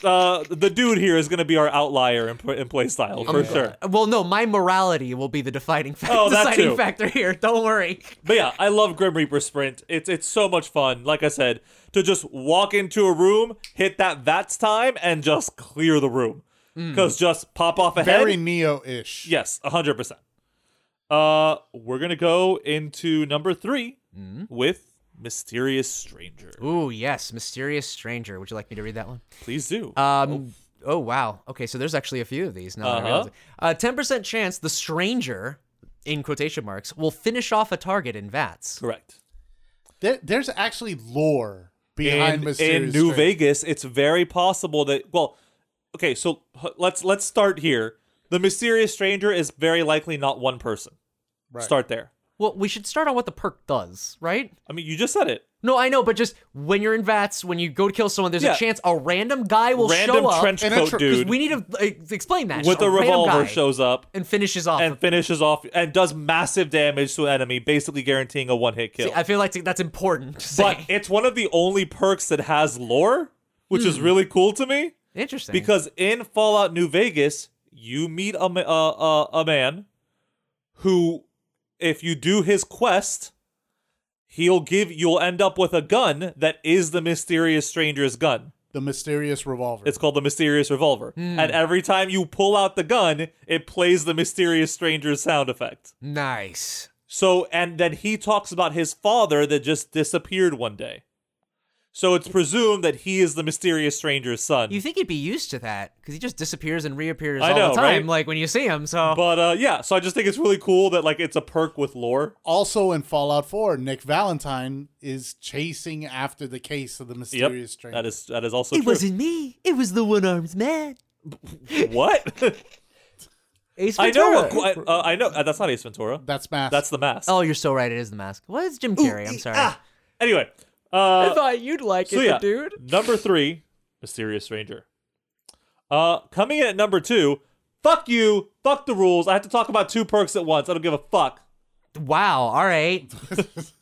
C: uh, the dude here is gonna be our outlier in, pl- in play style for sure.
A: Well, no, my morality will be the defining, fact,
C: Oh, that
A: deciding
C: too.
A: factor here. Don't worry.
C: But yeah, I love Grim Reaper Sprint. It's it's so much fun. Like I said, to just walk into a room, hit that VATS time, and just clear the room. Because just pop off ahead.
B: Hmm. very Neo-ish.
C: yes, hundred percent. Uh, we're gonna go into number 3
B: Hmm?
C: with Mysterious Stranger.
A: Ooh, yes. Mysterious Stranger. Would you like me to read that one?
C: Please do.
B: Uh,
A: Um, oh. wow. Okay, so there's actually a few of these. Now that I
C: Uh-huh.
A: realize it. uh, 10% chance the stranger, in quotation marks, will finish off a target in VATS.
C: Correct.
B: There, there's actually lore behind
C: in, in
B: Mysterious
C: New
B: Stranger.
C: Vegas, it's very possible that well, okay, so h- let's let's start here. The mysterious stranger is very likely not one person.
B: Right.
C: Start there.
A: Well, we should start on what the perk does, right?
C: I mean, you just said it.
A: No, I know, but just when you're in vats, when you go to kill someone, there's
C: Yeah.
A: a chance a random guy will
C: Random
A: show up.
C: trench
B: and a
C: coat
B: tr- 'cause
C: dude
A: we need to uh, explain that.
C: with
A: a
C: a revolver
A: random guy
C: shows up
A: and finishes off.
C: and finishes off and does massive damage to an enemy, basically guaranteeing a one hit kill.
A: I feel like that's important. to say.
C: but it's one of the only perks that has lore, which
A: Hmm.
C: is really cool to me
A: interesting
C: because in Fallout New Vegas, you meet a ma- a, a, a man who, if you do his quest, he'll give you'll end up with a gun that is the mysterious stranger's gun.
B: The mysterious revolver.
C: It's called the Mysterious Revolver.
A: Hmm.
C: And every time you pull out the gun, it plays the Mysterious Stranger's sound effect.
A: nice.
C: So, and then he talks about his father that just disappeared one day. So it's presumed that he is the Mysterious Stranger's son.
A: You think he'd be used to that because he just disappears and reappears
C: I
A: all
C: know,
A: the time,
C: right?
A: like when you see him. So
C: but uh, yeah, so I just think it's really cool that like it's a perk with lore.
B: also in Fallout 4, Nick Valentine is chasing after the case of the
C: Yep,
B: mysterious stranger.
C: that is that is also
A: it
C: true.
A: wasn't me. It was the one-armed man.
C: what
A: Ace
C: I know.
A: Ventura.
C: What, qu- uh, I know uh, that's not Ace Ventura.
B: That's math.
C: That's the mask.
A: Oh, you're so right. It is the mask. What is Jim Carrey? I'm sorry.
C: Ah. Anyway, uh,
A: I thought you'd like
C: so
A: it,
C: yeah,
A: dude.
C: Number three, Mysterious Stranger. Uh, coming in at number two, fuck you, fuck the rules. I have to talk about two perks at once. I don't give a fuck.
A: Wow. All right.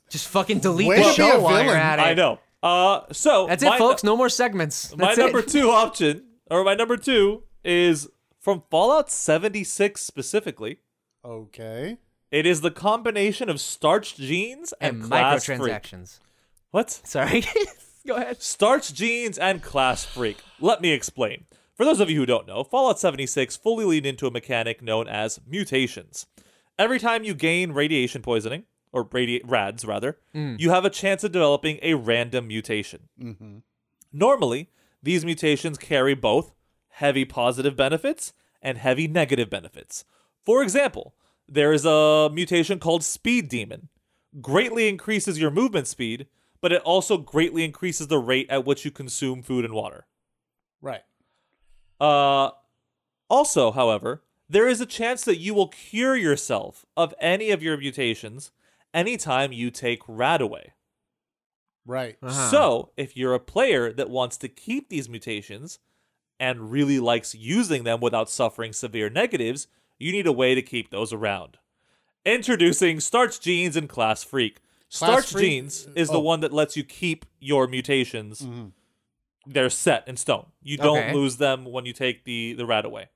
A: just fucking delete
B: Way
A: the
B: to be a
A: show while you're
B: villain.
A: at it.
C: I know. Uh, so
A: That's
C: my-
A: it, folks. No more segments.
C: My
A: That's it.
C: number two option, or my number two, is from Fallout 76 specifically.
B: okay.
C: It is the combination of starched jeans and,
A: and
C: class freak.
A: microtransactions.
C: What?
A: Sorry. Go ahead.
C: Starch jeans and class freak. Let me explain. For those of you who don't know, Fallout 76 fully leaned into a mechanic known as mutations. Every time you gain radiation poisoning, or radi- rads rather, you have a chance of developing a random mutation. Normally, these mutations carry both heavy positive benefits and heavy negative benefits. For example, there is a mutation called Speed Demon. Greatly increases your movement speed, but it also greatly increases the rate at which you consume food and water.
B: Right.
C: Uh, also, however, there is a chance that you will cure yourself of any of your mutations anytime you take Radaway. away.
B: Right.
A: Uh-huh.
C: So, if you're a player that wants to keep these mutations and really likes using them without suffering severe negatives, you need a way to keep those around. Introducing Starch Genes and Class Freak.
B: Class
C: Starch
B: Freak-
C: Genes is
B: oh. Mm.
C: the one that lets you keep your mutations.
B: Mm-hmm.
C: They're set in stone. You don't
A: Okay.
C: lose them when you take the the rat away.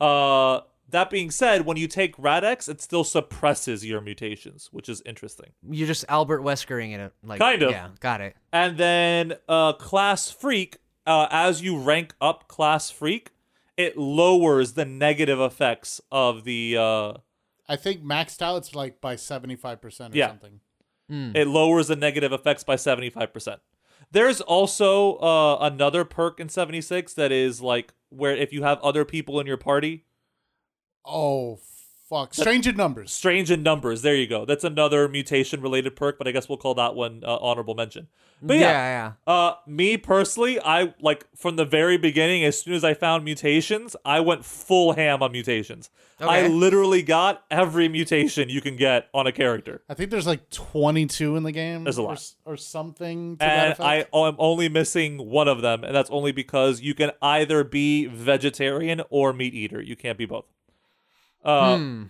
C: Uh, that being said, when you take Radex, it still suppresses your mutations, which is interesting.
A: You're just Albert Weskering it. Like,
C: Kind of.
A: Yeah, got it.
C: And then uh, Class Freak, uh, as you rank up Class Freak, it lowers the negative effects of the. Uh,
B: I think maxed out it's like by 75% or
C: Yeah.
B: something.
C: It lowers the negative effects by seventy five percent. There's also uh, another perk in seventy six that is like where if you have other people in your party,
B: Oh fuck. Strange in numbers.
C: strange in numbers. There you go. That's another mutation related perk, but I guess we'll call that one uh, honorable mention. But
A: yeah,
C: yeah,
A: yeah.
C: Uh, me personally, I like from the very beginning. As soon as I found mutations, I went full ham on mutations. I
A: Okay.
C: literally got every mutation you can get on a character,
B: I think there's like 22 in the game.
C: There's a
B: Or,
C: lot.
B: s- or something to that
C: and
B: effect.
C: I am only missing one of them, and that's only because you can either be vegetarian or meat eater. You can't be both. Uh,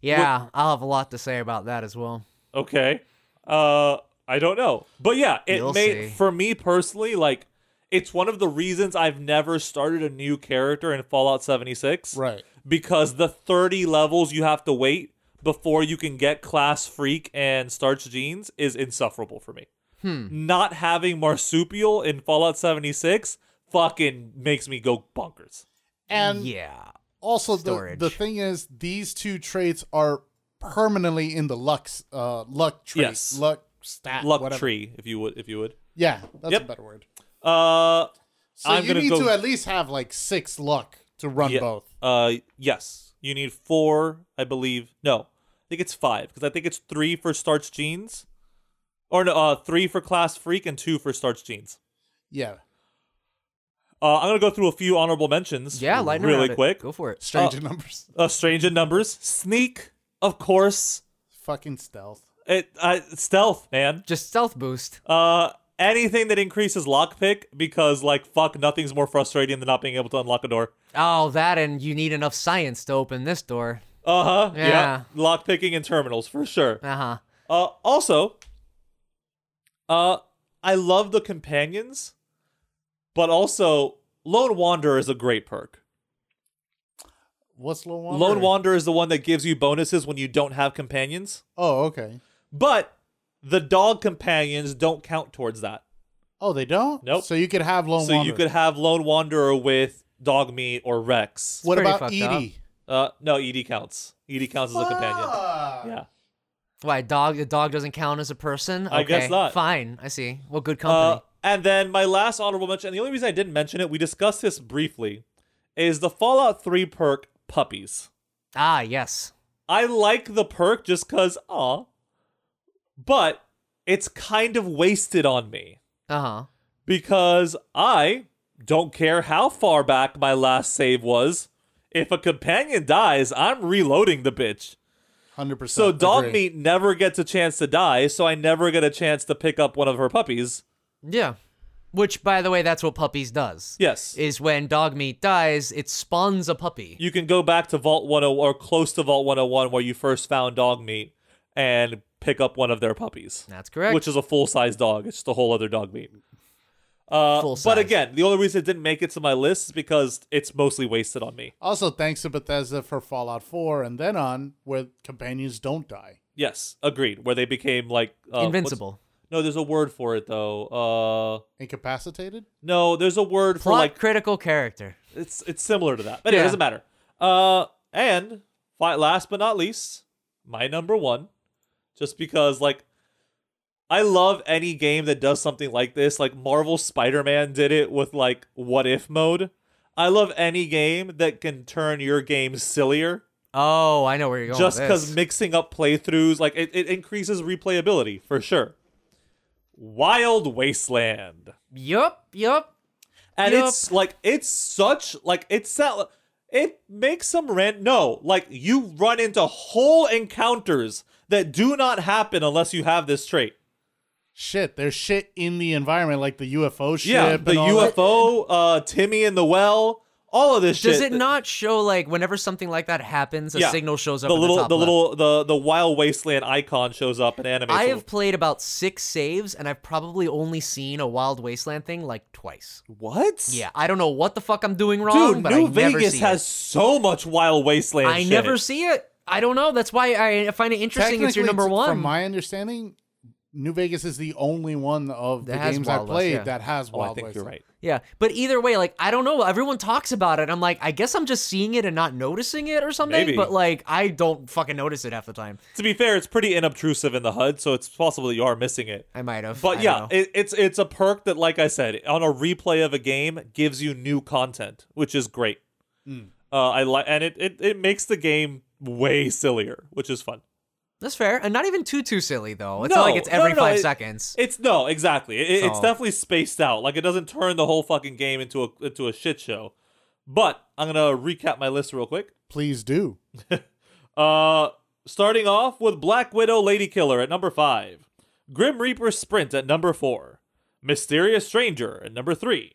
A: Yeah, I'll have a lot to say about that as well.
C: Okay. Uh I don't know. But yeah, it
A: You'll
C: made
A: see.
C: for me personally like it's one of the reasons I've never started a new character in Fallout 76.
B: Right.
C: Because the 30 levels you have to wait before you can get class freak and starch genes is insufferable for me.
A: Hmm.
C: Not having marsupial in Fallout 76 fucking makes me go bonkers.
B: And
A: yeah.
B: also the,
A: storage.
B: the thing is these two traits are permanently in the luck s- uh luck trait.
C: Yes.
B: Luck
A: Ah,
B: stat.
C: Luck
B: whatever.
C: tree if you would if you would.
B: Yeah, that's
C: Yep.
B: a better word.
C: Uh
B: So
C: I'm
B: you
C: gonna
B: need
C: go-
B: to at least have like 6 luck to run
C: Yeah.
B: both.
C: Uh, yes. You need four, I believe. No, I think it's five because I think it's three for starch genes, or no, uh, three for class freak and two for starch genes.
B: Yeah.
C: Uh, I'm gonna go through a few honorable mentions.
A: Yeah, lightning
C: really
A: round it.
C: quick.
A: Go for it.
B: Strange in numbers.
C: Uh, strange in numbers, sneak, of course.
B: Fucking stealth.
C: It uh, stealth, man.
A: Just stealth boost.
C: Uh, anything that increases lockpick because like fuck, nothing's more frustrating than not being able to unlock a door.
A: Oh, that and you need enough science to open this door.
C: Uh huh.
A: Yeah.
C: Lockpicking and terminals for sure.
A: Uh huh.
C: Uh, also, uh, I love the companions, but also Lone Wanderer is a great perk.
B: What's Lone Wanderer?
C: Lone Wanderer is the one that gives you bonuses when you don't have companions,
B: Oh, okay.
C: but the dog companions don't count towards that.
B: Oh, they don't?
C: Nope.
B: So you could have Lone
C: so you
B: Wanderer.
C: could have Lone Wanderer with Dog Meat or Rex.
B: What
A: pretty
B: about
A: fucked
B: Edie?
A: up.
C: Uh, no, Edie counts. Edie counts as a companion.
B: Fuck.
C: Yeah.
A: Why dog? The dog doesn't count as a person. Okay,
C: I guess not.
A: Fine. I see. Well, good company.
C: Uh, and then my last honorable mention, and the only reason I didn't mention it, we discussed this briefly, is the Fallout 3 perk puppies.
A: ah, yes.
C: I like the perk just cause aw. But it's kind of wasted on me.
A: Uh huh.
C: because I don't care how far back my last save was. If a companion dies, I'm reloading the bitch.
B: 100%.
C: So dog
B: agree.
C: meat never gets a chance to die, so I never get a chance to pick up one of her puppies.
A: Yeah. Which, by the way, that's what puppies does.
C: Yes.
A: Is when dog meat dies, it spawns a puppy.
C: you can go back to Vault 101 or close to Vault 101 where you first found dog meat and pick up one of their puppies.
A: that's correct.
C: Which is uh, a full size dog. It's just a whole other dog meat. Uh,
A: Full
C: but
A: size.
C: again, the only reason it didn't make it to my list is because it's mostly wasted on me.
B: Also, thanks to Bethesda for Fallout 4 and then on, where companions don't die.
C: Yes, agreed. Where they became like uh, what's-
A: Invincible.
C: No, there's a word for it though. Uh,
B: Incapacitated?
C: no, there's a word for
A: Plot
C: like
A: critical character.
C: it's it's similar to that, but anyway, it
A: Yeah.
C: doesn't matter. Uh, and fi- last but not least, my number one, just because like I love any game that does something like this. Like Marvel Spider-Man did it with like What If mode. I love any game that can turn your game sillier
A: Oh, I know where you're going.
C: just
A: with
C: because
A: this.
C: mixing up playthroughs like it, it increases replayability for sure wild wasteland
A: Yup. Yup.
C: and
A: Yup.
C: it's like it's such like it's that it makes some rant no like you run into whole encounters that do not happen unless you have this trait
B: Shit, there's shit in the environment, like the UFO ship.
C: yeah
B: and
C: the
B: all that.
C: ufo uh timmy in the well all of this
A: Does
C: shit
A: it not show like whenever something like that happens, a
C: Yeah.
A: signal shows up?
C: the
A: in
C: little
A: the, top
C: the
A: left?
C: little the the wild wasteland icon shows up in animation
A: I have played about six saves, and I've probably only seen a Wild Wasteland thing like twice.
C: what
A: Yeah, I don't know what the fuck I'm doing wrong,
C: Dude,
A: but
C: New
A: I never
C: Vegas
A: see
C: has
A: it.
C: so much wild wasteland.
A: I
C: shit.
A: never see it. I don't know. That's why I find it interesting.
B: Technically,
A: It's your number one.
B: From my understanding, New Vegas is the only one of
A: That
B: the
A: has
B: games I
A: Wild West,
B: played
A: yeah.
B: that has
C: Oh,
B: Wild
C: I think
B: West.
C: you're right.
A: yeah, but either way, like I don't know. Everyone talks about it. I'm like, I guess I'm just seeing it and not noticing it or something.
C: Maybe.
A: But like, I don't fucking notice it half the time.
C: To be fair, it's pretty inobtrusive in the HUD, so it's possible that you are missing it.
A: I might have.
C: But
A: I
C: yeah,
A: don't know.
C: it, it's it's a perk that, like I said, on a replay of a game gives you new content, which is great.
A: Hmm.
C: Uh, I like, and it, it it makes the game way sillier, which is fun.
A: that's fair, and not even too too silly though. It's
C: No,
A: not like it's
C: no,
A: every
C: no,
A: five
C: it-
A: seconds.
C: It's no, exactly. It, it- It's
A: So-
C: definitely spaced out. Like it doesn't turn the whole fucking game into a into a shit show. But I'm gonna recap my list real quick.
B: Please do.
C: Uh, starting off with Black Widow Lady Killer at number five, Grim Reaper Sprint at number four, Mysterious Stranger at number three,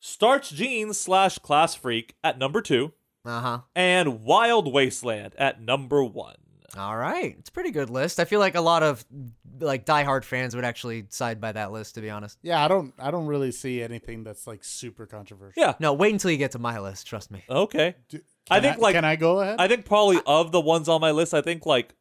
C: Starch Jeans slash Class Freak at number two,
A: uh huh.
C: and Wild Wasteland at number one.
A: All right, it's a pretty good list. I feel like a lot of like diehard fans would actually side by that list, to be honest.
B: Yeah, I don't. I don't really see anything that's like super controversial.
C: Yeah.
A: No, wait until you get to my list. Trust me.
C: Okay.
B: Do-
C: I
B: can
C: think, like-
B: can I go ahead?
C: I think probably of the ones on my list, I think like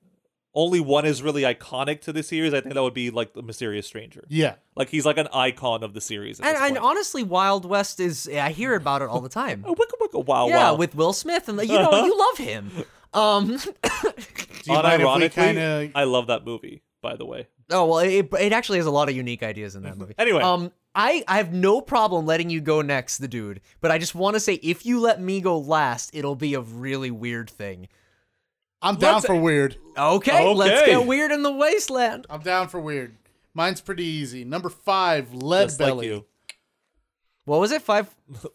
C: only one is really iconic to the series. I think that would be like the Mysterious Stranger.
B: yeah,
C: Like he's like an icon of the series. At
A: And,
C: this
A: and
C: point.
A: honestly, Wild West is I hear about it all the time.
C: Oh, wicka wicka wow
A: yeah,
C: wow.
A: with Will Smith, and like, you know you love him. Um,
B: Do you mind if we
C: Unironically,
B: kind of?
C: I love that movie, by the way.
A: oh well, it, it actually has a lot of unique ideas in that movie.
C: Anyway.
A: um, I I have no problem letting you go next, the dude. But I just want to say, if you let me go last, it'll be a really weird thing.
B: I'm down
A: let's-
B: for weird.
A: Okay, let's
C: Okay.
A: get weird in the wasteland.
B: I'm down for weird. Mine's pretty easy. Number five, lead
C: Just like
B: belly.
C: you.
A: What was it? Five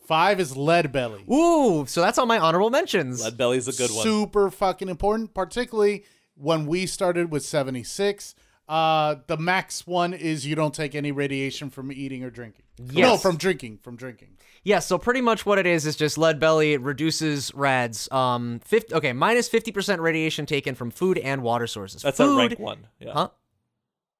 B: Five is lead belly.
A: Ooh, so that's on my honorable mentions.
C: Lead Belly's a good one.
B: Super fucking important, particularly when we started with 76. Uh, the max one is you don't take any radiation from eating or drinking. No,
A: Yes.
B: from drinking, from drinking.
A: Yeah, so pretty much what it is is just lead belly. It reduces rads. Um, 50, okay, minus fifty percent radiation taken from food and water sources.
C: That's
A: food,
C: at rank one. Yeah.
A: huh?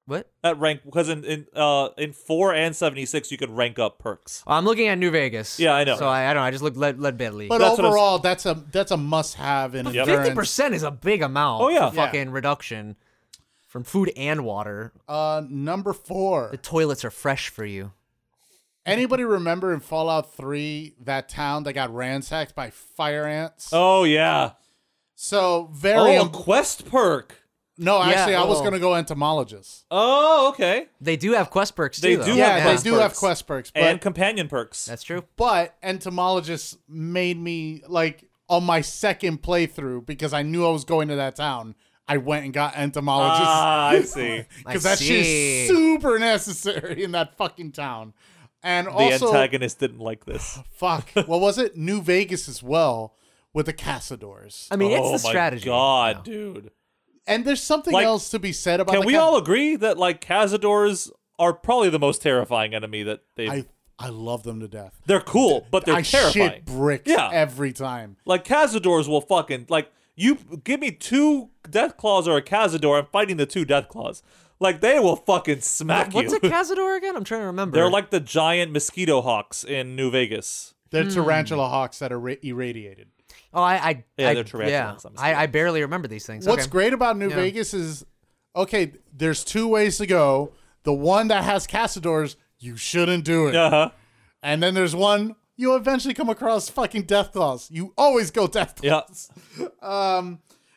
A: What?
C: At rank because in in uh in four and seventy six you could rank up perks.
A: Oh, I'm looking at New Vegas.
C: Yeah, I know.
A: So I, I don't. know. I just looked lead, lead belly.
B: But
C: That's what I'm-
B: overall, that's a that's a must have in
C: Yep.
A: fifty
B: endurance.
A: percent is a big amount.
C: Oh, yeah.
A: for
B: Yeah.
A: fucking reduction from food and water.
B: Uh, number four.
A: The toilets are fresh for you.
B: Anybody remember in Fallout Three that town that got ransacked by fire ants?
C: Oh yeah.
B: So very
C: Oh, a
B: im-
C: quest perk.
B: no,
A: Yeah,
B: actually, I was
A: oh.
B: gonna go entomologist.
C: Oh, okay.
A: They do have quest perks too.
C: They do
A: though.
C: have
B: Yeah, they
C: quest
B: do have
C: perks.
B: quest perks, but
C: and companion perks.
A: That's true.
B: but entomologists made me like on my second playthrough because I knew I was going to that town. I went and got
C: ah,
B: entomologist
C: I see.
B: because
A: I
B: that shit
A: see.
B: is super necessary in that fucking town. And
C: The
B: also,
C: antagonist didn't like this.
B: fuck, what was it? New Vegas as well with the Cassadors.
A: I mean,
C: oh
A: it's the
C: my
A: strategy.
C: god, dude.
B: And there's something
C: Like,
B: else to be said about.
C: Can
B: the
C: we
B: Ca-
C: all agree that like Cazadors are probably the most terrifying enemy that they've
B: I I love them to death.
C: They're cool, but they're
B: I
C: terrifying.
B: shit bricks
C: Yeah.
B: every time.
C: Like Cazadors will fucking like you give me two death claws or a Cazador, I'm fighting the two death claws. Like they will fucking smack
A: What's
C: you.
A: a Cazador again? I'm trying to remember.
C: They're like the giant mosquito hawks in New Vegas.
A: Hmm.
B: They're tarantula hawks that are ra- irradiated.
A: oh, I, I,
C: Yeah,
A: I-
C: they're tarantulas,
A: yeah.
C: I'm
A: I, I barely remember these things.
B: What's
A: okay.
B: great about New
A: Yeah.
B: Vegas is okay, there's two ways to go. The one that has Cassadors, you shouldn't do it.
C: Uh huh.
B: And then there's one you eventually come across fucking Death Claws. You always go Death Claws.
C: Yeah.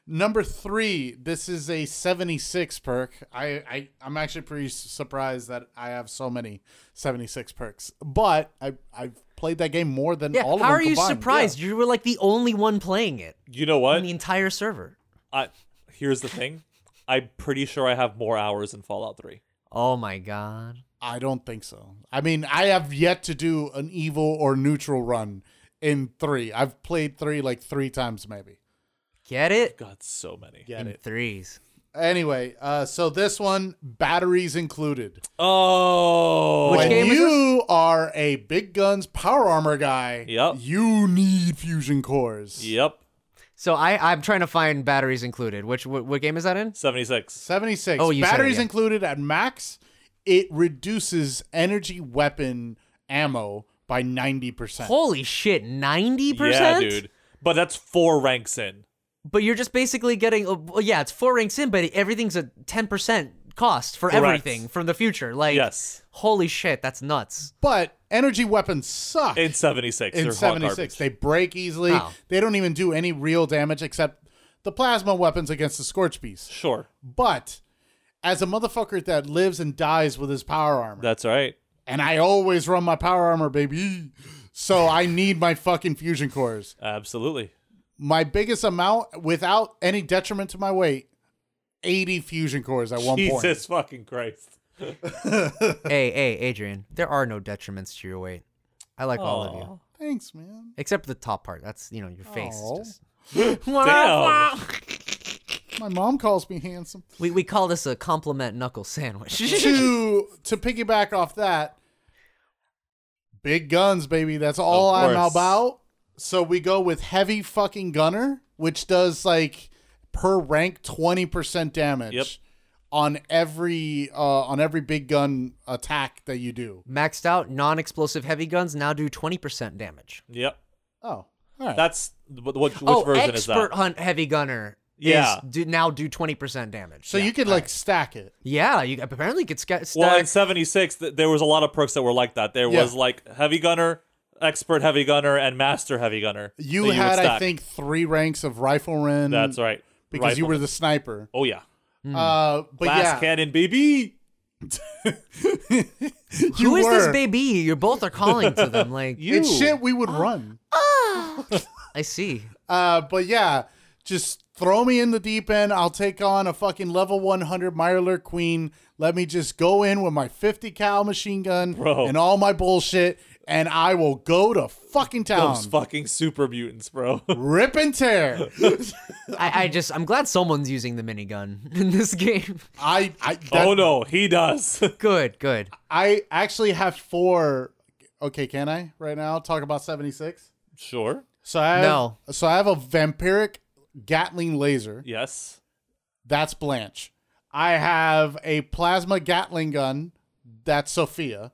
B: Number three, this is a 76 perk. I, I, I'm actually pretty s- surprised that I have so many 76 perks. But I, I've played that game more than
A: Yeah,
B: all of them
A: how are you
B: combined.
A: surprised? You were like the only one playing it
C: You know what?
A: on the entire server.
C: I here's the thing. I'm pretty sure I have more hours in Fallout 3.
A: Oh my god.
B: I don't think so. I mean, I have yet to do an evil or neutral run in three. I've played three like three times, maybe.
A: Get it?
C: God, so many.
B: Get
A: In threes.
B: Anyway, uh, so this one, batteries included.
C: Oh.
A: Which
B: when
A: game is
B: you are a big guns power armor guy,
C: Yep.
B: you need fusion cores.
C: Yep.
A: So I, I'm trying to find batteries included. Which what, what game is that in?
C: 76.
B: 76.
A: Oh, you said it,
B: batteries
A: yeah.
B: included at max, it reduces energy weapon ammo by 90%.
A: Holy shit, ninety
C: Yeah,
A: percent.
C: dude. But that's four ranks in.
A: But you're just basically getting. uh, well, Yeah, it's four ranks in, but everything's a ten percent cost for
C: Correct.
A: everything from the future. Like,
C: Yes.
A: Holy shit, that's nuts.
B: But energy weapons suck.
C: In 76.
B: in
C: they're hot
B: 76
C: garbage.
B: they break easily
A: Oh.
B: they don't even do any real damage except the plasma weapons against the scorch beast
C: Sure.
B: but as a motherfucker that lives and dies with his power armor
C: That's right.
B: and i always run my power armor baby so i need my fucking fusion cores
C: Absolutely.
B: my biggest amount without any detriment to my weight 80 fusion cores at one point
C: Jesus fucking Christ.
A: hey, hey, Adrian, there are no detriments to your weight. I like all of you.
B: thanks man
A: Except the top part. That's you know your face.
B: Aw.
A: Just...
C: Damn.
B: my mom calls me handsome
A: We we call this a compliment knuckle sandwich.
B: to to piggyback off that, big guns, baby. That's all
C: Of
B: I'm
C: course.
B: about. So we go with heavy fucking gunner, which does like per rank twenty percent damage
C: Yep.
B: on every uh, on every big gun attack that you do.
A: Maxed out non-explosive heavy guns now do twenty percent damage.
C: Yep.
B: Oh, all right.
C: That's what, what, which
A: oh,
C: version
A: expert
C: is that?
A: hunt heavy gunner.
C: Yeah.
A: is, do, now do twenty percent damage.
B: so
A: yeah.
B: you could like stack it.
A: yeah, you apparently could sca- stack.
C: Well, in 76, th- there was a lot of perks that were like that. There
B: Yeah.
C: was like heavy gunner, expert heavy gunner, and master heavy gunner. that
B: You
C: would
B: had, I
C: stack.
B: think, three ranks of rifleman.
C: That's right.
B: Because you
C: Rifle.
B: were the sniper.
C: Oh yeah.
A: Hmm.
B: Uh, but
C: Glass
B: yeah,
C: cannon, baby.
B: you
A: Who is this
B: were.
A: baby? Oh. You both are calling to them. Like
C: You
B: It's shit we would run.
A: I see.
B: Uh, but yeah, just throw me in the deep end. I'll take on a fucking level 100 Myler Queen. Let me just go in with my 50 cal machine gun
C: Bro.
B: and all my bullshit and I will go to fucking town.
C: Those fucking super mutants, bro.
B: Rip and tear.
A: I, I just I'm glad someone's using the minigun in this game.
B: I I that-
C: oh no, he does.
A: Good, good.
B: I actually have four. Okay, can I right now talk about seventy six?
C: sure.
B: So I have,
A: No.
B: So I have a vampiric Gatling laser.
C: Yes.
B: That's Blanche. I have a plasma Gatling gun. That's Sophia.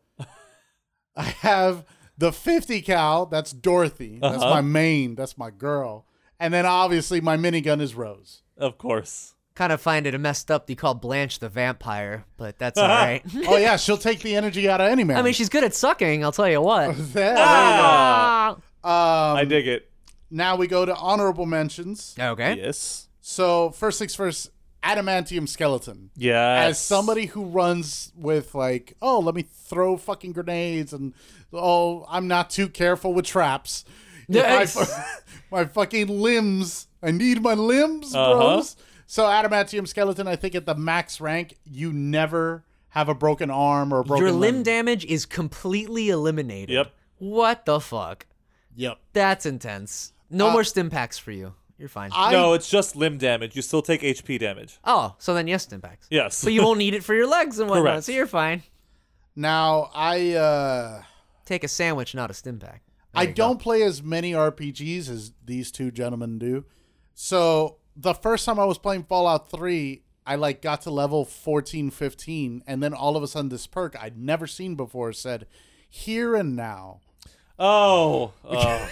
B: I have the 50 cal. That's Dorothy. That's
A: Uh-huh.
B: my main. That's my girl. And then obviously my minigun is Rose.
C: Of course.
A: Kind of find it messed up. They call Blanche the vampire, but that's all right.
B: Oh yeah, she'll take the energy out of any man.
A: I mean, she's good at sucking. I'll tell you what.
B: There, there you go.
C: Ah!
B: Um,
C: I dig it.
B: now we go to honorable mentions.
A: Okay.
C: Yes.
B: So first things first, adamantium skeleton.
C: Yes.
B: as somebody who runs with like, oh, let me throw fucking grenades and oh, I'm not too careful with traps. If I
A: Yes.
B: fu- my fucking limbs. I need my limbs,
C: Uh-huh.
B: bros. So adamantium skeleton, I think at the max rank, you never have a broken arm or a broken
A: Your limb
B: limb.
A: damage is completely eliminated.
C: Yep.
A: What the fuck?
B: Yep.
A: That's intense. No
C: Uh,
A: more stimpacks for you. You're fine.
B: I
C: no, it's just limb damage. You still take HP damage.
A: oh, so then yes, stimpacks.
C: Yes.
A: But you won't need it for your legs and whatnot,
C: Correct.
A: so you're fine.
B: now I uh
A: Take a sandwich, not a stimpack.
B: I don't play as many RPGs as these two gentlemen do. So the first time I was playing Fallout 3, I like got to level 14, 15, and then all of a sudden this perk I'd never seen before said here and now.
C: oh. oh.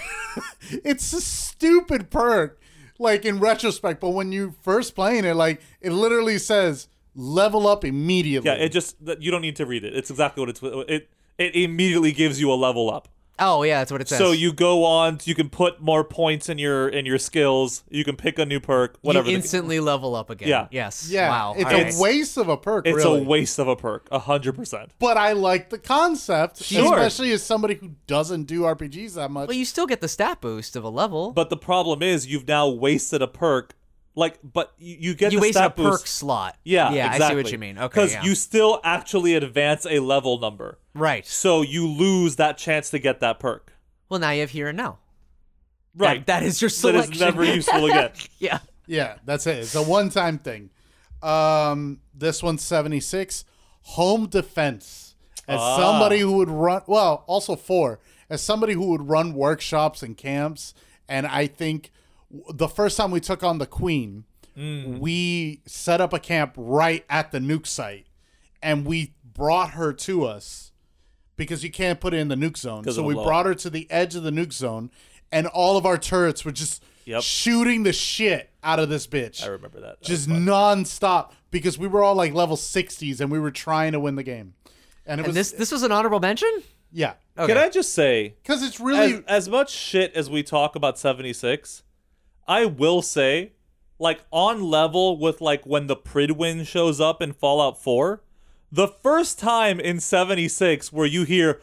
B: It's a stupid perk, like in retrospect, but when you first playing it, like it literally says level up immediately.
C: yeah, it just that- you don't need to read it. It's exactly what it's it it immediately gives you a level up.
A: Oh yeah, that's what it says.
C: So you go on, you can put more points in your in your skills. You can pick a new perk, whatever.
A: You
C: the-
A: instantly level up again.
C: Yeah.
A: Yes.
B: yeah,
A: Wow.
B: it's
A: All right.
B: a waste of a perk.
C: it's
B: really.
C: a waste of a perk, a hundred percent.
B: but I like the concept,
C: Sure.
B: especially as somebody who doesn't do RPGs that much.
A: But you still get the stat boost of a level.
C: But the problem is, you've now wasted a perk. Like, but you, you get
A: you
C: the
A: waste
C: stat
A: a perk
C: boost.
A: slot.
C: Yeah,
A: Yeah. I see what
C: exactly.
A: you mean. Okay.
C: because
A: Yeah.
C: you still actually advance a level number,
A: right.
C: so you lose that chance to get that perk.
A: Well, now you have here and now. That-
C: Right,
A: that is your
C: that is
A: selection.
C: never useful again.
A: yeah.
B: Yeah, that's it. It's a one time thing. Um, this one's 76. Home defense. As
C: Ah.
B: somebody who would run, well, also four, as somebody who would run workshops and camps. And I think w- the first time we took on the Queen,
C: Mm.
B: we set up a camp right at the nuke site and we brought her to us because you can't put it in the nuke zone. So
C: it'll
B: we
C: blow up.
B: brought her to the edge of the nuke zone, and all of our turrets were just
C: Yep.
B: shooting the shit out of this bitch.
C: I remember that.
B: Just nonstop because we were all like level 60s and we were trying to win the game. And it
A: And
B: was
A: this this was an honorable mention.
B: yeah.
A: Okay.
C: Can I just say,
B: Cuz it's really
C: as, as much shit as we talk about 76, I will say, like, on level with, like, when the Pridwin shows up in Fallout 4, the first time in 76 where you hear,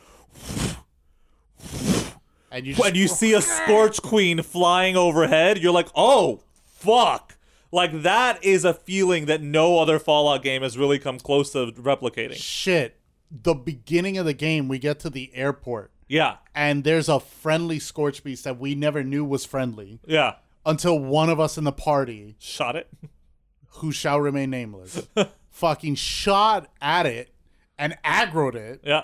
B: and you
C: when
B: just,
C: you see a Scorch Queen flying overhead, you're like, oh, fuck. Like, that is a feeling that no other Fallout game has really come close to replicating.
B: shit. The beginning of the game we get to the airport
C: Yeah.
B: and there's a friendly scorch beast that we never knew was friendly
C: Yeah.
B: until one of us in the party
C: Shot it.
B: who shall remain nameless, fucking shot at it and aggroed it.
C: Yeah.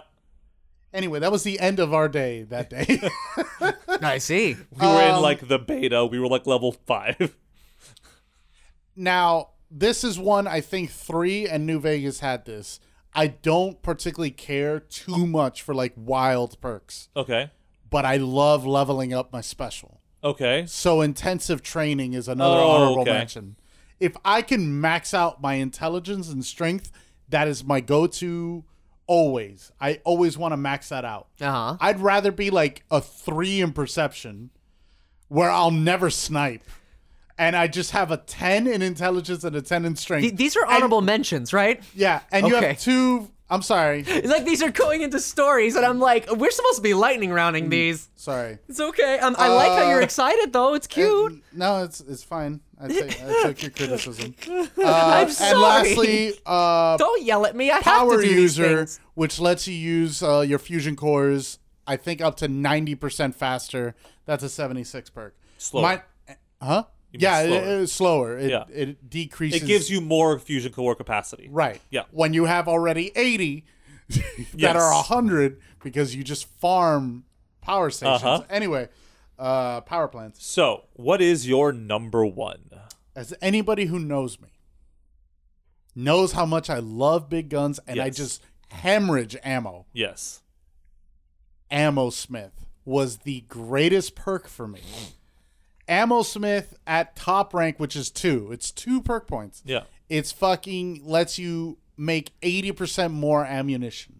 B: Anyway, that was the end of our day that day.
A: I see.
C: We were in, like, the beta. We were, like, level five.
B: now, this is one I think three and New Vegas had this. I don't particularly care too much for like wild perks,
C: okay.
B: but I love leveling up my special.
C: Okay.
B: So intensive training is another
C: Oh,
B: honorable
C: okay.
B: mention. If I can max out my intelligence and strength, that is my go-to always. I always want to max that out.
A: Uh huh.
B: I'd rather be like a three in perception where I'll never snipe and I just have a 10 in intelligence and a 10 in strength.
A: These are honorable mentions, right?
B: yeah. And you
A: Okay.
B: have two. I'm sorry.
A: It's like these are going into stories, and I'm like, we're supposed to be lightning
B: Mm.
A: rounding these.
B: Sorry.
A: It's okay. Um, I like
B: Uh,
A: how you're excited though. It's cute.
B: No, it's it's fine. I take, I take your criticism. Uh,
A: I'm
B: And
A: sorry.
B: lastly, uh,
A: Don't yell at me. I have
B: power
A: to do these
B: user,
A: things.
B: which lets you use uh, your fusion cores I think up to ninety percent faster. That's a seventy six perk.
C: Slower.
B: huh?
C: mean
B: Yeah, it-
C: slower.
B: it's slower. It,
C: Yeah.
B: it decreases.
C: It gives you more fusion core capacity.
B: right.
C: Yeah.
B: when you have already eighty that
C: Yes.
B: are hundred because you just farm power stations.
C: Uh-huh.
B: Anyway, uh, power plants.
C: So, what is your number one?
B: As anybody who knows me knows how much I love big guns, and I
C: Yes.
B: just hemorrhage ammo.
C: Yes.
B: Ammo Smith was the greatest perk for me. Ammo Smith at top rank, which is two. It's two perk points.
C: Yeah.
B: It's fucking lets you make 80% more ammunition.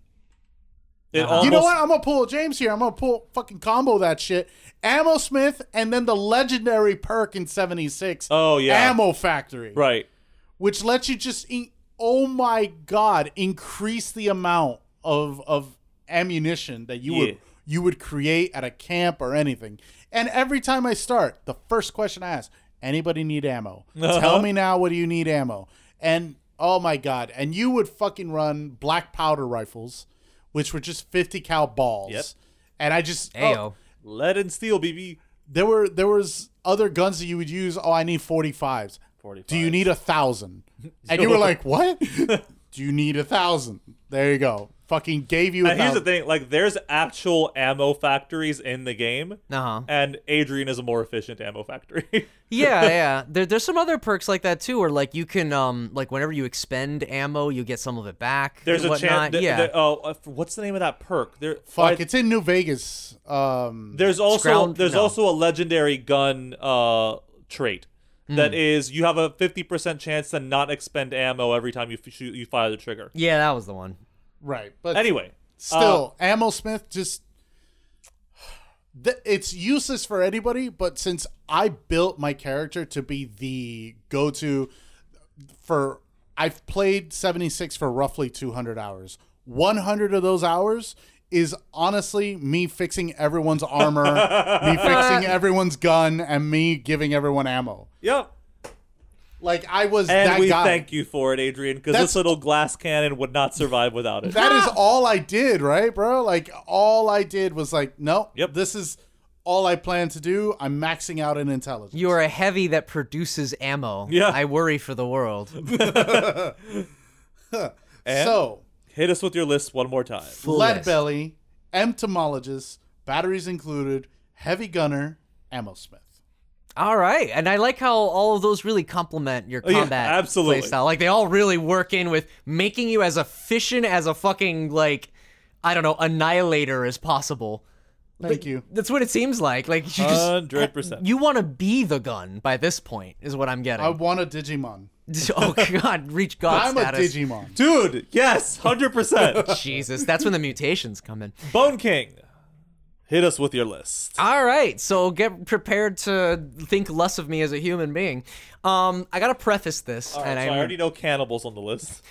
C: It
B: You know
C: almost-
B: what? I'm gonna pull James here. I'm gonna pull fucking combo that shit. Ammo Smith and then the legendary perk in 76.
C: Oh, yeah.
B: Ammo Factory.
C: Right.
B: Which lets you just in- oh my god, increase the amount of of ammunition that you
C: Yeah.
B: would you would create at a camp or anything. And every time I start, the first question I ask, anybody need ammo?
C: Uh-huh.
B: Tell me now what do you need ammo? And oh my god, and you would fucking run black powder rifles, which were just 50 cal balls.
C: Yep.
B: And I just oh,
A: Ayo.
C: Lead and steel, BB.
B: there were there was other guns that you would use. Oh, I need forty fives. Do you need a thousand? And you were like, what? Do you need a thousand? There you go. Fucking gave you. A
C: And here's the
B: thousand.
C: thing: like, there's actual ammo factories in the game,
A: Uh-huh.
C: and Adrian is a more efficient ammo factory.
A: yeah, yeah. There, there's some other perks like that too, where like you can um like whenever you expend ammo, you get some of it back.
C: there's
A: and
C: a
A: whatnot.
C: chance. th-
A: yeah.
C: th- oh, uh, f- what's the name of that perk? There,
B: Fuck.
C: I-
B: It's in New Vegas. Um.
C: There's also
A: Scround-
C: there's
A: no.
C: also a legendary gun uh trait
A: Hmm.
C: that is you have a 50% chance to not expend ammo every time you f- shoot you fire the trigger.
A: yeah, that was the one.
B: Right. But
C: Anyway,
B: still,
C: Uh,
B: Ammo Smith just. Th- It's useless for anybody, but since I built my character to be the go to for. I've played 76 for roughly 200 hours. 100 of those hours is honestly me fixing everyone's armor, me fixing everyone's gun, and me giving everyone ammo.
C: yeah.
B: Like, I was that
C: And we
B: guy.
C: thank you for it, Adrian, because
B: That's-
C: this little glass cannon would not survive without it.
B: That is all I did, right, bro? Like all I did was like, no,
C: Yep.
B: this is all I plan to do. I'm maxing out in intelligence.
A: You are a heavy that produces ammo.
C: Yeah.
A: I worry for the world.
B: so
C: Hit us with your list one more time.
A: Full
B: lead
A: list.
B: belly, entomologist, batteries included, heavy gunner, ammo smith.
A: All right, and I like how all of those really complement your
C: Oh, yeah,
A: combat
C: absolutely.
A: playstyle. Like they all really work in with making you as efficient as a fucking like I don't know annihilator as possible.
B: Thank you.
A: That's what it seems like. Like you just
C: 100%.
A: you want to be the gun by this point is what I'm getting.
B: I want a Digimon.
A: oh God, reach God
B: I'm
A: status.
B: a Digimon.
C: Dude, yes, 100%.
A: Jesus, that's when the mutations come in.
C: Bone King, hit us with your list.
A: All right, so get prepared to think less of me as a human being. Um, I gotta preface this, and
C: so I
A: I'm-
C: already know cannibals on the list.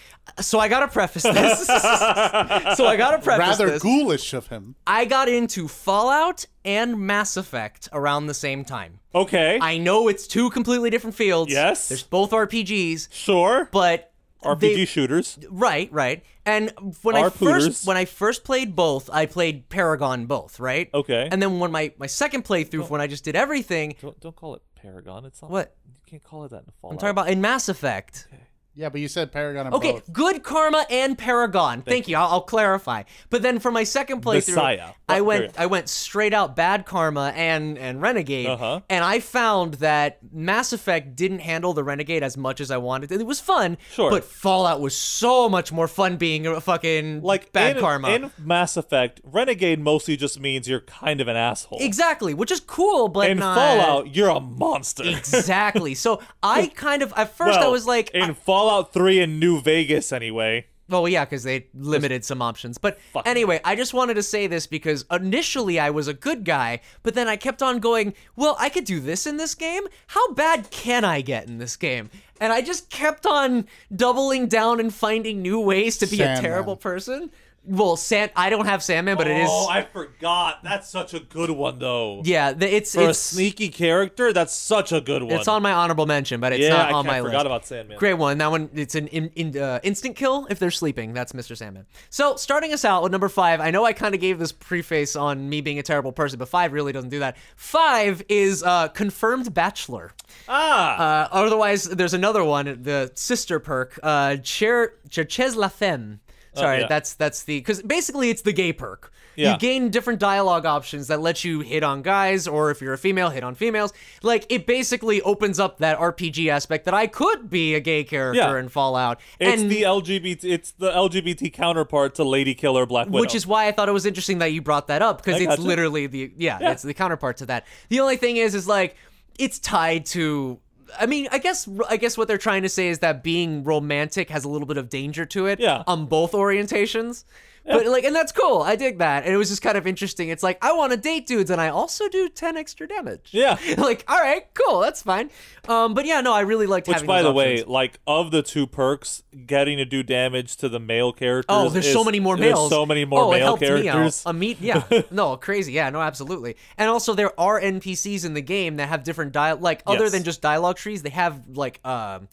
A: so I gotta preface this. so I gotta preface
B: Rather
A: this.
B: ghoulish of him.
A: I got into Fallout and Mass Effect around the same time.
C: Okay,
A: I know it's two completely different fields.
C: Yes.
A: there's both RPGs,
C: sure.
A: but
C: RPG
A: they-
C: shooters.
A: Right, right. And when I
C: Our pooters.
A: first when I first played both, I played Paragon both, right?
C: Okay.
A: And then when my my second playthrough, when I just did everything,
C: Don't don't call it Paragon. It's not
A: What?
C: you can't call it that in a Fallout.
A: I'm talking about in Mass Effect.
B: Yeah, but you said Paragon and
A: Okay,
B: both.
A: good karma and Paragon. Thank, you. I'll, I'll clarify. But then for my second playthrough,
C: Messiah.
A: I
C: Oh,
A: went
C: period.
A: I went straight out bad karma and and renegade,
C: Uh-huh.
A: and I found that Mass Effect didn't handle the renegade as much as I wanted. It was fun,
C: Sure.
A: but Fallout was so much more fun being a fucking
C: like
A: bad
C: in,
A: karma
C: in Mass Effect. Renegade mostly just means you're kind of an asshole.
A: Exactly, which is cool, but
C: In
A: not
C: Fallout, you're a monster.
A: Exactly. So I kind of at first I
C: Well,
A: was like,
C: in Fallout 3 in New Vegas, anyway.
A: well, yeah, because they limited some options. But
C: Fuck.
A: anyway, I just wanted to say this because initially I was a good guy, but then I kept on going. Well, I could do this in this game. How bad can I get in this game? And I just kept on doubling down and finding new ways to be a
B: Sandman.
A: terrible person. Well, San I don't have Sandman, but it is.
C: Oh, I forgot. That's such a good one though.
A: yeah, the, it's
C: For
A: it's
C: a sneaky character, that's such a good one.
A: It's on my honorable mention, but it's
C: yeah,
A: not
C: I
A: on
C: ca-
A: my
C: forgot
A: list.
C: about Sandman.
A: Great one. That one, it's an in, in, uh, instant kill if they're sleeping. That's Mr. Sandman. So, starting us out with number five, I know I kind of gave this preface on me being a terrible person, but five really doesn't do that. Five is uh, Confirmed Bachelor.
C: Ah,
A: Uh, otherwise, there's another one, the sister perk, uh, Cher- Cherchez la Femme. Sorry,
C: Oh, yeah.
A: that's that's the because basically it's the gay perk.
C: Yeah.
A: You gain different dialogue options that let you hit on guys, or if you're a female, hit on females. Like it basically opens up that RPG aspect that I could be a gay character
C: Yeah.
A: in Fallout,
C: it's
A: and
C: the LGBT. It's the LGBT counterpart to Lady Killer Black Widow.
A: which is why I thought it was interesting that you brought that up because it's
C: gotcha.
A: literally the yeah, it's the counterpart to that. The only thing is, is like it's tied to. I mean, I guess I guess what they're trying to say is that being romantic has a little bit of danger to it.
C: Yeah.
A: On both orientations. But like, and that's cool. I dig that, and it was just kind of interesting. It's like I want to date dudes, and I also do ten extra damage.
C: Yeah.
A: like, all right, cool, that's fine. Um, but yeah, no, I really liked
C: Which,
A: having.
C: by
A: those
C: the way,
A: options.
C: like of the two perks, getting to do damage to the male characters.
A: Oh, there's so
C: is-
A: many more
C: there's
A: males.
C: so many more
A: oh, it
C: male
A: helped
C: characters.
A: Me out. A meet, yeah, no, crazy, yeah, no, absolutely. And also, there are NPCs in the game that have different dial, like other
C: Yes.
A: than just dialogue trees, they have like um,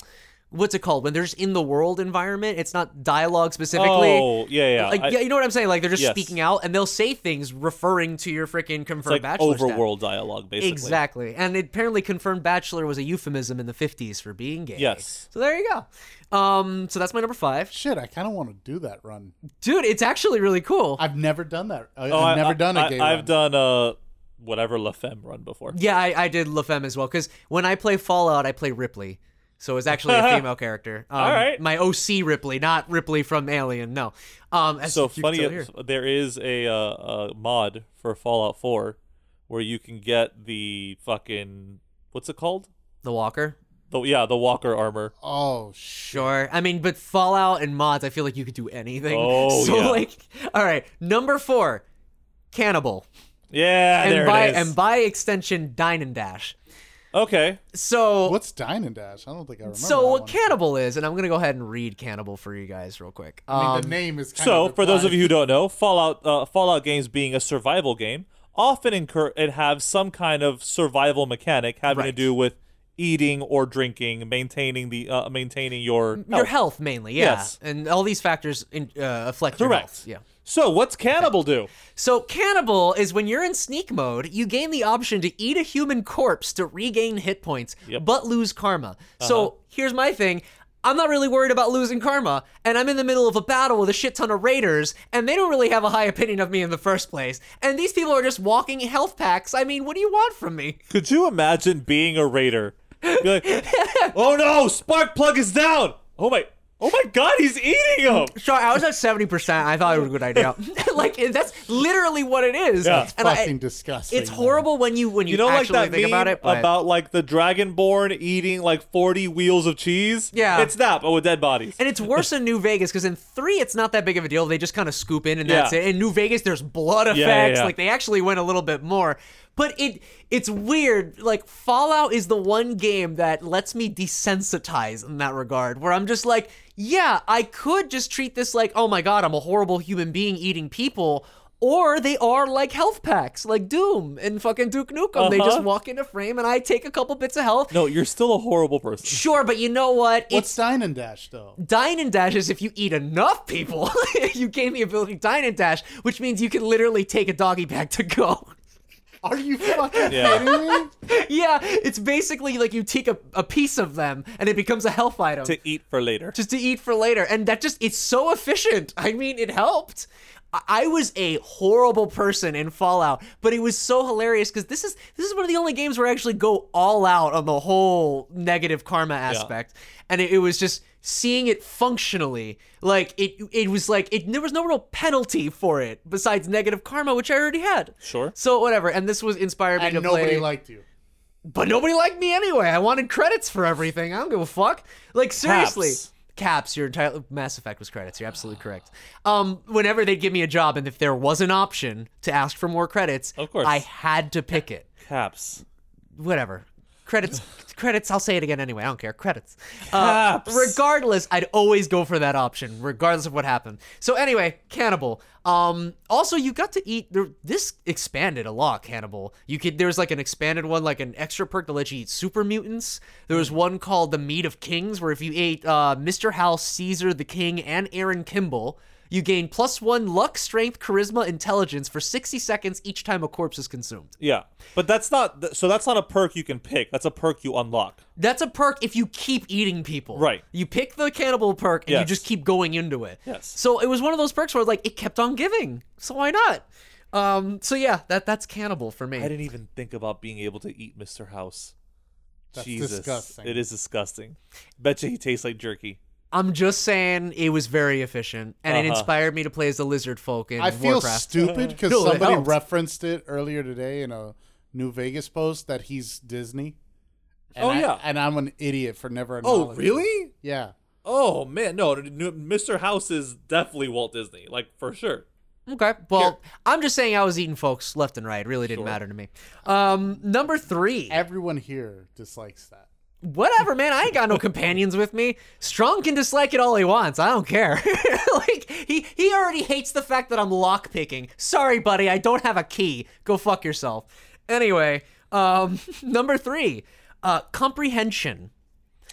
A: what's it called when there's in the world environment? It's not dialogue specifically.
C: oh, yeah, yeah.
A: Like,
C: I-
A: yeah, you know what I'm saying? Like they're just
C: Yes.
A: speaking out, and they'll say things referring to your freaking confirmed
C: it's like
A: bachelor. stat.
C: overworld dialogue, basically.
A: Exactly. And it apparently confirmed bachelor was a euphemism in the 50s for being gay.
C: Yes.
A: So there you go. Um, so that's my number five.
B: Shit, I kind of want to do that run.
A: Dude, it's actually really cool.
B: I've never done that. I,
C: Oh,
B: I've
C: I-
B: never
C: I-
B: done a
C: I-
B: gay
C: I've
B: run.
C: done uh whatever La Femme run before.
A: Yeah, I, I did LaFemme as well because when I play Fallout, I play Ripley, so it's actually a female character. Um,
C: All right.
A: my OC Ripley, not Ripley from Alien. No. Um, as
C: So
A: you can
C: funny,
A: tell here.
C: there is a, uh, a mod for Fallout 4 where you can get the fucking what's it called?
A: The Walker.
C: The yeah, the Walker armor.
B: Oh, sh-
A: Sure. I mean, but Fallout and mods, I feel like you could do anything.
C: Oh,
A: so
C: yeah.
A: like, all right, number four, Cannibal,
C: Yeah,
A: and
C: Ah, there
A: by
C: it is.
A: and by extension, Dine and Dash.
C: okay,
A: So
B: what's Dine and Dash? I don't think I remember.
A: so
B: that
A: what
B: one.
A: Cannibal is, and I'm gonna go ahead and read Cannibal for you guys real quick. Um,
B: I mean, the name is kind
C: so
B: of
C: for those of
B: implied.
C: you who don't know, Fallout uh, Fallout games being a survival game often incur and have some kind of survival mechanic having to
A: Right.
C: do with eating or drinking, maintaining the uh, maintaining your
A: your health mainly, yeah,
C: Yes.
A: and all these factors in, uh, affect your health.
C: Correct.
A: Yeah.
C: So what's cannibal do?
A: So cannibal is when you're in sneak mode, you gain the option to eat a human corpse to regain hit points, but lose karma. So here's my thing. I'm not really worried about losing karma, and I'm in the middle of a battle with a shit ton of raiders, and they don't really have a high opinion of me in the first place. And these people are just walking health packs. I mean, what do you want from me?
C: Could you imagine being a raider? Be like, oh no, spark plug is down. Oh my, oh my god, he's eating him.
A: Sorry, I was at 70%. I thought it was a good idea. like that's literally what it is.
C: Yeah. It's
A: and I-
B: fucking disgusting.
A: it's
B: man.
A: horrible when you when you,
C: You know, like
A: actually
C: that
A: think
C: meme
A: about it. But
C: about like the dragonborn eating like forty wheels of cheese.
A: Yeah.
C: it's that, but with dead bodies.
A: And it's worse in New Vegas because in three, it's not that big of a deal. They just kind of scoop in and that's
C: Yeah.
A: it. In New Vegas, there's blood effects.
C: yeah, yeah.
A: Like they actually went a little bit more. But it it's weird. Like Fallout is the one game that lets me desensitize in that regard, where I'm just like, yeah, I could just treat this like, oh my god, I'm a horrible human being eating people. Or they are like health packs, like Doom and fucking Duke Nukem. They just
C: Uh-huh.
A: walk into frame, and I take a couple bits of health.
C: no, you're still a horrible person.
A: Sure, but you know what?
B: What's Dine and Dash though?
A: Dine and Dash is if you eat enough people, you gain the ability to dine and dash, which means you can literally take a doggy bag to go.
B: Are you fucking
C: Yeah.
B: kidding me?
A: yeah, it's basically like you take a, a piece of them and it becomes a health item
C: To eat for later.
A: just to eat for later. And that just, it's so efficient. I mean, it helped. I- I was a horrible person in Fallout, but it was so hilarious because this is this is one of the only games where I actually go all out on the whole negative karma aspect, and it, it was just seeing it functionally. Like it, it was like it. There was no real penalty for it besides negative karma, which I already had.
C: Sure.
A: So whatever, and this was inspired me to
B: And nobody
A: play.
B: liked you.
A: But nobody liked me anyway. I wanted credits for everything. I don't give a fuck. Like seriously.
C: Caps.
A: Caps. your entire Mass Effect was credits. You're absolutely correct. Um, whenever they'd give me a job, and if there was an option to ask for more credits,
C: Of course.
A: I had to pick it.
C: Caps.
A: Whatever. Credits, credits. I'll say it again anyway. I don't care. Credits. Uh,
C: Caps.
A: regardless, I'd always go for that option, regardless of what happened. So anyway, Cannibal. Um, also, you got to eat. There, this expanded a lot. Cannibal. You could. There was like an expanded one, like an extra perk that lets you eat super mutants. There was one called the Meat of Kings, where if you ate uh, Mr. House, Caesar the King, and Aaron Kimball. You gain plus one luck, strength, charisma, intelligence for 60 seconds each time a corpse is consumed.
C: Yeah, but that's not th- so. That's not a perk you can pick. That's a perk you unlock.
A: That's a perk if you keep eating people.
C: Right.
A: You pick the cannibal perk and you
C: Yes.
A: just keep going into it.
C: Yes.
A: So it was one of those perks where like it kept on giving. So why not? Um so yeah, that that's cannibal for me.
C: I didn't e- even think about being able to eat Mr. House.
B: That's
C: Jesus,
B: disgusting.
C: it is disgusting. Betcha he tastes like jerky.
A: I'm just saying it was very efficient and it
C: Uh-huh.
A: inspired me to play as the lizard folk in
B: I feel
A: Warcraft.
B: stupid because
A: No, it
B: somebody
A: helps.
B: referenced it earlier today in a New Vegas post that he's Disney. And
C: Oh,
B: I-
C: yeah.
B: and I'm an idiot for never.
C: Oh
B: acknowledging it.
C: really?
B: Yeah.
C: Oh man, no, n- n- Mr. House is definitely Walt Disney, like for sure.
A: Okay. Well, I'm just saying I was eating folks left and right. It really didn't matter to me. Um number 3.
B: Everyone here dislikes that.
A: whatever, man. I ain't got no companions with me. Strong can dislike it all he wants. I don't care. like he he already hates the fact that I'm lockpicking. Sorry, buddy. I don't have a key. Go fuck yourself. Anyway, um, number three, uh, comprehension.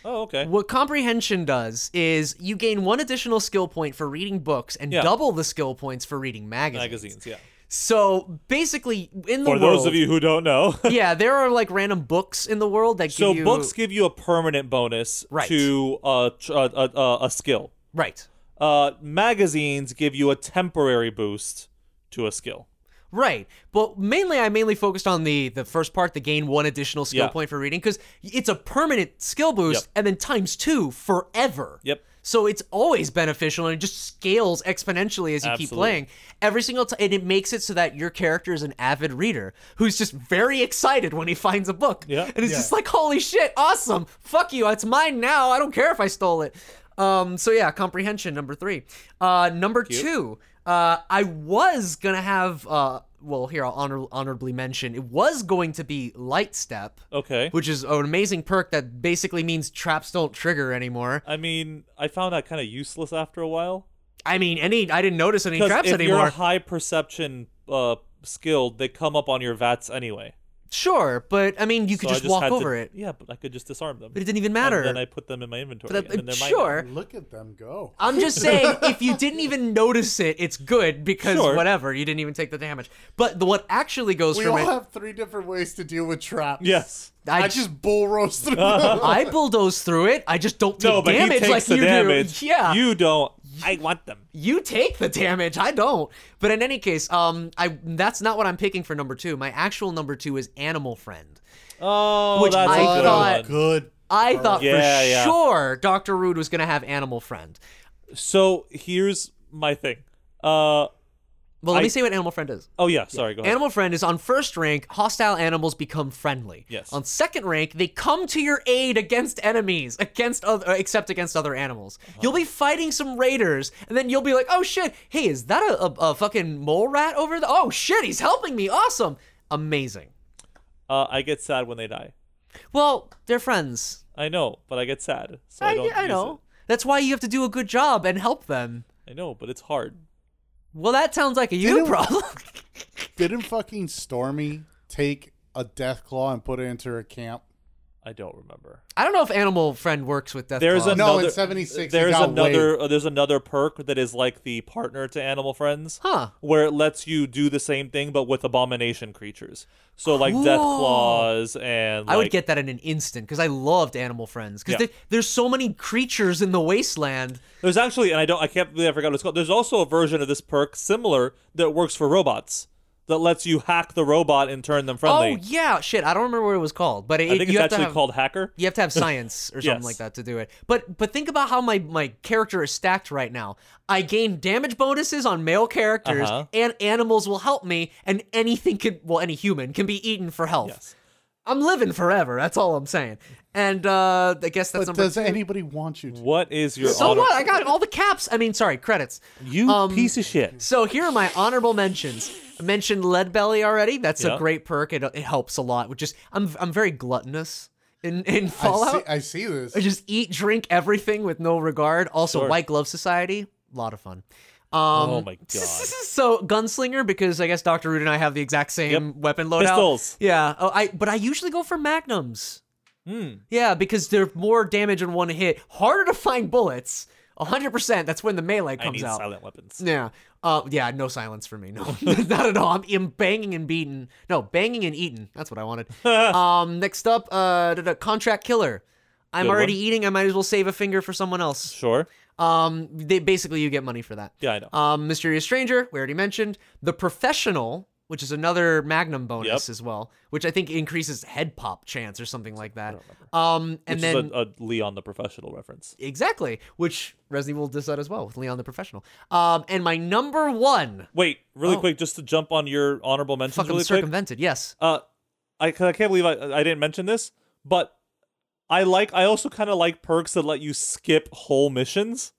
C: Oh okay.
A: What comprehension does is you gain one additional skill point for reading books and
C: Yeah.
A: double the skill points for reading magazines.
C: Magazines, yeah.
A: So basically, in the
C: For
A: world,
C: those of you who don't know,
A: yeah, there are like random books in the world that
C: so
A: give you
C: books give you a permanent bonus
A: Right.
C: to uh, tr- uh, uh, uh, a skill.
A: right.
C: Uh, magazines give you a temporary boost to a skill.
A: Right, but mainly I mainly focused on the the first part, the gain one additional skill
C: Yeah.
A: point for reading, because it's a permanent skill boost,
C: Yep.
A: and then times two forever.
C: Yep.
A: So it's always beneficial, and it just scales exponentially as you keep
C: Absolutely.
A: playing. Every single time, and it makes it so that your character is an avid reader who's just very excited when he finds a book.
C: Yeah.
A: and it's just like, holy shit, awesome! Fuck you, it's mine now. I don't care if I stole it. Um, so yeah, comprehension number three. Uh, number two, uh, I was gonna have. Uh, well, here I'll honor- honorably mention it was going to be light step,
C: Okay.
A: which is an amazing perk that basically means traps don't trigger anymore.
C: I mean, I found that kind of useless after a while.
A: I mean, any I didn't notice any
C: Because
A: traps
C: if you're
A: anymore.
C: a high perception uh, skilled, they come up on your vats anyway.
A: Sure, but I mean, you could
C: So I
A: just, walk
C: had to-
A: over it.
C: Yeah, but I could just disarm them.
A: But it didn't even
C: And
A: matter.
C: then I put them in my inventory.
A: But, uh,
C: and then they're mine now.
A: sure.
B: Look at them go.
A: I'm just saying, if you didn't even notice it, it's good because
C: Sure.
A: whatever, you didn't even take the damage. But the, what actually goes
B: We
A: from
B: all
A: it,
B: have three different ways to deal with traps.
C: Yes. Oh,
B: I,
A: I,
B: just bull roast through them.
A: I bulldoze through it. I just don't take
C: No, but
A: damage
C: he takes
A: like
C: the
A: you
C: damage.
A: do. Yeah,
C: You don't. I want them.
A: you take the damage i don't but in any case um i that's not what i'm picking for number two my actual number two is animal friend
C: Oh,
A: Which
C: that's
A: I
C: a good
A: thought-
C: one.
B: Good.
A: i thought
C: Yeah,
A: for
C: yeah.
A: sure dr rude was gonna have animal friend
C: So here's my thing. Uh,
A: well let
C: I-
A: me say what animal friend is
C: oh yeah. Sorry. Go ahead.
A: Animal friend is on first rank, hostile animals become friendly.
C: Yes.
A: On second rank, they come to your aid against enemies, against other, except against other animals.
C: Uh-huh.
A: You'll be fighting some raiders, and then you'll be like, oh shit, hey, is that a, a, a fucking mole rat over there? Oh shit, he's helping me. Awesome. Amazing.
C: uh, I get sad when they die.
A: Well, they're friends.
C: I know, but I get sad. So I,
A: I,
C: don't.
A: I
C: use
A: know. That's why you have to do a good job and help them.
C: it. I know, but it's hard.
A: Well, that sounds like a you
B: Didn't-
A: problem.
B: Didn't fucking Stormy take a death claw and put it into her camp?
C: I don't remember.
A: I don't know if Animal Friend works with Death
C: There's
A: Claw.
B: No, in
C: another
B: 76, it
C: There's
B: got
C: another. uh, There's another perk that is like the partner to Animal Friends,
A: Huh.
C: where it lets you do the same thing but with abomination creatures. So like death
A: Cool.
C: claws and
A: I would
C: like-
A: get that in an instant because I loved Animal Friends because
C: Yeah.
A: there's so many creatures in the wasteland.
C: There's actually, and I don't, I can't believe I forgot what it's called. There's also a version of this perk similar that works for robots that lets you hack the robot and turn them friendly.
A: Oh yeah, shit. I don't remember what it was called, but it,
C: I think
A: you
C: it's
A: have to
C: actually
A: have,
C: called hacker.
A: You have to have science or something
C: Yes.
A: like that to do it. But but think about how my my character is stacked right now. I gain damage bonuses on male characters,
C: Uh-huh.
A: and animals will help me, and anything can well any human can be eaten for health.
C: Yes.
A: I'm living forever. That's all I'm saying. And uh I guess that's
B: But
A: number.
B: does anybody want you to?
C: What is your
A: so
C: honor?
A: what? Um, I got all the caps. I mean, sorry, credits.
C: You piece of shit.
A: So here are my honorable mentions. I mentioned lead belly already. That's
C: Yeah.
A: a great perk. It, it helps a lot. Which just I'm I'm very gluttonous. in, in
B: I see,
A: Fallout.
B: I see this.
A: I just eat, drink everything with no regard. Also,
C: Sure.
A: White Glove Society, a lot of fun. Um,
C: Oh my God.
A: So gunslinger because I guess Doctor Root and I have the exact same weapon loadout.
C: Pistols.
A: Yeah. Oh, I but I usually go for magnums.
C: Hmm.
A: Yeah, because they're more damage in one hit, harder to find bullets. hundred percent. That's when the melee
C: I
A: comes
C: need
A: out.
C: silent weapons.
A: Yeah. Uh, yeah, no silence for me. No, not at all. I'm, I'm banging and beaten. No, banging and eaten. That's what I wanted. um, next up, uh, da- da- contract killer. I'm
C: Good
A: already
C: one.
A: eating. I might as well save a finger for someone else.
C: Sure.
A: Um, they basically you get money for that.
C: Yeah, I know.
A: Um, mysterious stranger. We already mentioned the professional, which is another magnum bonus
C: Yep.
A: as well, which I think increases head pop chance or something like that. Um, and
C: Which
A: then
C: is a, a Leon the Professional reference.
A: exactly, which Resident Evil does that as well with Leon the professional. Um, and my number one.
C: Wait, really
A: Oh.
C: quick, just to jump on your honorable mentions
A: fucking
C: really quick.
A: circumvented. Yes.
C: Uh, I, 'cause I can't believe I, I didn't mention this, but I like I also kind of like perks that let you skip whole missions,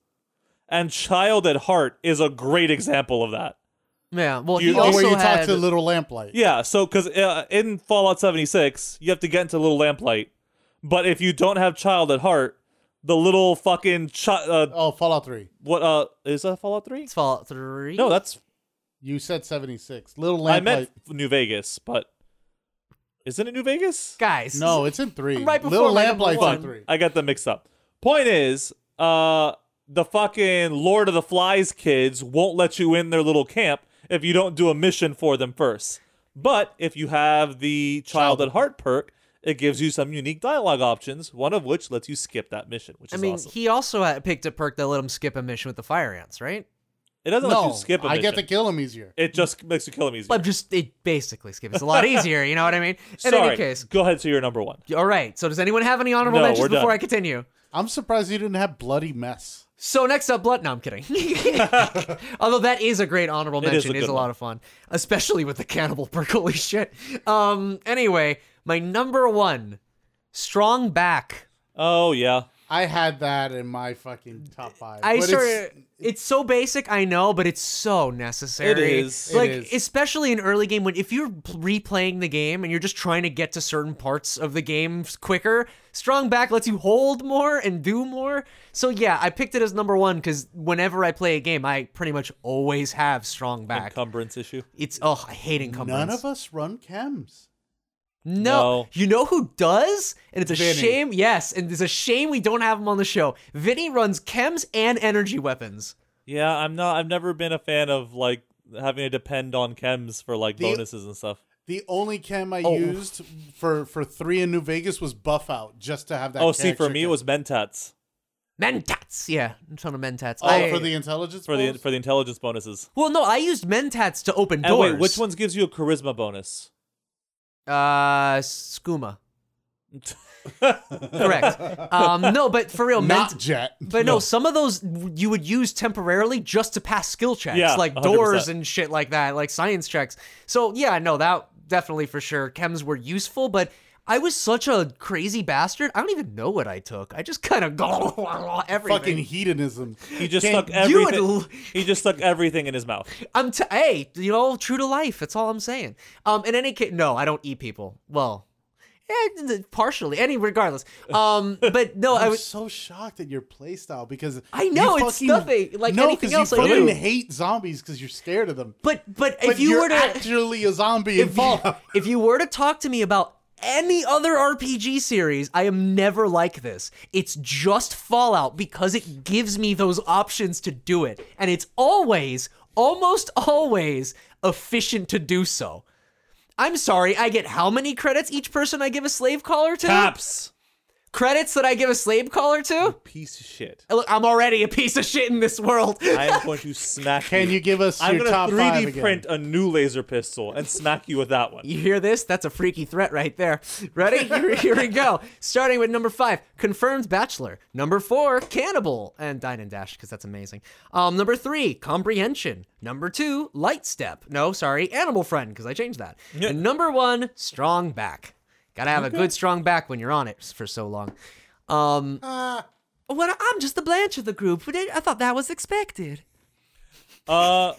C: and Child at Heart is a great example of that.
A: Yeah. Well,
C: You-
A: he
C: the way
B: oh, where
A: also
B: you
A: had.
B: talk to Little Lamplight.
C: Yeah, so because uh, in Fallout 76, you have to get into Little Lamplight, but if you don't have Child at Heart, the little fucking chi- uh,
B: Oh, Fallout 3.
C: what uh is that Fallout 3?
A: it's Fallout Three.
C: No, that's
B: You said 76. Little
C: I
B: Lamplight.
C: meant New Vegas, but isn't it New Vegas?
A: guys.
B: No, it's in 3.
A: Right before
B: Little
A: my number
B: Lamplight's
A: one.
B: in 3.
C: I got them mixed up. Point is, uh, the fucking Lord of the Flies kids won't let you in their little camp if you don't do a mission for them first. But if you have the Child at Heart perk, it gives you some unique dialogue options, one of which lets you skip that mission, which
A: I
C: is
A: mean,
C: awesome.
A: he also had picked a perk that let him skip a mission with the fire ants, right?
C: It doesn't
B: no,
C: let you skip a
B: I
C: mission.
B: get to kill him easier.
C: it just makes you kill him easier.
A: But just it basically skips. It's a lot easier. You know what I mean? In
C: Sorry.
A: any case.
C: Go ahead to your number one.
A: All right. So does anyone have any honorable
C: No,
A: mentions
C: we're
A: before
C: done.
A: I continue?
B: I'm surprised you didn't have Bloody Mess.
A: So next up, blood. No, I'm kidding. Although that is a great honorable
C: It is
A: mention,
C: a
A: is
C: good
A: a lot
C: one.
A: of fun, especially with the cannibal perk. Holy shit. Um. Anyway, my number one, strong back.
C: Oh yeah,
B: I had that in my fucking top five.
A: I
B: but
A: sort
B: it's-
A: it's, it's so basic, I know, but it's so necessary.
C: It is. It
A: like
B: is.
A: especially in early game when if you're p- replaying the game and you're just trying to get to certain parts of the game f- quicker, strong back lets you hold more and do more. So yeah, I picked it as number one because whenever I play a game, I pretty much always have strong back.
C: encumbrance issue.
A: It's oh, I hate encumbrance.
B: none of us run chems.
A: No.
C: No.
A: You know who does? And it's a
B: Vinny.
A: shame. Yes, and it's a shame we don't have him on the show. Vinny runs chems and energy weapons.
C: Yeah, I'm not. I've never been a fan of like having to depend on chems for like
B: The-
C: bonuses and stuff.
B: The only chem I
A: Oh.
B: used for for three in New Vegas was Buff Out, just to have that.
C: Oh, see,
B: character
C: for me it
B: chem.
C: was mentats
A: Mentats, yeah, a ton of mentats.
B: oh
A: I,
B: for the intelligence
C: for the
B: balls?
C: for the intelligence bonuses.
A: well, no, I used mentats to open
C: And
A: doors.
C: wait, which ones gives you a charisma bonus?
A: Uh, skooma. Correct. um, no, but for real,
B: not
A: ment-
B: jet.
A: but no. some of those you would use temporarily just to pass skill checks,
C: Yeah,
A: like
C: 100%.
A: doors and shit like that, like science checks. So yeah, no, that definitely for sure. Chems were useful, but I was such a crazy bastard. I don't even know what I took. I just kind of go everything.
B: fucking hedonism.
C: He just
A: Can
C: stuck
A: you
C: everything.
A: l-
C: he just stuck everything in his mouth.
A: I'm t- hey, you know, true to life. That's all I'm saying. Um, in any case, no, I don't eat people. Well, eh, th- partially. Any, regardless. Um, but no, I
B: I'm
A: was.
B: so shocked at your playstyle because
A: I know,
B: you
A: it's
B: fucking-
A: nothing like
B: no,
A: anything
B: 'cause
A: else I
B: You fucking
A: do.
B: hate zombies because you're scared of them.
A: But but
B: But
A: if you
B: you're
A: were to
B: actually a zombie in
A: if, you-
B: Fallout.
A: if you were to talk to me about any other RPG series, I am never like this. It's just Fallout because it gives me those options to do it, and it's always, almost always, efficient to do so. I'm sorry, I get how many credits each person I give a slave caller to?
C: Caps.
A: Credits that I give a slave caller to?
C: Piece of shit.
A: Look, I'm already a piece of shit in this world.
C: I am going to smack.
B: Can you give us
C: I'm
B: your
C: gonna
B: top
C: 3D
B: five again?
C: print a new laser pistol and smack you with that one.
A: You hear this? That's a freaky threat right there. Ready? Here, here we go. Starting with number five, confirmed bachelor. Number four, cannibal. And dine and dash, because that's amazing. Um, number three, comprehension. Number two, light step. No, sorry, animal friend, because I changed that. And number one, strong back. Gotta have a good strong back when you're on it for so long. Um,
B: Uh, Ah,
A: what? I'm just the Blanche of the group. I thought that was expected.
C: Uh,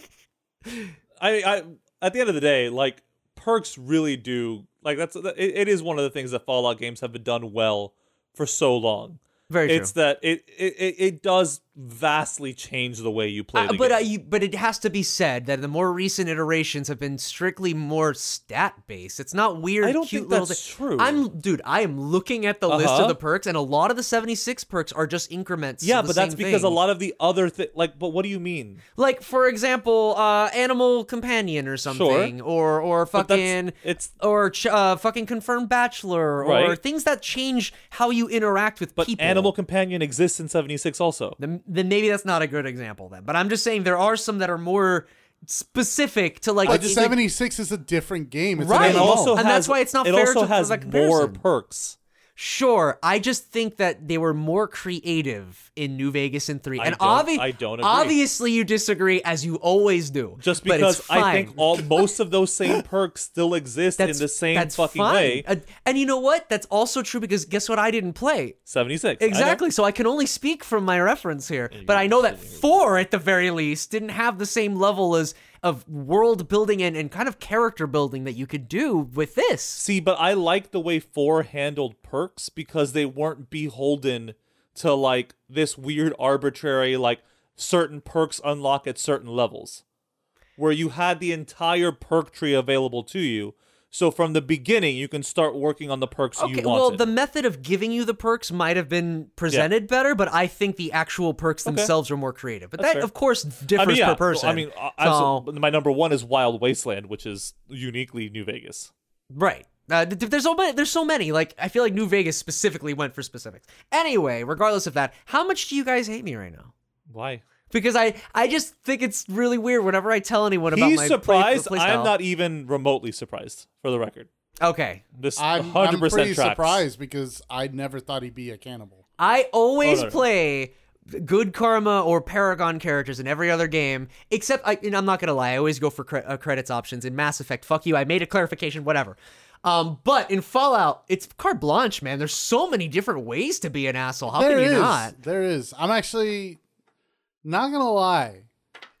C: I, I at the end of the day, like perks really do Like that's it, it is one of the things that Fallout games have been done well for so long.
A: Very true.
C: It's that it it, it it does vastly change the way you play.
A: Uh,
C: the
A: but
C: game.
A: uh, you, but it has to be said that the more recent iterations have been strictly more stat based. It's not weird.
C: I don't
A: cute
C: think
A: little
C: that's
A: thi-
C: true.
A: I'm dude. I am looking at the list
C: Uh-huh.
A: of the perks, and a lot of the 76 perks are just increments. to
C: yeah,
A: the
C: but that's
A: same
C: because a
A: thing.
C: lot of the other thing, like, but what do you mean?
A: Like for example, uh, animal companion or something, or or
C: But that's-
A: fucking
C: it's
A: or ch- uh, fucking confirmed bachelor, or
C: Right.
A: things that change how you interact with
C: but
A: people.
C: animal companion exists in seventy six also.
A: then, then maybe that's not a good example then. But I'm just saying there are some that are more specific to like.
B: But
A: like-
B: 76 is a different game. It's an
A: Right.
C: It
A: No.
B: MMO.
C: also
A: And
C: has-
A: that's why it's not
C: it
A: fair
C: also
A: to-
C: has
A: as a comparison.
C: more perks.
A: Sure, I just think that they were more creative in New Vegas in three.
C: I
A: and
C: don't-
A: obvi-
C: I don't agree.
A: obviously you disagree as you always do.
C: Just
A: but it's
C: because I think
A: fine.
C: all most of those same perks still exist in the same
A: that's
C: fucking
A: fine.
C: way.
A: Uh, and you know what? That's also true because guess what? I didn't play.
C: Seventy six
A: Exactly. so I can only speak from my reference here. But I know that four, at the very least, didn't have the same level as of world building and, and kind of character building that you could do with this.
C: See, but I like the way four handled perks because they weren't beholden to like this weird arbitrary like certain perks unlock at certain levels. Where you had the entire perk tree available to you. So from the beginning you can start working on the perks
A: Okay,
C: you
A: well,
C: want.
A: the method of giving you the perks might have been presented better, but I think the actual perks themselves are more creative. But that,
C: fair.
A: of course, differs
C: I mean, yeah,
A: per
C: well,
A: person.
C: I mean, uh,
A: so,
C: absolutely. my number one is Wild Wasteland, which is uniquely New Vegas.
A: Right. Uh, th- th- there's so many. There's so many. Like I feel like New Vegas specifically went for specifics. Anyway, regardless of that, how much do you guys hate me right now?
C: Why?
A: Because I I just think it's really weird whenever I tell anyone about
C: He's
A: my
C: surprised.
A: Play,
C: I'm
A: playstyle.
C: not even remotely surprised. For the record,
A: Okay.
C: this
B: I'm,
C: 100%
B: I'm pretty
C: tracks.
B: surprised because I never thought he'd be a cannibal.
A: I always
C: no, no.
A: play good karma or paragon characters in every other game except I, and i'm not gonna lie i always go for cre- uh, credits options in mass effect fuck you i made a clarification whatever um, but in fallout it's carte blanche man there's so many different ways to be an asshole how
B: There
A: can you
B: is.
A: not
B: There is. I'm actually not gonna lie.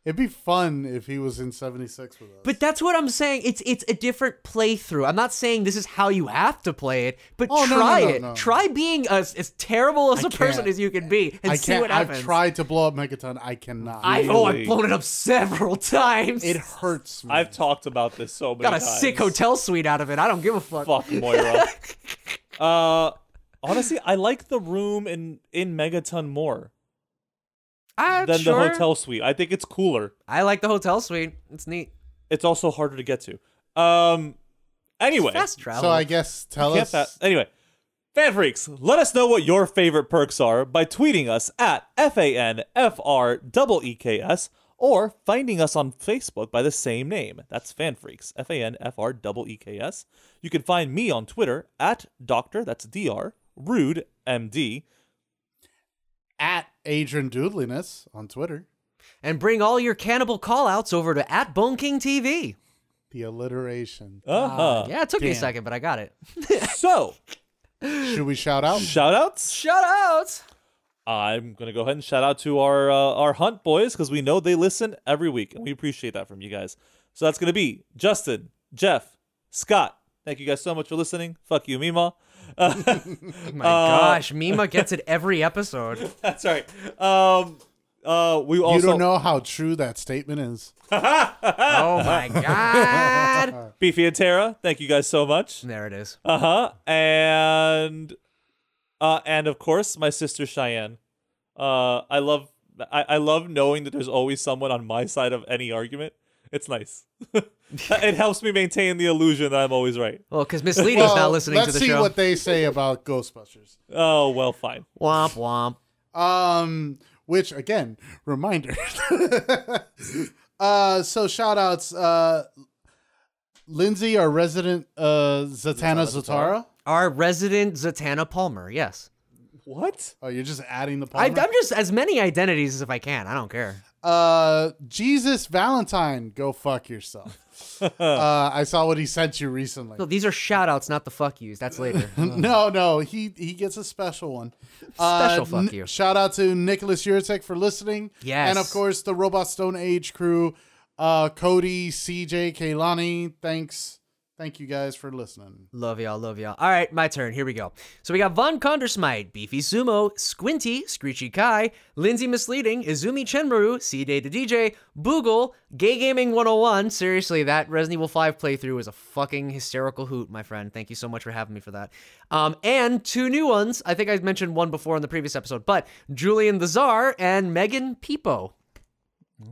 B: It'd be fun if he was in 76 with us.
A: But that's what I'm saying. It's it's a different playthrough. I'm not saying this is how you have to play it, but
B: Oh, no, no,
A: try
B: no,
A: it.
B: no.
A: Try being as as terrible as a
B: I
A: person
B: can't.
A: as you can be and
B: I
A: see
B: can't.
A: what happens.
B: I've tried to blow up Megaton. I cannot.
A: I oh,
C: Really?
A: I've blown it up several times.
B: it hurts me.
C: I've talked about this so many
A: got a
C: times.
A: sick hotel suite out of it. I don't give a fuck.
C: Fuck Moira. uh, honestly, I like the room in in Megaton more
A: i
C: than
A: sure.
C: the hotel suite. I think it's cooler.
A: I like the hotel suite. It's neat.
C: It's also harder to get to. Um, anyway,
A: Fast travel.
B: so I guess tell
C: Can't
B: us.
C: fa- anyway, fan freaks, let us know what your favorite perks are by tweeting us at f a n f r double e k s or finding us on Facebook by the same name. That's fan freaks. F a n f r double e k s. You can find me on Twitter at doctor. That's d r rude m d.
B: at Adrian Doodliness on Twitter.
A: and bring all your cannibal callouts over to at Bone King TV.
B: The alliteration.
C: Uh huh.
A: yeah, it took me a
B: damn.
A: second, but I got it.
C: So
B: Should we shout out?
C: shout outs.
A: Shout outs.
C: I'm gonna go ahead and shout out to our uh, our hunt boys because we know they listen every week and we appreciate that from you guys. So that's gonna be Justin, Jeff, Scott. Thank you guys so much for listening. Fuck you, Mima. Uh,
B: Oh
A: My gosh, Mima gets it every episode.
C: that's right. Um, uh, we also
B: you don't know how true that statement is.
A: Oh my god.
C: Beefy and Tara. Thank you guys so much.
A: there it is.
C: Uh huh. And uh, and of course, my sister Cheyenne. Uh, I love I, I love knowing that there's always someone on my side of any argument. It's nice. it helps me maintain the illusion that I'm always right.
A: Well, because Miss Lita's not
B: Well,
A: listening
B: Uh, let's
A: to the
B: see
A: show.
B: what they say about Ghostbusters.
C: Oh well, fine.
A: womp womp.
B: Um, which again, reminder. uh, so shout outs. Uh, Lindsay, our resident uh, Zatanna Zatara.
A: Our resident Zatanna Palmer. Yes.
C: What?
B: Oh, you're just adding the
A: I,
B: palm.
A: I'm just as many identities as if I can. I don't care.
B: Uh, Jesus Valentine, go fuck yourself. uh, I saw what he sent you recently.
A: No, these are shout outs, not the fuck yous. That's later.
B: No, no, he he gets a special one. Uh,
A: Special fuck you.
B: Shout out to Nicholas Yurtek for listening.
A: Yes.
B: and of course the Robot Stone Age crew, uh, Cody, CJ, Kaylani. Thanks, Thank you guys for listening.
A: Love y'all, love y'all. All right, my turn. Here we go. So we got Von Condersmite, Beefy Sumo, Squinty, Screechy Kai, Lindsay Misleading, Izumi Chenmaru, C Day to DJ, Boogle, Gay Gaming 101. Seriously, that Resident Evil 5 playthrough was a fucking hysterical hoot, my friend. Thank you so much for having me for that. Um, and two new ones. I think I mentioned one before in the previous episode, but Julian the Czar and Megan Peepo.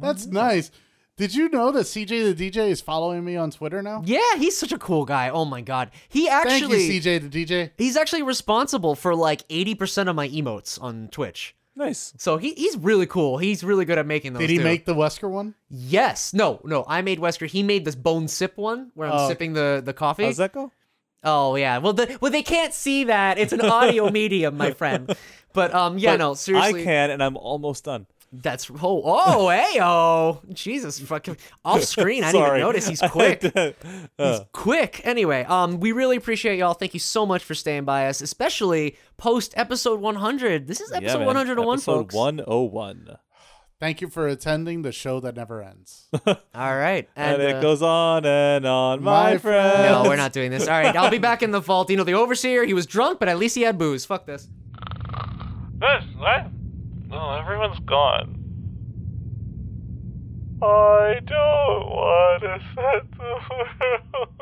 B: That's nice. Did you know that CJ the DJ is following me on Twitter now?
A: Yeah, he's such a cool guy. Oh my god. He actually
B: Thank you, CJ the DJ.
A: He's actually responsible for like 80% of my emotes on Twitch.
C: Nice.
A: So he, he's really cool. He's really good at making those.
B: Did he
A: too.
B: make the Wesker one?
A: Yes. No, no. I made Wesker. He made this bone sip one where I'm
B: Oh.
A: sipping the, the coffee.
C: How's that go?
A: Oh, yeah. Well, the, well, they can't see that. It's an audio medium, my friend. But um, yeah,
C: But
A: no, seriously.
C: I can, and I'm almost done.
A: That's oh oh hey oh Jesus fucking off screen. I didn't even
C: Sorry.
A: notice he's quick.
C: Uh,
A: quick anyway um we really appreciate y'all thank you so much for staying by us especially post episode 100 this is
C: yeah,
A: episode
C: man.
A: 101
C: Episode
A: folks
C: 101.
B: Thank you for attending the show that never ends.
A: all right
C: And,
A: and,
C: it
A: uh,
C: goes on and on,
B: my
C: my, friend.
A: no we're not doing this all right i'll be back in the vault you know the overseer he was drunk but at least he had booze fuck this
D: This, what? No, everyone's gone. I don't want to set the world.